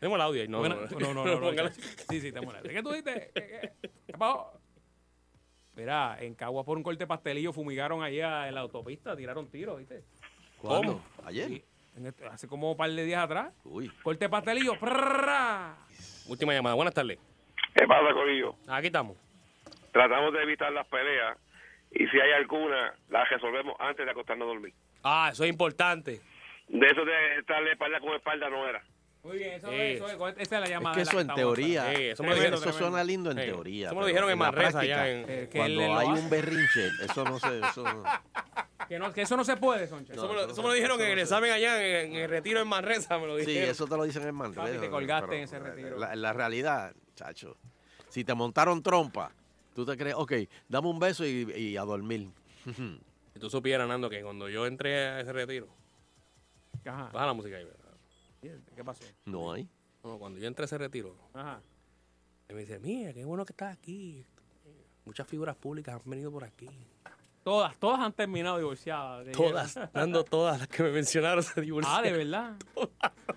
Tenemos el audio ahí, <laughs> no.
Buena- no, no, no, no,
póngalo.
Sí, sí, te molesta. ¿Qué tú dices? ¿Qué, qué? ¿Qué pasó? Mira, en Caguas por un corte de pastelillo fumigaron allá en la autopista, tiraron tiros, ¿viste?
¿Cuándo? ¿Ayer?
Sí, en este- hace como un par de días atrás.
Uy.
Corte de pastelillo. prrrra.
Última llamada, buenas tardes.
¿Qué pasa, Corillo?
Aquí estamos.
Tratamos de evitar las peleas y si hay alguna, las resolvemos antes de acostarnos a dormir.
Ah, eso es importante.
De eso de estarle espalda con espalda no era.
Muy bien, eso
Sí.
es, eso es, esa es la
Es
llamada.
que
de la
eso en
estamos
teoría,
esperando.
eso,
Tremendo,
eso
tremendo.
suena lindo en
Sí.
teoría.
Eso me lo
pero
dijeron en
la
Manresa,
práctica,
allá en-
Eh, que
Cuando
le lo
hay
hace.
un berrinche, eso no se... Eso,
Que, no- que eso no se puede, Soncha.
eso, me lo, eso me lo dijeron en el examen allá, en, en el retiro en Manresa, me lo
sí,
dijeron.
eso te lo dicen en Manresa.
Papi, te colgaste en ese retiro.
La, la realidad, chacho, si te montaron trompa, tú te crees, ok, dame un beso y, y a dormir.
Si tú supieras, Nando, que cuando yo entré a ese retiro,
Ajá.
baja la música ahí, ¿verdad?
¿Qué pasó?
No hay.
No, cuando yo entré a ese retiro,
Ajá.
él me dice, mira, qué bueno que estás aquí. Muchas figuras públicas han venido por aquí.
Todas, todas han terminado divorciadas. de-
Todas, dando todas las que me mencionaron se
Ah,
divorciaron.
de verdad.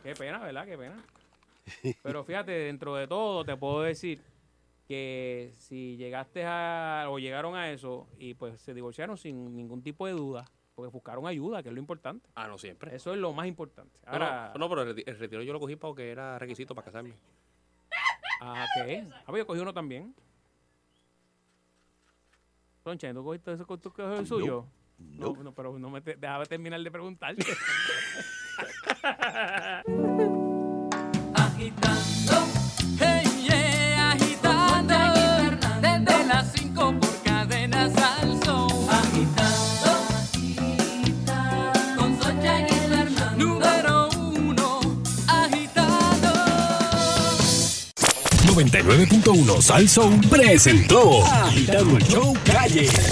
Qué pena, ¿verdad? Qué pena. Pero fíjate, dentro de todo te puedo decir que si llegaste a o llegaron a eso y pues se divorciaron sin ningún tipo de duda, porque buscaron ayuda, que es lo importante.
Ah, no siempre.
Eso es lo más importante.
No, no,
Ahora,
no, pero el reti- el retiro yo lo cogí porque era requisito para casarme.
ah, ¿qué? Ah, pues yo cogí uno también. Soncha, ¿tú cogiste eso con tu coges el suyo? No, no, pero no me te- déjame terminar de preguntarte.
Hey, yeah, agitando. Desde las 5 por cadenas al sol. Agitando. Con Socha y Fernando. Número uno, agitando.
99.1 Sal Soul presentó Agitando el Show Calle.